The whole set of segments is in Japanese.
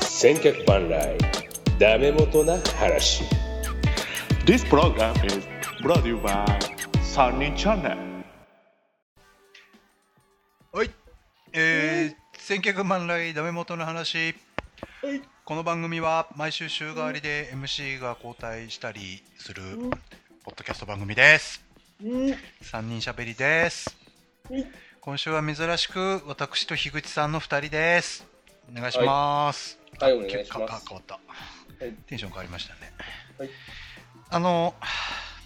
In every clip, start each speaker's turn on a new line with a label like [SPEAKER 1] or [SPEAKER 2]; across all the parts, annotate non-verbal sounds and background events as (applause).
[SPEAKER 1] 千客万来ダメ元な話
[SPEAKER 2] This program is brought to you by Sunny Channel.
[SPEAKER 3] はい、えー、千客万来ダメ元の話、この番組は毎週週替わりで MC が交代したりするポッドキャスト番組です、三人しゃべりです、今週は珍しく私と樋口さんの二人ですお願いします
[SPEAKER 1] はいお願い
[SPEAKER 3] 結
[SPEAKER 1] しま
[SPEAKER 3] 果
[SPEAKER 1] す
[SPEAKER 3] 変わった、
[SPEAKER 1] い
[SPEAKER 3] テンション変わりましたね、
[SPEAKER 1] はい
[SPEAKER 3] あの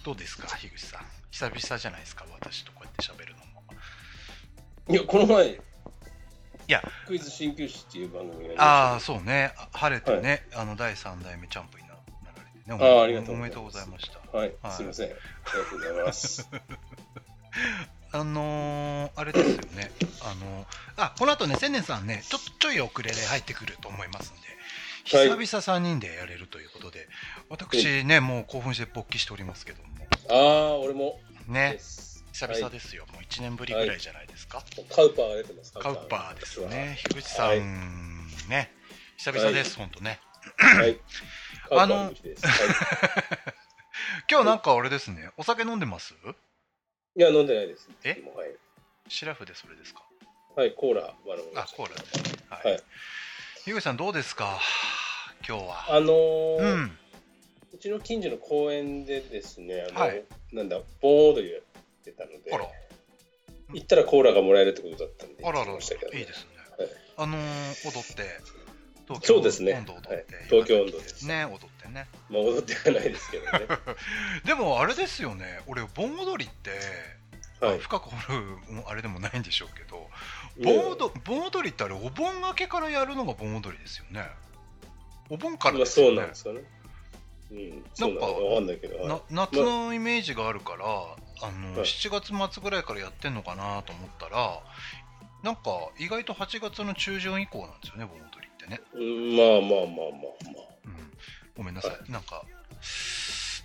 [SPEAKER 3] どうですか樋口さん久々じゃないですか私とこうやってしゃべるのも
[SPEAKER 1] いやこの前い
[SPEAKER 3] や
[SPEAKER 1] クイズ鍼灸師っていう番組が
[SPEAKER 3] あ
[SPEAKER 1] あ
[SPEAKER 3] あそうねあ晴れてね、あの第3代目チャンプにななられてねおめ
[SPEAKER 1] あーありがとう
[SPEAKER 3] お
[SPEAKER 1] ございます
[SPEAKER 3] めでとうございました
[SPEAKER 1] はい、
[SPEAKER 3] はい
[SPEAKER 1] すいま
[SPEAKER 3] (laughs)
[SPEAKER 1] せんありがとうございます
[SPEAKER 3] あのー、あれですよねあのーあこの後ね千年さんねちょっとちょい遅れで入ってくると思いますんで久
[SPEAKER 1] はい
[SPEAKER 3] 々3人でやれるということで私ねもう興奮して勃起しておりますけども
[SPEAKER 1] ああ俺も
[SPEAKER 3] ね
[SPEAKER 1] です
[SPEAKER 3] 久々ですよ、もう1年ぶりぐらいじゃないですか、
[SPEAKER 1] はいカウパーが出てます
[SPEAKER 3] カウパーですね
[SPEAKER 1] 私
[SPEAKER 3] 樋口さん、
[SPEAKER 1] はい
[SPEAKER 3] ね久々です、ほんとね
[SPEAKER 1] ははいカウパ
[SPEAKER 3] あ
[SPEAKER 1] ー
[SPEAKER 3] の
[SPEAKER 1] の口です、はい、
[SPEAKER 3] 今日なんかあれですねお酒飲んでます
[SPEAKER 1] いや飲んでないです
[SPEAKER 3] え
[SPEAKER 1] もうはい、
[SPEAKER 3] シラフでそれですか
[SPEAKER 1] はい、コーラ笑う
[SPEAKER 3] あ、コーラですね。
[SPEAKER 1] は
[SPEAKER 3] はいい。ゆういさんどうですか今日は。
[SPEAKER 1] あのー
[SPEAKER 3] うん。
[SPEAKER 1] うちの近所の公園でですね、あの
[SPEAKER 3] はい
[SPEAKER 1] なんだ、盆踊りをやってたので
[SPEAKER 3] あ、ら、
[SPEAKER 1] 行ったらコーラがもらえるってことだったんで、
[SPEAKER 3] あら
[SPEAKER 1] 行って
[SPEAKER 3] ら
[SPEAKER 1] きましたけど、
[SPEAKER 3] いいですね。あのー、踊って、東
[SPEAKER 1] そうですね
[SPEAKER 3] 温度踊って、
[SPEAKER 1] はい東京温度です
[SPEAKER 3] ね、踊ってね。
[SPEAKER 1] まあ、踊ってはないですけどね。
[SPEAKER 3] でもあれですよね、俺、盆踊りって、
[SPEAKER 1] (laughs) はい、
[SPEAKER 3] 深く掘るもあれでもないんでしょうけど、盆
[SPEAKER 1] も
[SPEAKER 3] 踊盆踊りってあれ、お盆明けからやるのが盆踊りですよね。お盆から
[SPEAKER 1] まあ、
[SPEAKER 3] です
[SPEAKER 1] そ
[SPEAKER 3] よ
[SPEAKER 1] う
[SPEAKER 3] ね。
[SPEAKER 1] なんですかね。うん、そうな
[SPEAKER 3] なん
[SPEAKER 1] の
[SPEAKER 3] か
[SPEAKER 1] わかんないけど、
[SPEAKER 3] な
[SPEAKER 1] は
[SPEAKER 3] 夏のイメージがあるから、あの
[SPEAKER 1] はい
[SPEAKER 3] 7月末ぐらいからやってんのかなと思ったらなんか意外と8月の中旬以降なんですよね盆踊りってね、
[SPEAKER 1] いうんまあまあまあまあまあ。
[SPEAKER 3] うん、ごめんなさい、
[SPEAKER 1] は
[SPEAKER 3] なんか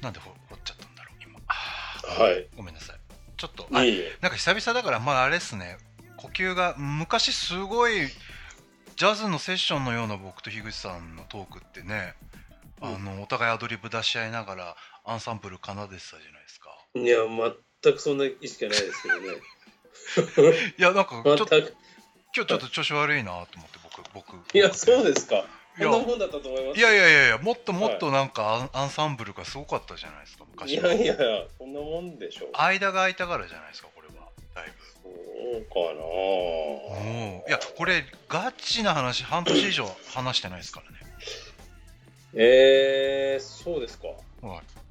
[SPEAKER 3] なんでほ掘っちゃったんだろう今
[SPEAKER 1] はい
[SPEAKER 3] ごめんなさいちょっとあ
[SPEAKER 1] いいえ
[SPEAKER 3] なんか久々だからまああれですね呼吸が昔すごいジャズのセッションのような僕と樋口さんのトークってねあの、お互いアドリブ出し合いながらアンサンブル奏でてたじゃないですか。
[SPEAKER 1] いや、全くそんな意識はないですけ
[SPEAKER 3] (laughs)
[SPEAKER 1] どね。
[SPEAKER 3] いやなんかちょっと
[SPEAKER 1] 全
[SPEAKER 3] 今
[SPEAKER 1] く。
[SPEAKER 3] 日ちょっと調子悪いなと思って僕僕
[SPEAKER 1] いや、そう
[SPEAKER 3] で
[SPEAKER 1] ですか。
[SPEAKER 3] い
[SPEAKER 1] こ
[SPEAKER 3] や
[SPEAKER 1] んなもんだったと思います。
[SPEAKER 3] いやいやいやいやもっともっとなんかアンアンサンブルがすごかったじゃないですか
[SPEAKER 1] い
[SPEAKER 3] 昔は
[SPEAKER 1] やいや、こんなもんでしょう。
[SPEAKER 3] 間が空いたからじゃないですかこれはだい
[SPEAKER 1] そうか
[SPEAKER 3] ぶ
[SPEAKER 1] な。
[SPEAKER 3] もういやこれガチな話半年以上話してないですからね
[SPEAKER 1] えー、そうですか。
[SPEAKER 3] はい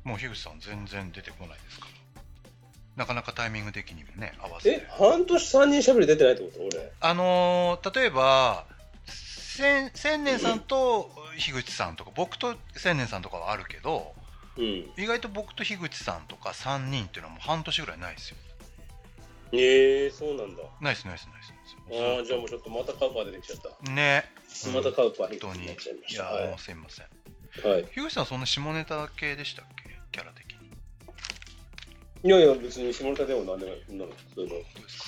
[SPEAKER 3] もう樋口さん全然出てこないですからなかなかタイミング的にもね合わせ
[SPEAKER 1] え
[SPEAKER 3] て、
[SPEAKER 1] 半年三人しゃべり出てないってこと俺。
[SPEAKER 3] あのー例えば千千年さんと樋口さんとか僕と千年さんとかはあるけど
[SPEAKER 1] うん。
[SPEAKER 3] 意外と僕と樋口さんとか3人っていうのはもう半年ぐらいないですよ
[SPEAKER 1] えー、そうなんだ。
[SPEAKER 3] ないですないですないです
[SPEAKER 1] ああ、じゃあもうちょっとまたカウパー出てきちゃった。
[SPEAKER 3] ねうん
[SPEAKER 1] またカウパー引
[SPEAKER 3] 本当に
[SPEAKER 1] っちゃいま
[SPEAKER 3] い
[SPEAKER 1] した。
[SPEAKER 3] や
[SPEAKER 1] は
[SPEAKER 3] もうすいません
[SPEAKER 1] い。はい、
[SPEAKER 3] 樋口さんはそんな下ネタ系でしたっけキャラ的に
[SPEAKER 1] いやいや、別に下ネタでも何でもないそんなの普通の
[SPEAKER 3] どうですか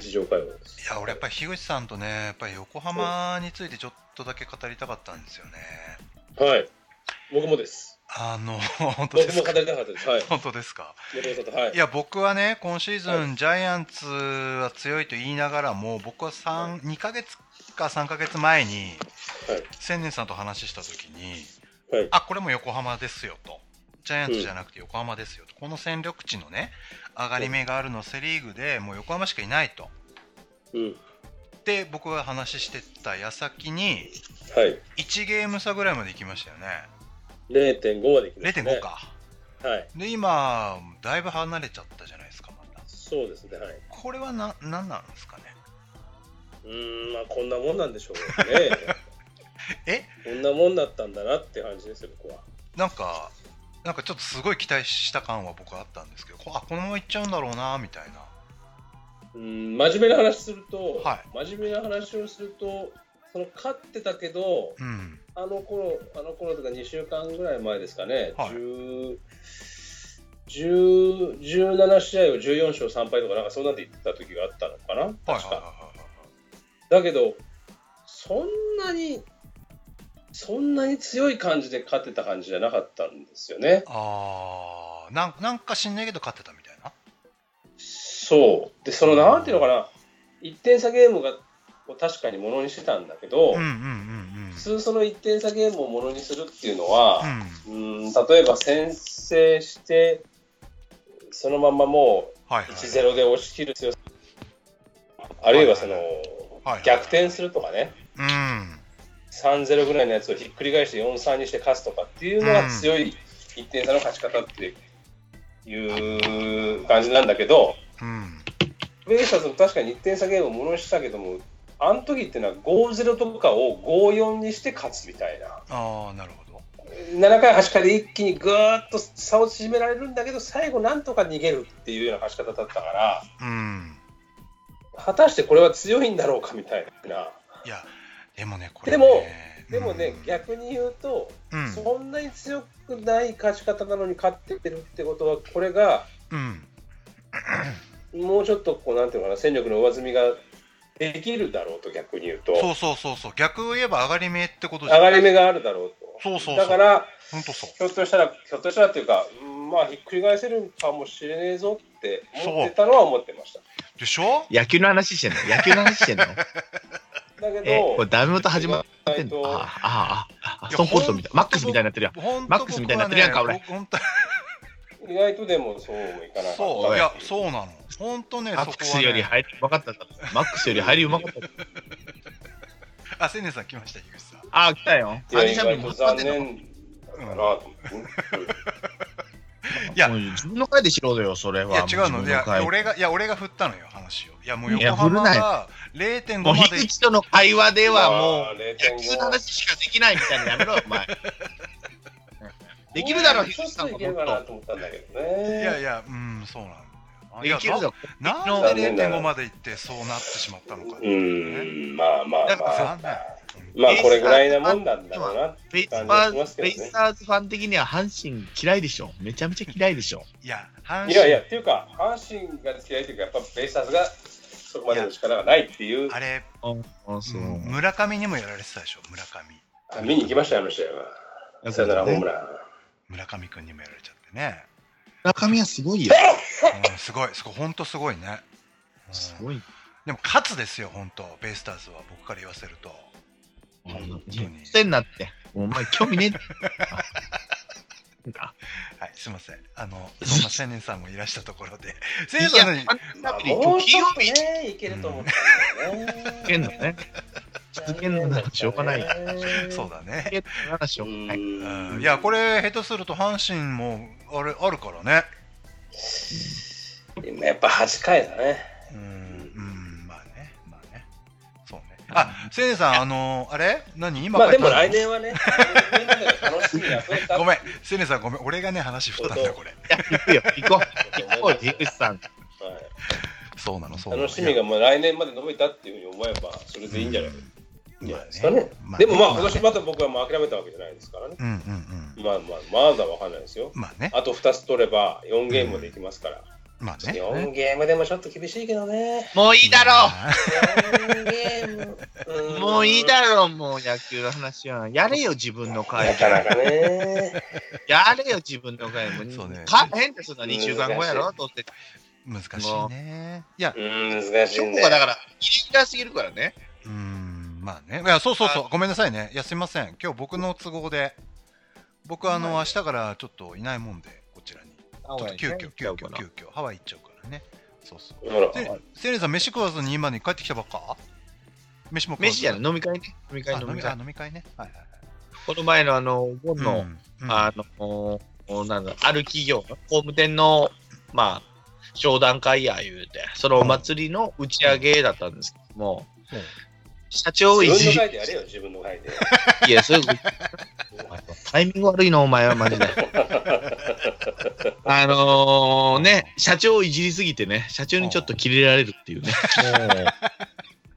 [SPEAKER 1] 日常会話です。
[SPEAKER 3] いや俺やっぱり樋口さんとねやっぱり横浜についてちょっとだけ語りたかったんですよね
[SPEAKER 1] はい。僕もです。
[SPEAKER 3] あの (laughs) 本当
[SPEAKER 1] 僕
[SPEAKER 3] です
[SPEAKER 1] も語
[SPEAKER 3] か
[SPEAKER 1] りたかったです。はい。
[SPEAKER 3] 本当ですか
[SPEAKER 1] 森本さんとはい。
[SPEAKER 3] いや僕はね今シーズン、
[SPEAKER 1] は
[SPEAKER 3] ジャイアンツは強いと言いながらも僕は三2ヶ月か3ヶ月前に、
[SPEAKER 1] はい
[SPEAKER 3] 千年さんと話した時に、
[SPEAKER 1] はい
[SPEAKER 3] あこれも横浜ですよとジャイアンツじゃなくて横浜ですよと、この戦力値のね上がり目があるのセ・リーグでもう横浜しかいないと
[SPEAKER 1] うん。
[SPEAKER 3] で僕は話してた矢先に
[SPEAKER 1] はい。
[SPEAKER 3] 1ゲーム差ぐらいまで行きましたよね
[SPEAKER 1] 0.5までいきました、ね。
[SPEAKER 3] 0.5。か、
[SPEAKER 1] はい。
[SPEAKER 3] で今だいぶ離れちゃったじゃないですかまた
[SPEAKER 1] そうですね。はい。
[SPEAKER 3] これはな何なんですかね
[SPEAKER 1] うーん、まあこんなもんなんでしょうね。
[SPEAKER 3] (laughs) え
[SPEAKER 1] こんなもんだったんだなって感じですよ、僕は。
[SPEAKER 3] なんか、なんかちょっとすごい期待した感は僕はあったんですけど、こあこのままいっちゃうんだろうなみたいな。
[SPEAKER 1] うん真面目な話すると、
[SPEAKER 3] は
[SPEAKER 1] 真面目な話をするとその勝ってたけど
[SPEAKER 3] うん。
[SPEAKER 1] あの頃あの頃とか2週間ぐらい前ですかね、
[SPEAKER 3] はい
[SPEAKER 1] 10 10 17試合を14勝3敗とかなんかそんなんで言ってた時があったのかな
[SPEAKER 3] はいはい
[SPEAKER 1] 確
[SPEAKER 3] はい
[SPEAKER 1] か、
[SPEAKER 3] はいはい。
[SPEAKER 1] だけどそんなにそんなに強い感じで勝てた感じじゃなかったんですよね。
[SPEAKER 3] あーなんなんか知んないけど勝ってたみたいな
[SPEAKER 1] そう。で、その、なんていうのかな、1点差ゲームがを確かにものにしてたんだけど、
[SPEAKER 3] うんうんうんうん
[SPEAKER 1] 普通その1点差ゲームをものにするっていうのは、
[SPEAKER 3] うん
[SPEAKER 1] うん例えば先制して、そのままも
[SPEAKER 3] はいうはい
[SPEAKER 1] 1-0で押し切る強さ、あるいはその、
[SPEAKER 3] はいはい
[SPEAKER 1] 逆転するとかね、
[SPEAKER 3] うん
[SPEAKER 1] 3-0ぐらいのやつをひっくり返して4-3にして勝つとかっていうのが強い1点差の勝ち方っていう感じなんだけど、
[SPEAKER 3] うん
[SPEAKER 1] ベイスターズも確かに1点差ゲームをものにしたけども、あの時っていうのは5-0とかを5-4にして勝つみたいな。
[SPEAKER 3] ああなるほど
[SPEAKER 1] 7回、8回で一気にぐーっと差を縮められるんだけど、最後、なんとか逃げるっていうような勝ち方だったから、
[SPEAKER 3] うん
[SPEAKER 1] 果たしてこれは強いんだろうかみたいな、
[SPEAKER 3] いやでもねこれ、ね、
[SPEAKER 1] でもでもね、
[SPEAKER 3] うん
[SPEAKER 1] 逆に言うと、
[SPEAKER 3] うん
[SPEAKER 1] そんなに強くない勝ち方なのに勝ってってるってことは、これが
[SPEAKER 3] うん
[SPEAKER 1] もうちょっとこう、なんていうのかな、戦力の上積みができるだろうと、逆に言うと、
[SPEAKER 3] そうそうそうそう逆を言えば上がり目ってこと
[SPEAKER 1] 上
[SPEAKER 3] じゃん
[SPEAKER 1] がり目があるだろうと。
[SPEAKER 3] そうそうそう
[SPEAKER 1] だから
[SPEAKER 3] ほんとそう
[SPEAKER 1] ひょっとしたら、ひょっとしたらっていうか、うんまあ、ひっくり返せるかもしれねえぞって思ってたのは思ってました。
[SPEAKER 3] でしょ
[SPEAKER 4] 野球の話してんの野球の話してんの
[SPEAKER 1] だけ
[SPEAKER 4] え、
[SPEAKER 1] ど
[SPEAKER 4] これ、ダメ元始まって
[SPEAKER 1] え
[SPEAKER 4] ん
[SPEAKER 1] っ
[SPEAKER 4] の
[SPEAKER 1] と
[SPEAKER 4] ああ、ああ、ああ、
[SPEAKER 3] いや
[SPEAKER 4] ストーンコールドみた
[SPEAKER 3] ほん
[SPEAKER 4] い。
[SPEAKER 3] と
[SPEAKER 4] マックスみたいになってるやん。
[SPEAKER 3] ほんと
[SPEAKER 4] マックスみたいになってるやんか俺
[SPEAKER 3] ほんと
[SPEAKER 1] 意外とでもそうもいかなかった
[SPEAKER 3] そういやそううなのほんとね
[SPEAKER 4] マ
[SPEAKER 3] そ
[SPEAKER 4] ック
[SPEAKER 3] こは
[SPEAKER 4] スより
[SPEAKER 3] ね
[SPEAKER 4] 入りうまかったんだ。マックスより入りうまかったんだ。
[SPEAKER 3] あ千年さん来ました樋口さん
[SPEAKER 4] ああ、来たよ。
[SPEAKER 1] いや
[SPEAKER 4] 三
[SPEAKER 1] 意
[SPEAKER 4] 人喋
[SPEAKER 1] 外
[SPEAKER 4] り
[SPEAKER 1] と
[SPEAKER 4] も
[SPEAKER 1] 残念だなと思って、
[SPEAKER 3] いや
[SPEAKER 4] もう自分の回でしろよ、それ
[SPEAKER 3] い
[SPEAKER 4] は。
[SPEAKER 3] や違うの
[SPEAKER 4] も
[SPEAKER 3] い
[SPEAKER 4] 自分
[SPEAKER 3] や
[SPEAKER 4] 回
[SPEAKER 3] 俺がいや俺が振ったのよ話をいやもう
[SPEAKER 4] いや
[SPEAKER 3] 横浜
[SPEAKER 4] 振るな
[SPEAKER 3] が0.5
[SPEAKER 4] も
[SPEAKER 3] ま
[SPEAKER 4] う、樋
[SPEAKER 3] で
[SPEAKER 4] 口との会話ではも
[SPEAKER 1] まあ
[SPEAKER 4] う、
[SPEAKER 1] 0.5
[SPEAKER 4] 野球の話しかできないみたいなのやめろ、お前。できるだろ、
[SPEAKER 1] ち
[SPEAKER 4] 樋
[SPEAKER 1] ょ
[SPEAKER 4] 口
[SPEAKER 1] っ
[SPEAKER 4] さ
[SPEAKER 1] と
[SPEAKER 4] ん
[SPEAKER 1] い
[SPEAKER 4] も
[SPEAKER 1] ける
[SPEAKER 4] も
[SPEAKER 1] か
[SPEAKER 4] っ
[SPEAKER 1] な
[SPEAKER 4] と。
[SPEAKER 1] と思ったんだけど
[SPEAKER 3] い
[SPEAKER 1] ね
[SPEAKER 3] やいやうんそうなんだよない
[SPEAKER 4] で
[SPEAKER 3] や
[SPEAKER 4] きるぞ。
[SPEAKER 3] な
[SPEAKER 4] の
[SPEAKER 3] なんで0.5まで行ってそうなってしまったのか
[SPEAKER 1] うーんまあまあ
[SPEAKER 4] だか
[SPEAKER 1] ま
[SPEAKER 4] ら
[SPEAKER 1] あ
[SPEAKER 4] さ
[SPEAKER 1] まあこれぐらいなもんなんだろうなって
[SPEAKER 4] ベイスタ
[SPEAKER 1] 感じはしま
[SPEAKER 4] ー
[SPEAKER 1] す
[SPEAKER 4] ズ、
[SPEAKER 1] けど
[SPEAKER 4] ベイ
[SPEAKER 1] ね
[SPEAKER 4] スターズファン的には阪神嫌いでしょ。めちゃめちゃ嫌いでしょ。
[SPEAKER 3] いや阪神
[SPEAKER 1] いやいやっていうか阪神が嫌いというかやっぱベイスターズがそこまでの力がないっていう
[SPEAKER 3] あれ
[SPEAKER 4] うんうん、そう。
[SPEAKER 3] うん村上にもやられてたでしょ村上
[SPEAKER 1] あ見に行きましたよあの試合はさよならホームラン
[SPEAKER 3] 村上君にもやられちゃってね、
[SPEAKER 4] 中身はすごいよ。
[SPEAKER 3] うん、すごいすごい本当すごいね、うん
[SPEAKER 4] すごい。
[SPEAKER 3] でも勝つですよ本当ベイスターズは僕から言わせると本当に
[SPEAKER 4] 癖になって。お前、興味ねえ。なんか
[SPEAKER 3] はいすいませんあのそんな千年さんもいらしたところ
[SPEAKER 4] (laughs)
[SPEAKER 3] で千年さん何
[SPEAKER 1] まあも
[SPEAKER 4] 今
[SPEAKER 1] う
[SPEAKER 4] 日
[SPEAKER 1] ち
[SPEAKER 4] 金
[SPEAKER 1] ょ
[SPEAKER 4] 曜
[SPEAKER 1] っと
[SPEAKER 4] 日
[SPEAKER 1] ねいけると思ったんだよね
[SPEAKER 4] 続けんのね。続けんのならしょうがない。続
[SPEAKER 3] そうだね
[SPEAKER 4] けんのならしょうがない。
[SPEAKER 3] う
[SPEAKER 1] うんん
[SPEAKER 3] いやこれ下手すると阪神もあれあるからね
[SPEAKER 1] 今やっぱ8回だね。
[SPEAKER 3] うんうんまあねまあねそうねあせねさんあのあれ何今
[SPEAKER 1] まあで
[SPEAKER 3] 帰った
[SPEAKER 1] も
[SPEAKER 3] の
[SPEAKER 1] 来年は
[SPEAKER 3] (laughs)
[SPEAKER 1] ね、来年までの楽しみが増えた
[SPEAKER 3] ごめんせねさんごめん俺がね話振ったんだこれ
[SPEAKER 4] 行くよ。行
[SPEAKER 3] (laughs)
[SPEAKER 4] こう。行こうよ、樋口さん。
[SPEAKER 1] は
[SPEAKER 3] そうなのそう
[SPEAKER 1] い
[SPEAKER 3] なの
[SPEAKER 1] 楽しみがもう来年まで伸びたっていうふうに思えば、それでいいんじゃない
[SPEAKER 3] うんまあ
[SPEAKER 1] ですかね。
[SPEAKER 3] まあ
[SPEAKER 1] でもまあ今
[SPEAKER 3] ね
[SPEAKER 1] 年また僕はもう諦めたわけじゃないですからね。
[SPEAKER 3] うんうんうん
[SPEAKER 1] まあまあ、まだわかんないですよ。
[SPEAKER 3] まあね
[SPEAKER 1] あと2つ取れば4ゲームでいきますから。
[SPEAKER 3] まあね
[SPEAKER 1] 4ゲームでもちょっと厳しいけどね。
[SPEAKER 4] もういいだろ
[SPEAKER 1] 4ゲーム
[SPEAKER 4] う。
[SPEAKER 1] ん
[SPEAKER 4] もういいだろう、もう野球の話は。やれよ、自分の
[SPEAKER 1] な
[SPEAKER 4] 回
[SPEAKER 3] (laughs)
[SPEAKER 1] かな
[SPEAKER 4] で。
[SPEAKER 1] かね。
[SPEAKER 4] やれよ、自分の回も。
[SPEAKER 3] そうね
[SPEAKER 4] か変ですな、2週間後やろ、とって。
[SPEAKER 3] 難しいねいや
[SPEAKER 1] うん、難しい
[SPEAKER 4] ショ
[SPEAKER 1] ん
[SPEAKER 4] ー
[SPEAKER 1] だ
[SPEAKER 4] がだか
[SPEAKER 1] よ。
[SPEAKER 4] ら、入りがすぎるからね。
[SPEAKER 3] うんまあねいやそうそうそうごめんなさいねいやすいません今日僕の都合で僕あの明日からちょっといないもんでこちらにちょっと急遽急遽急遽ハワイ行っちゃうからねそうそう
[SPEAKER 1] ほら
[SPEAKER 3] せせいねさん飯食わずに今に帰ってきたばっか飯も食わず
[SPEAKER 4] 飯じゃない、飲み会ね。飲み会、
[SPEAKER 3] あ
[SPEAKER 4] 飲
[SPEAKER 3] 飲
[SPEAKER 4] み
[SPEAKER 3] み
[SPEAKER 4] 会
[SPEAKER 3] 会。飲み会ねはいはい
[SPEAKER 4] この前のあの、お
[SPEAKER 3] は
[SPEAKER 4] 盆
[SPEAKER 3] い
[SPEAKER 4] の、
[SPEAKER 3] うんうん
[SPEAKER 4] あのー、なんだ、ある企業、工務店の、まあ、商談会や言うて、そのお祭りの打ち上げだったんですけども、
[SPEAKER 3] うん
[SPEAKER 4] 社長い
[SPEAKER 1] 自
[SPEAKER 4] じ
[SPEAKER 1] 分の書いてやれよ、自分の書いて。
[SPEAKER 4] いや、そういうことお前タイミング悪いな、お前は、マジ
[SPEAKER 1] (laughs)
[SPEAKER 4] で。あのー、ね、社長をいじりすぎてね、社長にちょっとキレられるっていうね。もう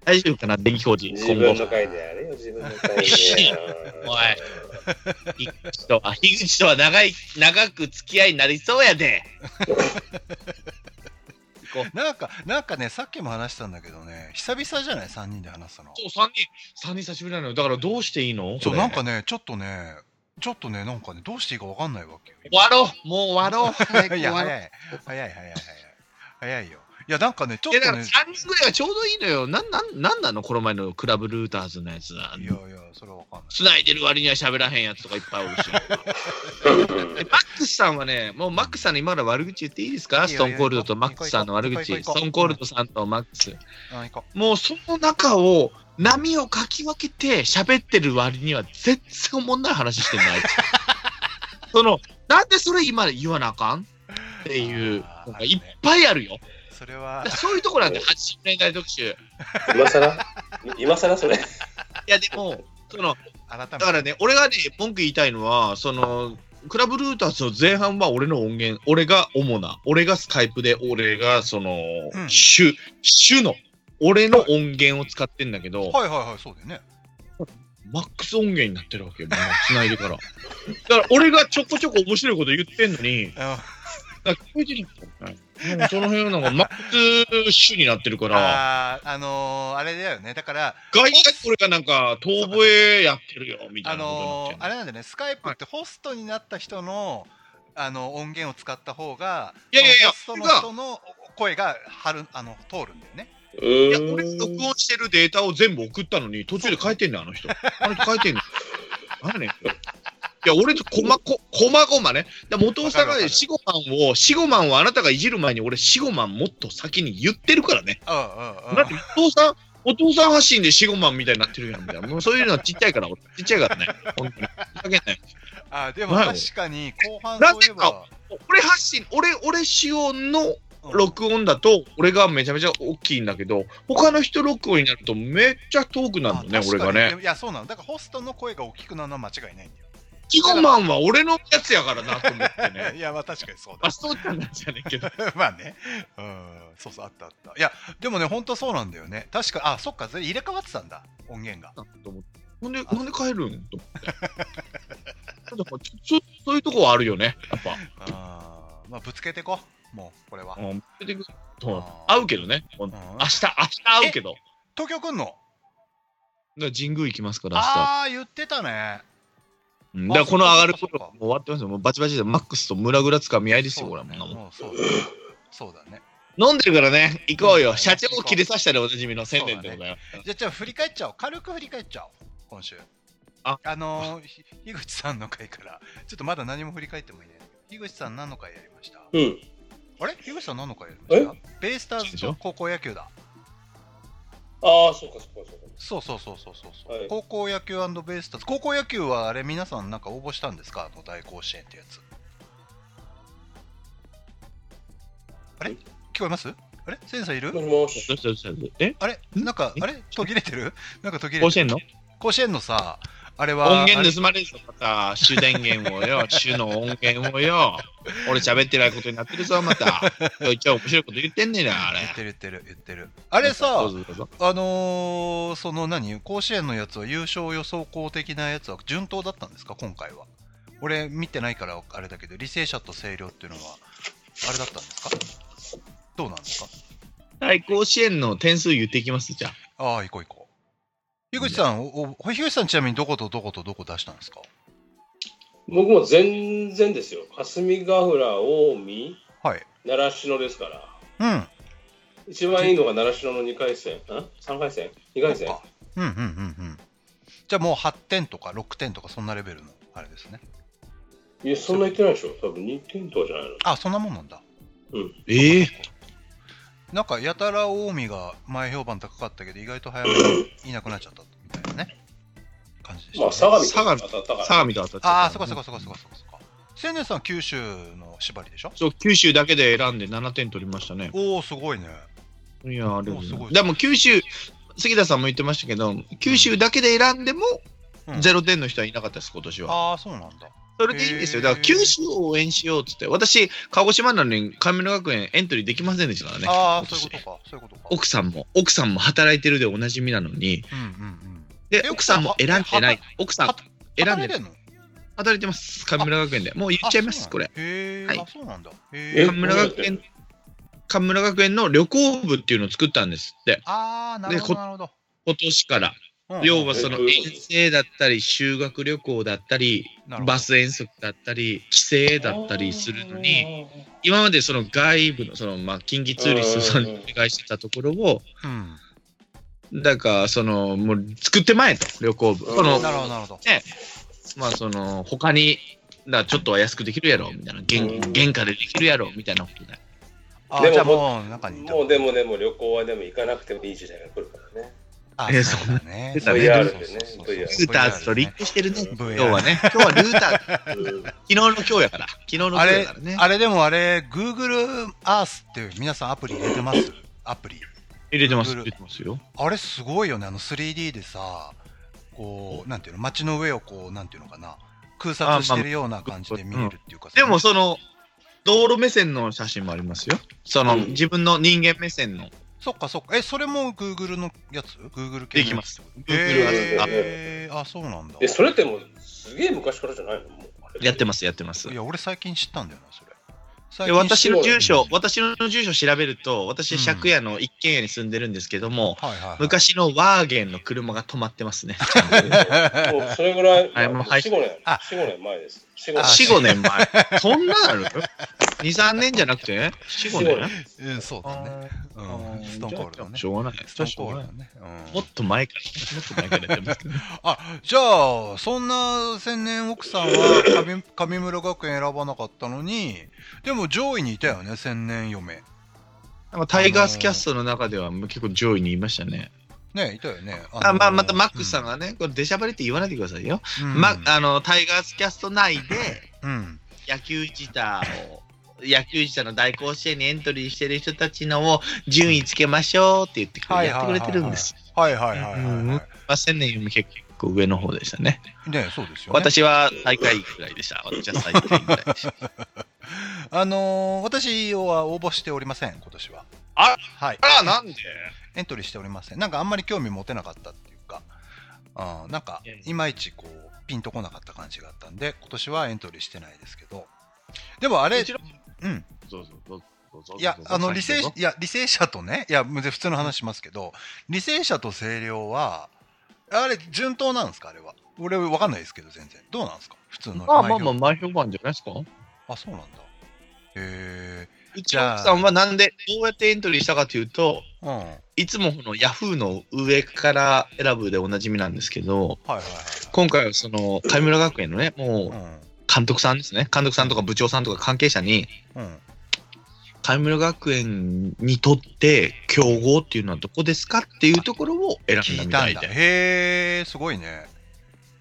[SPEAKER 4] 大丈夫かな、電気工事、
[SPEAKER 1] 自
[SPEAKER 4] 今
[SPEAKER 1] 分の
[SPEAKER 4] 後。
[SPEAKER 1] 回でやれよ、自分の回で。
[SPEAKER 4] 樋口とは、樋口とは長い、長く付き合いになりそうやで。こう
[SPEAKER 3] なんか、なんかね、さっきも話したんだけどね、久々じゃない、3人で話したの。
[SPEAKER 4] そう、3人、三人久しぶりなのよ。だからどうしていいの
[SPEAKER 3] そう、
[SPEAKER 4] れ
[SPEAKER 3] なんかね、ちょっとね、ちょっとね、なんかね、どうしていいかわかんないわけよ。
[SPEAKER 4] 終わろうもう終わろう早
[SPEAKER 3] (laughs)
[SPEAKER 4] く
[SPEAKER 3] い
[SPEAKER 4] 終
[SPEAKER 3] や、
[SPEAKER 4] わろう
[SPEAKER 3] 早い、早い、早い、早い。早いよ。いや、なんかね、ちょっ
[SPEAKER 4] いやだ
[SPEAKER 3] と
[SPEAKER 4] から
[SPEAKER 3] ね、
[SPEAKER 4] 3人ぐらいがちょうどいいのよ。なんなんなんなのこの前のクラブルーターズのやつは。
[SPEAKER 3] いやいや、それはわかんない。
[SPEAKER 4] 繋いでる割には喋らへんやつとかいっぱいおるし。
[SPEAKER 1] うん
[SPEAKER 4] えマックスさんはね、もうマックスさんの今から悪口言っていいですか
[SPEAKER 3] いい
[SPEAKER 4] ス
[SPEAKER 3] よ
[SPEAKER 4] トーンコールドとマックスさんの悪
[SPEAKER 3] いいよ
[SPEAKER 4] 口。
[SPEAKER 3] いい
[SPEAKER 4] ス
[SPEAKER 3] よ
[SPEAKER 4] トーンコールドさんとマックス。
[SPEAKER 3] あ、行こ
[SPEAKER 4] もうその中を波をかき分けて喋ってる割には全然おもんない話し
[SPEAKER 3] (laughs)
[SPEAKER 4] てない。その、なんでそれ今言わなあかんっていう
[SPEAKER 3] あー
[SPEAKER 4] のがいっぱいあるよ。
[SPEAKER 3] う。それは
[SPEAKER 4] だか、らそういうところなんで80年代特集。い
[SPEAKER 1] 今更今更それ。
[SPEAKER 4] やでも、その、
[SPEAKER 3] 改めて。
[SPEAKER 4] だからね、俺がね、文句言いたいのは、その、クラブルーターズの前半は俺の音源、俺が主な、俺がスカイプで、俺がその、
[SPEAKER 3] うん
[SPEAKER 4] 主、主の、俺の音源を使ってんだけど、
[SPEAKER 3] はいはいはい、そうだよね。
[SPEAKER 4] マックス音源になってるわけよ、もう繋いでから。だから俺がちょこちょこ面白いこと言ってんのに、
[SPEAKER 3] うん
[SPEAKER 4] なんか聞こえてるもうその辺なんかマックス主になってるから、
[SPEAKER 3] あーあのー、あれだよね。だから、
[SPEAKER 4] 外野これがなんか遠吠えやってるよみた
[SPEAKER 3] あ
[SPEAKER 4] いなこと
[SPEAKER 3] のー
[SPEAKER 4] にな
[SPEAKER 3] あ
[SPEAKER 4] っ
[SPEAKER 3] れなんだよね、スカイプってホストになった人の、あの音源を使ってた方が、
[SPEAKER 4] いやいやいや
[SPEAKER 3] そのホストの人の声がはるあの通るんだよね。
[SPEAKER 1] うー
[SPEAKER 4] てる。いや、俺が録音してるデータを全部送ったのに、途中で変えてんねん、あの人。あの人変えてんねん。何やねん。いや、俺、こま、こ、こまごまね。だ元尾さん
[SPEAKER 3] わ
[SPEAKER 4] が
[SPEAKER 3] かるわかる
[SPEAKER 4] 四五万を、四五万をあなたがいじる前に、俺四五万もっと先に言ってるからね。
[SPEAKER 3] うんうんう
[SPEAKER 4] だっ
[SPEAKER 3] ん
[SPEAKER 4] て、お父さん、お父さん発信で四五万みたいになってるやん、みたいな。もうそういうのはちっちゃいから、 (laughs) 俺、ちっちゃいからね。本当に。ふざけんなよ
[SPEAKER 3] あでも
[SPEAKER 4] 前を
[SPEAKER 3] 確かに後半そういえば、
[SPEAKER 4] 俺発信、俺、俺仕様の
[SPEAKER 3] うん
[SPEAKER 4] 録音だと、俺がめちゃめちゃ大きいんだけど、他の人録音になるとめっちゃ遠くなるの
[SPEAKER 3] あ
[SPEAKER 4] ね、
[SPEAKER 3] 確
[SPEAKER 4] 俺
[SPEAKER 3] か
[SPEAKER 4] が
[SPEAKER 3] に
[SPEAKER 4] ね。
[SPEAKER 3] いや、そうなの。だからホストの声が大きくなるのは間違いないんだよ。
[SPEAKER 4] キゴマンは俺のやつやからなと思って
[SPEAKER 3] (laughs)
[SPEAKER 4] ね。
[SPEAKER 3] いや、まあ確かにそうだ
[SPEAKER 4] まあ、。そうなんじゃねえけど。
[SPEAKER 3] (laughs) まあね、うん、そうそう、あったあった。いや、でもね、ほんとそうなんだよね。確か、あ、そっか、それ入れ替わってたんだ、音源が。
[SPEAKER 4] なんで、なんで帰るんと思って。なんかちょちょそういうとこはあるよね、やっぱ。
[SPEAKER 3] あーまあ、ぶつけてこう、もう、これは。
[SPEAKER 4] うん出てくるそう
[SPEAKER 3] あー
[SPEAKER 4] 会うけどね。ほん
[SPEAKER 3] う
[SPEAKER 4] と
[SPEAKER 3] ん
[SPEAKER 4] 明日、明日会うけど。だか
[SPEAKER 3] 東京来んの
[SPEAKER 4] ら神宮行きますから、明日。
[SPEAKER 3] ああー、言ってたね。
[SPEAKER 4] うんだからこの上がる
[SPEAKER 3] あそ
[SPEAKER 4] こ
[SPEAKER 3] っかそっか
[SPEAKER 4] ともう終わってますよ。もうバチバチでマックスとムラグラつかみ合いですよ、
[SPEAKER 3] そう
[SPEAKER 4] これ
[SPEAKER 3] だ
[SPEAKER 4] はも
[SPEAKER 3] ね。
[SPEAKER 4] う
[SPEAKER 3] もうそうだね。そうだね。
[SPEAKER 4] 飲んでるからね、行こう
[SPEAKER 3] う
[SPEAKER 4] よ。
[SPEAKER 3] ん
[SPEAKER 4] 社長を切りさしたらおなじみの宣伝でございます。
[SPEAKER 3] じゃあ、じゃあ振り返っちゃおう。軽く振り返っちゃおう。今週。
[SPEAKER 4] あ
[SPEAKER 3] のー、ひ樋口さんの回から、ちょっとまだ何も振り返ってもいないんだけど。樋口さん何の回やりました
[SPEAKER 1] うん。
[SPEAKER 3] あれ樋口さん何の回やりましたベイスターズと高校野球だ。
[SPEAKER 1] ああ、そうかそうかそうか。
[SPEAKER 3] そうそうそうそうそうそう、
[SPEAKER 1] はい
[SPEAKER 3] 高校野球ベイスターズ。高校野球はあれ皆さんなんか応募したんですかあの大甲子園ってやつ。あれ聞こえますあれセンサーいる
[SPEAKER 1] もしもし。
[SPEAKER 4] どうしたどうしたどうしたえ
[SPEAKER 3] あれ
[SPEAKER 4] ん
[SPEAKER 3] なんか、
[SPEAKER 4] え
[SPEAKER 3] あれ途切れてるなんか途切れ
[SPEAKER 4] 甲
[SPEAKER 3] てる。
[SPEAKER 4] 子園の
[SPEAKER 3] 甲子園のさ、あれは。
[SPEAKER 4] 音源
[SPEAKER 3] す。
[SPEAKER 4] 盗まれるぞ、また。主電源を
[SPEAKER 3] (laughs)
[SPEAKER 4] よ。主の音源をよ。俺喋ってないことになってるぞ、また。ちょいちょい面白いこと言ってんねえな、あれ
[SPEAKER 3] 言っ。てる言ってる言ってる。あれさ、
[SPEAKER 4] どうぞどうぞ
[SPEAKER 3] あのー、その何甲子園のやつは優勝予想校的なやつは順当だったんですか今回は。俺見てないからあれだけど、履正社と星稜っていうのは、あれだったんですかどうなんですか
[SPEAKER 4] はい、甲子園の点数言っていきます、じゃあ。
[SPEAKER 3] ああ、行こう行こう。樋口さん、おお樋口さんちなみにどことどことどこ出したんですか
[SPEAKER 1] 僕も全然ですよ。霞ヶ浦、近江、
[SPEAKER 3] はい。
[SPEAKER 1] 習志野ですから。
[SPEAKER 3] うん。うん
[SPEAKER 1] 一番いいのが習志野の2回戦、ん ?3 回戦 ?2 回戦
[SPEAKER 3] そっかうんうんうん。じゃあもう8点とか6点とかそんなレベルのあれですね。
[SPEAKER 1] いや、そんな言ってないでしょ。多分2点とかじゃないの。
[SPEAKER 3] あ、そんなもんなんだ。
[SPEAKER 4] ええ
[SPEAKER 3] なんかやたら近江が前評判高かったけど意外と早めにいなくなっちゃったみたいなね感じでした、ね。
[SPEAKER 1] まあ、相模と
[SPEAKER 4] 相模
[SPEAKER 1] 当たったから。
[SPEAKER 4] 相模と当たっちゃった。
[SPEAKER 3] ああそこそこそこそこそこそこ。千年さん九州の縛りでしょ
[SPEAKER 4] そう、九州だけで選んで7点取りましたね。
[SPEAKER 3] おおすごいね。
[SPEAKER 4] いや、あれ
[SPEAKER 3] もうすごい
[SPEAKER 4] でも九州、杉田さんも言ってましたけど、九州だけで選んでも
[SPEAKER 3] うん
[SPEAKER 4] 0点の人はいなかったです、今年は。
[SPEAKER 3] ああそうなんだ。
[SPEAKER 4] それでいいんですよ。
[SPEAKER 3] へー
[SPEAKER 4] だから九州を応援しようっつって、私、鹿児島なのに神村学園エントリーできませんでしたからね。
[SPEAKER 3] ああ
[SPEAKER 4] 今
[SPEAKER 3] そう
[SPEAKER 4] 年
[SPEAKER 3] いうことかそういうことか。
[SPEAKER 4] 奥さんも、奥さんも働いてるでおなじみなのに、
[SPEAKER 3] うんうんうん。
[SPEAKER 4] で
[SPEAKER 3] え、
[SPEAKER 4] 奥さんも選んでない
[SPEAKER 3] は。
[SPEAKER 4] 奥さん
[SPEAKER 3] は、
[SPEAKER 4] 選ん
[SPEAKER 3] 働い
[SPEAKER 4] で
[SPEAKER 3] て
[SPEAKER 4] ない。
[SPEAKER 3] んの？
[SPEAKER 4] 働いてます、神村学園で。もう言っ
[SPEAKER 3] あ
[SPEAKER 4] ちゃいます、
[SPEAKER 3] そ
[SPEAKER 4] こ
[SPEAKER 3] うな
[SPEAKER 4] れ
[SPEAKER 3] んだ。へえ、
[SPEAKER 4] はい
[SPEAKER 3] あそうなんだ。
[SPEAKER 1] え
[SPEAKER 3] へ
[SPEAKER 4] 神村学園、神村学園の旅行部っていうのを作ったんですって。
[SPEAKER 3] ああ、なるほど、
[SPEAKER 4] でこ
[SPEAKER 3] なるほど。
[SPEAKER 4] 今年から。
[SPEAKER 3] うん
[SPEAKER 4] (laughs) 要はその
[SPEAKER 1] えどういうこ
[SPEAKER 4] 遠
[SPEAKER 1] と
[SPEAKER 4] 征だったり、修学旅行だったり、
[SPEAKER 3] なるほど
[SPEAKER 4] バス遠足だったり、帰省だったりするのに、今までその外部の、その、まあ、近畿ツーリストさんにお願いしてたところを、
[SPEAKER 3] うん。
[SPEAKER 4] だから、その、もう作ってまえと、旅行部。
[SPEAKER 1] うん
[SPEAKER 4] その、
[SPEAKER 3] なるほど、なるほど。
[SPEAKER 4] まあ、その、他に、だからちょっとは安くできるやろ、みたいな、原
[SPEAKER 1] うん
[SPEAKER 4] 原価でできるやろ、みたいなことで。
[SPEAKER 3] あ
[SPEAKER 1] で
[SPEAKER 3] ー
[SPEAKER 1] も
[SPEAKER 3] じゃあもう中にいた
[SPEAKER 1] もうでもでも旅行はでも行かなくてもいい時代が来るからね。
[SPEAKER 3] あ
[SPEAKER 4] えー
[SPEAKER 3] そうだね。
[SPEAKER 4] そん
[SPEAKER 3] そ
[SPEAKER 4] な
[SPEAKER 3] うそう
[SPEAKER 1] VR でね
[SPEAKER 3] そうそ
[SPEAKER 1] VR
[SPEAKER 3] う
[SPEAKER 4] ルーターズとリン
[SPEAKER 3] VR
[SPEAKER 4] クしてるね、
[SPEAKER 3] VR
[SPEAKER 4] 今日はね。今日はルーターズ、
[SPEAKER 1] うん
[SPEAKER 4] 昨日の今日やから。昨日の今日やからね。
[SPEAKER 3] あれでもあれ、Google Earth っていう皆さんアプリ入れてますアプリ。
[SPEAKER 4] 入れてます、
[SPEAKER 3] Google
[SPEAKER 4] 入れてますよ。
[SPEAKER 3] あれすごいよね、あの 3D でさ、こう、なんていうの、街の上をこう、なんていうのかな、空撮してるような感じで見えるっていうかさ、
[SPEAKER 4] でもその道路目線の写真もありますよ。その、
[SPEAKER 1] うん
[SPEAKER 4] 自分の人間目線の。
[SPEAKER 3] そっかそっか、え、それも Google のやつ ?Google 系
[SPEAKER 4] で
[SPEAKER 3] のやつ
[SPEAKER 4] きます。
[SPEAKER 3] えー
[SPEAKER 4] Google は
[SPEAKER 3] えー、あ、そうなんだ。
[SPEAKER 1] え、それってもうすげえ昔からじゃないのもうあれ
[SPEAKER 4] やってます、やってます
[SPEAKER 3] い。や、俺最近知ったんだよな、それ。最
[SPEAKER 4] で
[SPEAKER 3] 近知
[SPEAKER 4] 私
[SPEAKER 3] っ
[SPEAKER 4] の住所
[SPEAKER 3] う、ん
[SPEAKER 4] 私の住所調べると、私、借家の一軒家に住んでるんですけども、
[SPEAKER 3] はいはいはい、
[SPEAKER 4] 昔のワーゲンの車が止まってますね。
[SPEAKER 1] もうそれぐらい、
[SPEAKER 4] あれも
[SPEAKER 1] まあ
[SPEAKER 4] 配
[SPEAKER 1] 4、
[SPEAKER 4] 信
[SPEAKER 1] 5年、
[SPEAKER 3] あ
[SPEAKER 1] 4、5年前です。4、
[SPEAKER 3] あ
[SPEAKER 4] 4、5年前。 (laughs) そんなんある ?2、3年じゃなくて ?4、5年
[SPEAKER 3] うん、そうだね。うん、ストーンコールドね
[SPEAKER 4] し。ょうがない。
[SPEAKER 3] ストーンコールドね。う
[SPEAKER 4] も
[SPEAKER 3] ん
[SPEAKER 4] っと前から、もっと前からやってます (laughs) けど。
[SPEAKER 3] あ、じゃあ、そんな千年奥さんは (coughs) 上上村学園選ばなかったのに、でも上位にいたよね、千年嫁。
[SPEAKER 4] なんかタイガースキャストの中では結構上位にいましたね。
[SPEAKER 3] ね、いたよね。
[SPEAKER 4] あまあ、またマックスさん、がね、これ、出しゃばりって言わないでくださいよ。
[SPEAKER 3] うん
[SPEAKER 4] ま、あのタイガースキャスト内で、
[SPEAKER 3] うん。
[SPEAKER 4] 野球自体を、野球自体の大甲子園にエントリーしてる人たちのを順位つけましょうって言ってくれ,、
[SPEAKER 3] はいはいはいはい
[SPEAKER 4] やってくれてるんです。
[SPEAKER 3] はいはいはいはい
[SPEAKER 4] うん
[SPEAKER 3] は
[SPEAKER 4] まあ、千年よりも結構上の方でしたね。
[SPEAKER 3] い。ね、そうですよね。
[SPEAKER 4] 私は大会ぐらいでした。私は最下位ぐらいでした。
[SPEAKER 3] あのー私は応募しておりません、今年は。
[SPEAKER 4] あ
[SPEAKER 3] はい。
[SPEAKER 4] あら、なんで
[SPEAKER 3] エントリーしておりません。なんかあんまり興味持てなかったっていうか、あーなんかいまいちこう、ピンとこなかった感じがあったんで、今年はエントリーしてないですけど、でもあれ、
[SPEAKER 4] うちの
[SPEAKER 3] うん、
[SPEAKER 2] どうぞどうぞどうぞ
[SPEAKER 3] いや
[SPEAKER 2] どうぞ
[SPEAKER 3] あの
[SPEAKER 2] はい
[SPEAKER 3] 履正
[SPEAKER 2] どうぞ
[SPEAKER 3] いや履正社とねいやむ普通の話しますけど履正社と星稜はあれ順当なんですかあれは俺分かんないですけど全然どうなんですか普通の
[SPEAKER 4] まあま
[SPEAKER 3] 前
[SPEAKER 4] あまあ、
[SPEAKER 3] 評
[SPEAKER 4] 前評判じゃないですか
[SPEAKER 3] あそうなんだへえ
[SPEAKER 4] うちの奥さんはなんで、どうやってエントリーしたかというと、
[SPEAKER 3] うんはい
[SPEAKER 4] いつもこのヤフーの上から選ぶでおなじみなんですけど、
[SPEAKER 3] はいはい
[SPEAKER 4] 今回はその神村学園のね、も
[SPEAKER 3] はい
[SPEAKER 4] う監督さんですね、監督さんとか部長さんとか関係者に、
[SPEAKER 3] うんうん
[SPEAKER 4] 神村学園にとって競合っていうのはどこですかっていうところを選ん
[SPEAKER 3] 聞
[SPEAKER 4] だ
[SPEAKER 3] い
[SPEAKER 4] み
[SPEAKER 3] た
[SPEAKER 4] た
[SPEAKER 3] ん
[SPEAKER 4] い
[SPEAKER 3] だ
[SPEAKER 4] で、
[SPEAKER 3] へえすごいね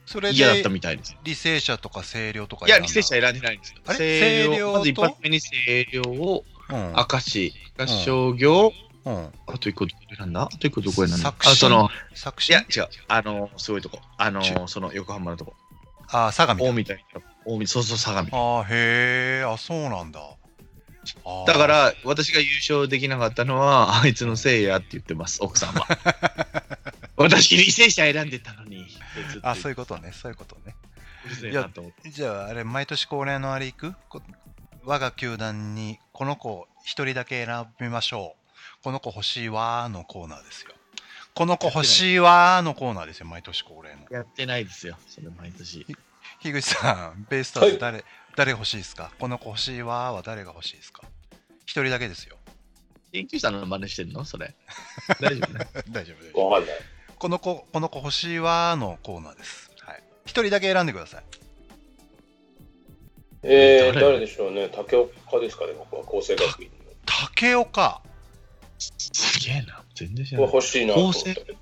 [SPEAKER 3] それ
[SPEAKER 4] 嫌だっ
[SPEAKER 3] で
[SPEAKER 4] たみたいです。
[SPEAKER 3] 履正社とか星稜とか
[SPEAKER 4] いや、
[SPEAKER 3] 選ん
[SPEAKER 4] 履
[SPEAKER 3] だ
[SPEAKER 4] 正社選んでないんですよ。
[SPEAKER 3] あれ星
[SPEAKER 4] 星
[SPEAKER 3] 稜
[SPEAKER 4] 稜
[SPEAKER 3] と
[SPEAKER 4] まず一発目に星稜を、
[SPEAKER 3] うん
[SPEAKER 4] 明石、明石商業、
[SPEAKER 3] うん
[SPEAKER 4] あと一個どこ選んだあと一個どこ選んだ
[SPEAKER 3] 作
[SPEAKER 4] あ、
[SPEAKER 3] 新
[SPEAKER 4] その、
[SPEAKER 3] 作
[SPEAKER 4] い
[SPEAKER 3] 詞
[SPEAKER 4] や、違う、あの、すごいとこ、あ
[SPEAKER 3] 中
[SPEAKER 4] の、その横浜のとこ、
[SPEAKER 3] あ相模
[SPEAKER 4] 大見たいな、大見、そうそう、相模。
[SPEAKER 3] あーへえあそうなんだあー
[SPEAKER 4] だから、私が優勝できなかったのは、あいつのせいやって言ってます、奥さん (laughs) は。私、履正社選んでたのに。
[SPEAKER 3] あそういうこと
[SPEAKER 4] ね。
[SPEAKER 3] ねそういうことね
[SPEAKER 4] うるせえなと思って
[SPEAKER 3] じゃああれ毎年恒例のあれ行くこ我が球団にこの子を一人だけ選びましょうこの子欲しいわーのコーナーですよこの子欲しいわーのコーナーですよ毎年恒例の
[SPEAKER 4] やってないですよ、それ毎年。
[SPEAKER 3] 樋口さんベイスターズ誰、誰欲しいですかこの子欲しいわーは誰が欲しいですか一人だけですよ (laughs)
[SPEAKER 4] 研究者の真似してんのそれ。大 (laughs) 丈夫ね。
[SPEAKER 3] 大丈夫大丈夫
[SPEAKER 1] わかんない。
[SPEAKER 3] この子この子欲しいわーのコーナーですはい一人だけ選んでください
[SPEAKER 1] えー、
[SPEAKER 4] 誰
[SPEAKER 1] 誰でしょうね。竹岡ですかね、僕は厚生学院
[SPEAKER 3] 竹岡
[SPEAKER 4] すげえな、全然知
[SPEAKER 1] の。
[SPEAKER 4] ら
[SPEAKER 1] は
[SPEAKER 4] ない。
[SPEAKER 1] 欲しいなと思ったけど。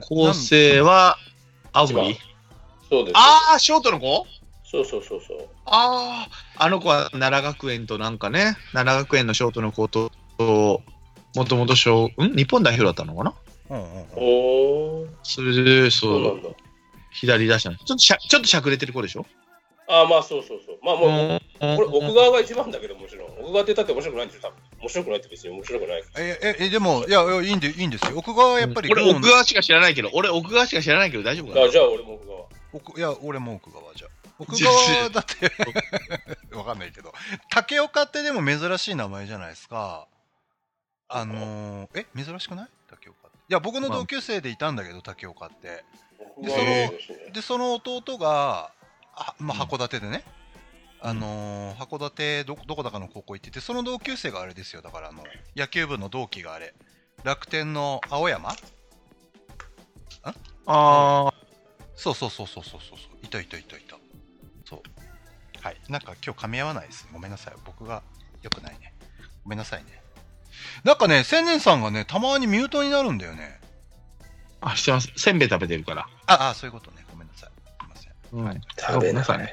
[SPEAKER 4] 構成は、青
[SPEAKER 1] 違う
[SPEAKER 4] 森
[SPEAKER 1] そうです。
[SPEAKER 4] あー、ショートの子
[SPEAKER 1] そうそうそうそう。
[SPEAKER 4] ああ、あの子は奈良学園となんかね、奈良学園のショートの子と、もともと小、ん日本代表だったのかな
[SPEAKER 3] うんうんうん
[SPEAKER 1] おー、
[SPEAKER 4] それで、
[SPEAKER 1] そうな
[SPEAKER 4] そう、
[SPEAKER 1] んだ。
[SPEAKER 4] 左打者の。ちょっとしゃ、ちょっとしゃくれてる子でしょ
[SPEAKER 1] あー、まあそうそうそう。まあもう、
[SPEAKER 4] うん
[SPEAKER 1] これ奥側が一番だけどもちろん奥側って言ったって面白くないんですよ多分面白くないって別に面白くない
[SPEAKER 3] えええでもいやいやいいんでいいんですよ奥側はやっぱり
[SPEAKER 4] 俺
[SPEAKER 3] ゴーの
[SPEAKER 4] 奥側しか知らないけど、俺奥側しか知らないけど大丈夫か
[SPEAKER 1] あ
[SPEAKER 4] な
[SPEAKER 1] じゃあ俺も奥側
[SPEAKER 3] 奥いや俺も奥側じゃ奥
[SPEAKER 4] じゃあ
[SPEAKER 3] 側 (laughs) だってわかんないけど竹岡ってでも珍しい名前じゃないですかあのーえ珍しくない竹岡っていや僕の同級生でいたんだけど竹岡って
[SPEAKER 1] 僕は
[SPEAKER 3] その
[SPEAKER 1] そうですね
[SPEAKER 3] でその弟があ、まあ、
[SPEAKER 4] うん
[SPEAKER 3] 函館でね、あのー函館どどこだかの高校行っててその同級生があれですよだからあの野球部の同期があれ楽天の青山
[SPEAKER 4] あ
[SPEAKER 3] そうそうそうそうそうそうそういたいたいたいたそうはいなんか今日噛み合わないですごめんなさい僕がよくないねごめんなさいねなんかね千年さんがねたまにミュートになるんだよね
[SPEAKER 4] あ、してます。せんべい食べてるから。
[SPEAKER 3] ああそういうことねごめんなさいすいません
[SPEAKER 4] うん。
[SPEAKER 1] 食べなさいね。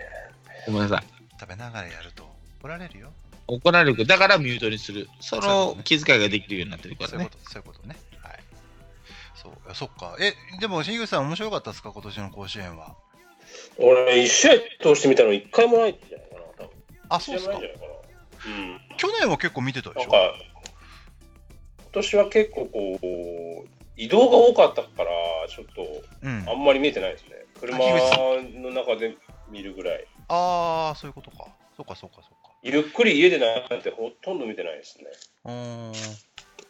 [SPEAKER 4] ごめんなさい。
[SPEAKER 3] 食べながらやると怒られるよ
[SPEAKER 4] 怒られる。だからミュートにする。
[SPEAKER 3] そ
[SPEAKER 4] そ
[SPEAKER 3] ういうこと
[SPEAKER 4] の
[SPEAKER 3] ね
[SPEAKER 4] 気遣いができるようになってるか
[SPEAKER 3] そ
[SPEAKER 4] ら
[SPEAKER 3] ういう
[SPEAKER 4] ね
[SPEAKER 3] こ。と、そういうことね。はい。そう、いやそっか。え、でも、新口さん、面白かったですか、今年の甲子園は。
[SPEAKER 1] 俺、一試合通してみたの一回もないんじゃないかな。多分
[SPEAKER 3] あ、
[SPEAKER 1] 一
[SPEAKER 3] そう
[SPEAKER 1] 試合
[SPEAKER 3] です
[SPEAKER 1] もな
[SPEAKER 3] か
[SPEAKER 1] いんじ。ゃないか
[SPEAKER 3] 去年は結構見てたで
[SPEAKER 1] な。うん。な
[SPEAKER 3] し
[SPEAKER 1] ん
[SPEAKER 3] ょ。
[SPEAKER 1] か、今年は結構こう、移動が多かったから、ちょっと、
[SPEAKER 3] うん
[SPEAKER 1] あ。んまり見えてないですね。車の中で見るぐらい。
[SPEAKER 3] ああ、そういうことか。そうか、そうか、そうか。
[SPEAKER 1] ゆっくり家でなんてほとんど見てないですね。
[SPEAKER 3] うーん。なる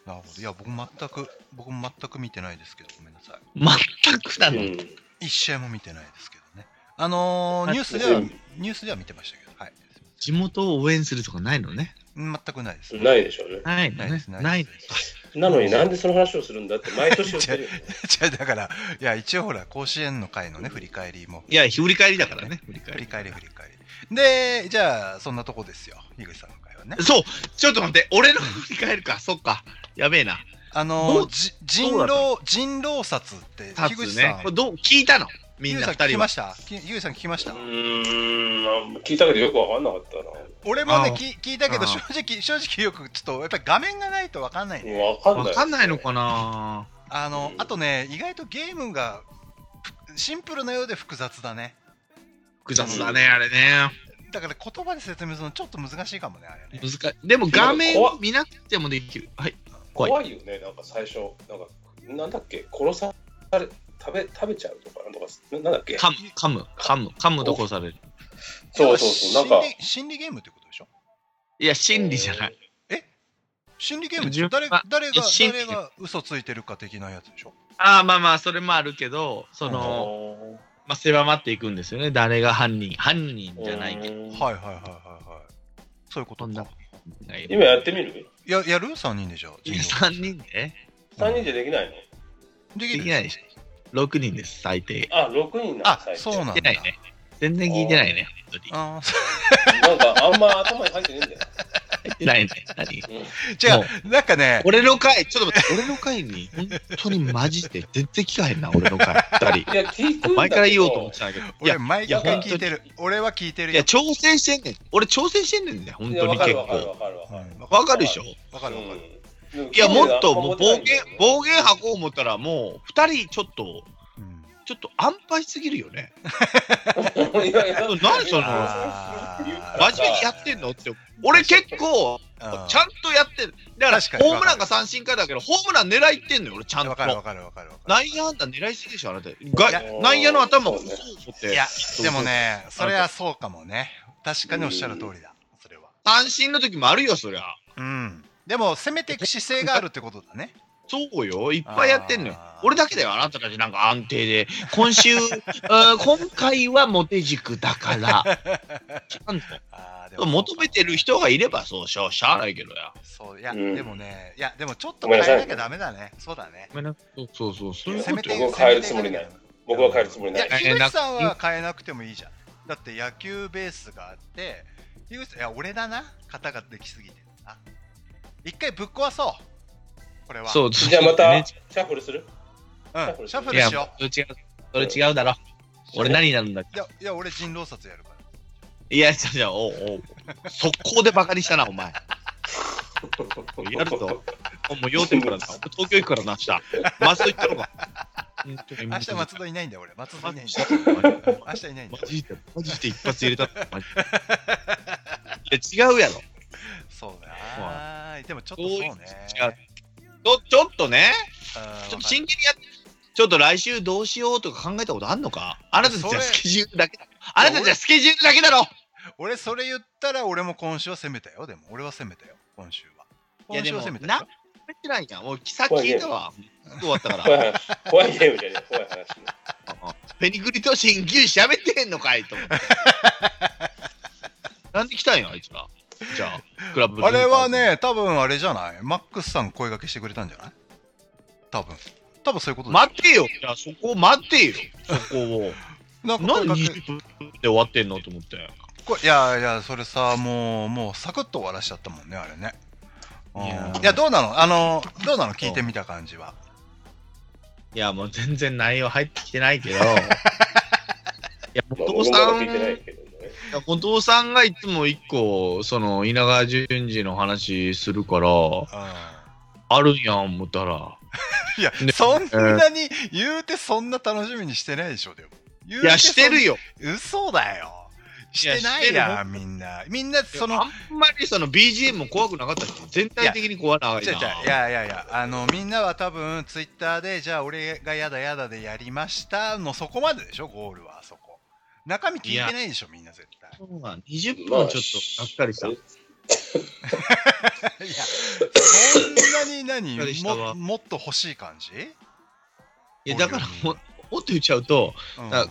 [SPEAKER 3] ほど。いや、僕、全く、僕も全く見てないですけど、ごめんなさ
[SPEAKER 4] 全くな
[SPEAKER 1] う
[SPEAKER 4] の。
[SPEAKER 1] ん。
[SPEAKER 3] い。一試合も見てないですけどね。あのー、ニュースでは、ニュースでは見てましたけど、はい。
[SPEAKER 4] 地元を応援するとかないのね。
[SPEAKER 3] 全くないです。
[SPEAKER 1] ないでしょうね。
[SPEAKER 4] ないの
[SPEAKER 3] ないで
[SPEAKER 4] ね
[SPEAKER 3] す。
[SPEAKER 4] ないの。
[SPEAKER 3] です。
[SPEAKER 1] なのになんでその話をするんだって毎年言ってるよね。
[SPEAKER 3] (laughs) じゃあ、だから、いや、一応、ほら、甲子園の回のね、振り返りも。
[SPEAKER 4] いや、振り返りだからね。振り返
[SPEAKER 3] 振り
[SPEAKER 4] り。
[SPEAKER 3] 返り振り返りでじゃあそんなとこですよ樋口さんの会はね
[SPEAKER 4] そう、ちょっと待って。俺の振り返るか。そっか。やべえな。
[SPEAKER 3] あ
[SPEAKER 4] ど
[SPEAKER 3] の
[SPEAKER 4] う
[SPEAKER 3] じ人狼人狼殺って樋口さ
[SPEAKER 4] ね
[SPEAKER 3] ん。
[SPEAKER 4] これどう聞いたのみ
[SPEAKER 3] 樋
[SPEAKER 4] ん
[SPEAKER 3] 口
[SPEAKER 4] な
[SPEAKER 3] さん
[SPEAKER 4] 二
[SPEAKER 3] 聞き
[SPEAKER 4] 人
[SPEAKER 3] ま
[SPEAKER 4] は。
[SPEAKER 3] したき樋口さん聞きまし
[SPEAKER 1] (laughs)
[SPEAKER 3] た
[SPEAKER 1] うーん、聞いたけどよくわかんなかったな。
[SPEAKER 3] 俺もね
[SPEAKER 4] あー
[SPEAKER 3] き聞いたけど
[SPEAKER 4] あ
[SPEAKER 3] 正
[SPEAKER 4] ー
[SPEAKER 3] 直正直よくちょっとやっぱり画面がないとわかんないね
[SPEAKER 1] わかんない。
[SPEAKER 4] わかんないのかな
[SPEAKER 3] あの
[SPEAKER 1] うん
[SPEAKER 3] あとね意外とゲームがふシンプルなようで複雑だね
[SPEAKER 4] 複雑だね、あれね。
[SPEAKER 3] だから言葉で説明するのちょっと難しいかもねあれね
[SPEAKER 4] 難しい。でも画面を見なくてもできる。はい。怖い
[SPEAKER 1] 怖いよね、なんか最初、なんか、なんだっけ、殺され、食べ、食べちゃうとか、なんとか、ななんだっけ。
[SPEAKER 4] 噛む、噛む、噛む、噛むとこされる。
[SPEAKER 1] そうそうそう、なん
[SPEAKER 3] 要は
[SPEAKER 1] か
[SPEAKER 3] 心。理心理ゲームってことでしょ
[SPEAKER 4] いや、心理じゃない。
[SPEAKER 3] 心理ゲームって
[SPEAKER 4] 順番
[SPEAKER 3] 誰誰
[SPEAKER 4] い
[SPEAKER 3] が
[SPEAKER 4] や心理
[SPEAKER 3] 誰が嘘ついてるか的なやつでしょ
[SPEAKER 4] ああ、まあまあ、それもあるけど、そ
[SPEAKER 1] あ
[SPEAKER 4] の、まあ、狭まっていくんですよね。誰が犯人、犯人じゃないけど。
[SPEAKER 1] ど。
[SPEAKER 3] はいはいはいはいはい。そういうこと
[SPEAKER 4] そんな
[SPEAKER 3] か。
[SPEAKER 1] 今やってみる
[SPEAKER 3] ややる ?3 人でじゃあ。人狼
[SPEAKER 4] 3人で
[SPEAKER 1] ?3 人じゃできないの
[SPEAKER 3] で
[SPEAKER 4] できないでしょ。6人です、最低。
[SPEAKER 1] あ、6人な
[SPEAKER 3] あ
[SPEAKER 1] んだ、
[SPEAKER 3] そうなん
[SPEAKER 4] 聞いてな
[SPEAKER 3] だ。
[SPEAKER 4] いね。全然聞いてないね。本当に
[SPEAKER 3] あー
[SPEAKER 1] なんか、あんま頭に入ってねえんだよ。
[SPEAKER 4] 入ってないね。何
[SPEAKER 3] じゃあ、なんかね、
[SPEAKER 4] 俺の回、ちょっと待って、俺の回に、本当にマジで全然聞かへんな、俺の回、2人。
[SPEAKER 1] いや、聞くんだけど。
[SPEAKER 4] 前から言おうと思ってたんだけど。いや
[SPEAKER 3] 俺、、毎
[SPEAKER 1] いや
[SPEAKER 3] 回聞いてる。俺は聞いてる
[SPEAKER 4] い
[SPEAKER 3] よ
[SPEAKER 4] や、。挑戦してんねん。俺、挑戦してんねんね、本
[SPEAKER 1] いや
[SPEAKER 4] 当
[SPEAKER 1] わ
[SPEAKER 4] に
[SPEAKER 1] か
[SPEAKER 4] 結
[SPEAKER 1] るわかる
[SPEAKER 4] 構。
[SPEAKER 1] わかるわかる。
[SPEAKER 3] はいわか
[SPEAKER 4] わかるでしょ
[SPEAKER 3] わかるわかる。
[SPEAKER 1] うん
[SPEAKER 4] いや、もっともう暴
[SPEAKER 1] 聞いて
[SPEAKER 4] 言
[SPEAKER 1] る、よ
[SPEAKER 4] 暴言吐こう思ったら、もう、2人ちょっと、
[SPEAKER 3] うん
[SPEAKER 4] ちょっと安牌すぎるよね。
[SPEAKER 1] (laughs) いやいや
[SPEAKER 4] 何その
[SPEAKER 3] あー
[SPEAKER 4] 真面目にやってんのって。俺結構、
[SPEAKER 3] あー
[SPEAKER 4] ちゃんとやってる。だから、
[SPEAKER 3] 確かに
[SPEAKER 4] ホームランが三振かだけど、ホームラン狙いってんのよ、俺、ちゃん
[SPEAKER 3] わ
[SPEAKER 4] と
[SPEAKER 3] か。るわかるわかるわかる。
[SPEAKER 4] 内野安打狙いすぎでしょ、あなた。
[SPEAKER 3] いや
[SPEAKER 4] が内野の頭をそう持って。
[SPEAKER 3] いや、でもね、それはそうかもね。確かにおっしゃる通りだ。それは。
[SPEAKER 4] 三振の時もあるよ、そりゃ。
[SPEAKER 3] うん。でも、攻めていく姿勢があるってことだね。
[SPEAKER 4] そうよ、いっぱいやってんのよ
[SPEAKER 3] あ。ー
[SPEAKER 4] 俺だけだよ、あなたたちなんか安定で。
[SPEAKER 3] (laughs)
[SPEAKER 4] 今週、あー今回はモテ軸
[SPEAKER 3] (laughs)
[SPEAKER 4] だから。ちゃん
[SPEAKER 3] あーでも
[SPEAKER 4] と求めてる人がいればそうしょう、しゃあないけどや。
[SPEAKER 3] そういや、
[SPEAKER 1] うん
[SPEAKER 3] でもね、いや、でもちょっと
[SPEAKER 1] ごめ
[SPEAKER 3] 変
[SPEAKER 1] んなさ
[SPEAKER 3] え
[SPEAKER 1] い
[SPEAKER 3] なきゃダメだね。そうだね。
[SPEAKER 4] そうそう、そういう
[SPEAKER 3] せ
[SPEAKER 4] こ
[SPEAKER 3] め
[SPEAKER 4] と
[SPEAKER 3] て
[SPEAKER 4] よ。
[SPEAKER 1] 僕は変えるつもりない僕は変えるつもり
[SPEAKER 3] い
[SPEAKER 1] な
[SPEAKER 3] や、
[SPEAKER 1] い。
[SPEAKER 3] 樋口さんは変えなくてもいいじゃん。だって野球ベースがあって、樋口さん、いや、俺だな、型ができすぎてるな。一回ぶっ壊そう。これは。。
[SPEAKER 4] そうう、
[SPEAKER 1] じゃあまた、シャッフルする
[SPEAKER 3] ん、シャッフ
[SPEAKER 4] い
[SPEAKER 3] ル
[SPEAKER 4] や、
[SPEAKER 3] し
[SPEAKER 4] そ
[SPEAKER 3] よ
[SPEAKER 4] れ違う。それ違うだろ。俺何になるんだっ
[SPEAKER 3] う。いや、いや俺人狼殺やるから。
[SPEAKER 4] いや、じゃあじゃあ、おうおう。速攻でバカにしたな、お前。やる
[SPEAKER 1] (laughs)
[SPEAKER 4] ぞ。もう要点からな。俺東京行くからな、明日。松戸行ったのか。
[SPEAKER 3] 明
[SPEAKER 4] 明
[SPEAKER 3] 日松戸いないんだよ、俺。松戸いないんだよ。 (laughs)
[SPEAKER 4] 戸
[SPEAKER 3] 明日いないんだ
[SPEAKER 4] マ
[SPEAKER 3] よ。
[SPEAKER 4] ジで、マジで一発入れたって。マジでいや、違うやろ。
[SPEAKER 3] そうだな。でもちょっとそうね。
[SPEAKER 4] 違うちょ、ちょっとね、
[SPEAKER 3] うん
[SPEAKER 4] ちょっと真剣にやって、ちょっと来週どうしようとか考えたことあんのかあなたたち
[SPEAKER 3] それ
[SPEAKER 4] はスケジュールだけだ。あなたたちはスケジュールだけだろ
[SPEAKER 3] 俺それ言ったら俺も今週は攻めたよでも俺は攻めたよ今週は今週は攻めたよ
[SPEAKER 4] な喋ってないやん。おい、キサ聞いたわ。終わったか
[SPEAKER 1] 怖
[SPEAKER 4] ら。
[SPEAKER 1] い話。怖いゲームじゃねえ。怖い話ね。
[SPEAKER 4] ペニグリと新牛喋ってへんのかいと思って。なんで来たんや、あいつら。じゃあ、クラブ。
[SPEAKER 3] あれは。ね、多分あれじゃないマックスさん声掛けしてくれたんじゃない多分。多分そういうことでしょ
[SPEAKER 4] 待てよ。いや、そこを待てよ。そこを。
[SPEAKER 3] なんか
[SPEAKER 4] なん
[SPEAKER 3] 声
[SPEAKER 4] で
[SPEAKER 3] 掛け
[SPEAKER 4] 20分で終わってんのと思って。
[SPEAKER 3] こいやいや、それさ、もう、もうサクッと終わらしちゃったもんね、あれね。うん
[SPEAKER 4] いやー
[SPEAKER 3] いや、どうなのあの、どうなの聞いてみた感じは。
[SPEAKER 4] いや、もう全然内容入ってきてないけど。いや、
[SPEAKER 1] まあ
[SPEAKER 4] 後藤
[SPEAKER 1] 僕もま
[SPEAKER 4] さ
[SPEAKER 1] だ
[SPEAKER 4] ん、
[SPEAKER 1] 聞いてない
[SPEAKER 4] い
[SPEAKER 1] けどね。
[SPEAKER 4] や後藤さんがいつも一個、その、稲川淳二の話するから、
[SPEAKER 3] う
[SPEAKER 4] あるんやん思ったら。
[SPEAKER 3] んいや、
[SPEAKER 4] ね
[SPEAKER 3] そんなに、言うてそんな楽しみにしてないでしょ、でも。言う
[SPEAKER 4] いや、してる
[SPEAKER 3] よ。
[SPEAKER 4] よ。
[SPEAKER 3] 嘘だよ。し
[SPEAKER 4] いや
[SPEAKER 3] てないや
[SPEAKER 4] して
[SPEAKER 3] ん、みんな。みんな、その
[SPEAKER 4] あ、んまりその BGM も怖くなかったし、全体的に怖ない
[SPEAKER 3] 違う違う
[SPEAKER 4] な。
[SPEAKER 3] いやいやいやあのみんなは多分ツイッターでじゃあ俺がやだやだでやりましたのそこまででしょゴールはあそこ中身聞いてないでしょみんな絶
[SPEAKER 4] (laughs)
[SPEAKER 3] 対
[SPEAKER 4] そうなん20分はちょっとがっかりした。
[SPEAKER 1] まあ
[SPEAKER 4] い
[SPEAKER 3] いやそんなに何
[SPEAKER 4] (laughs) びっくりした
[SPEAKER 3] も
[SPEAKER 4] わ
[SPEAKER 3] もっと欲しい感じ、
[SPEAKER 4] や、だからも、もっと言っちゃうと、
[SPEAKER 3] うん、は
[SPEAKER 4] あ
[SPEAKER 3] い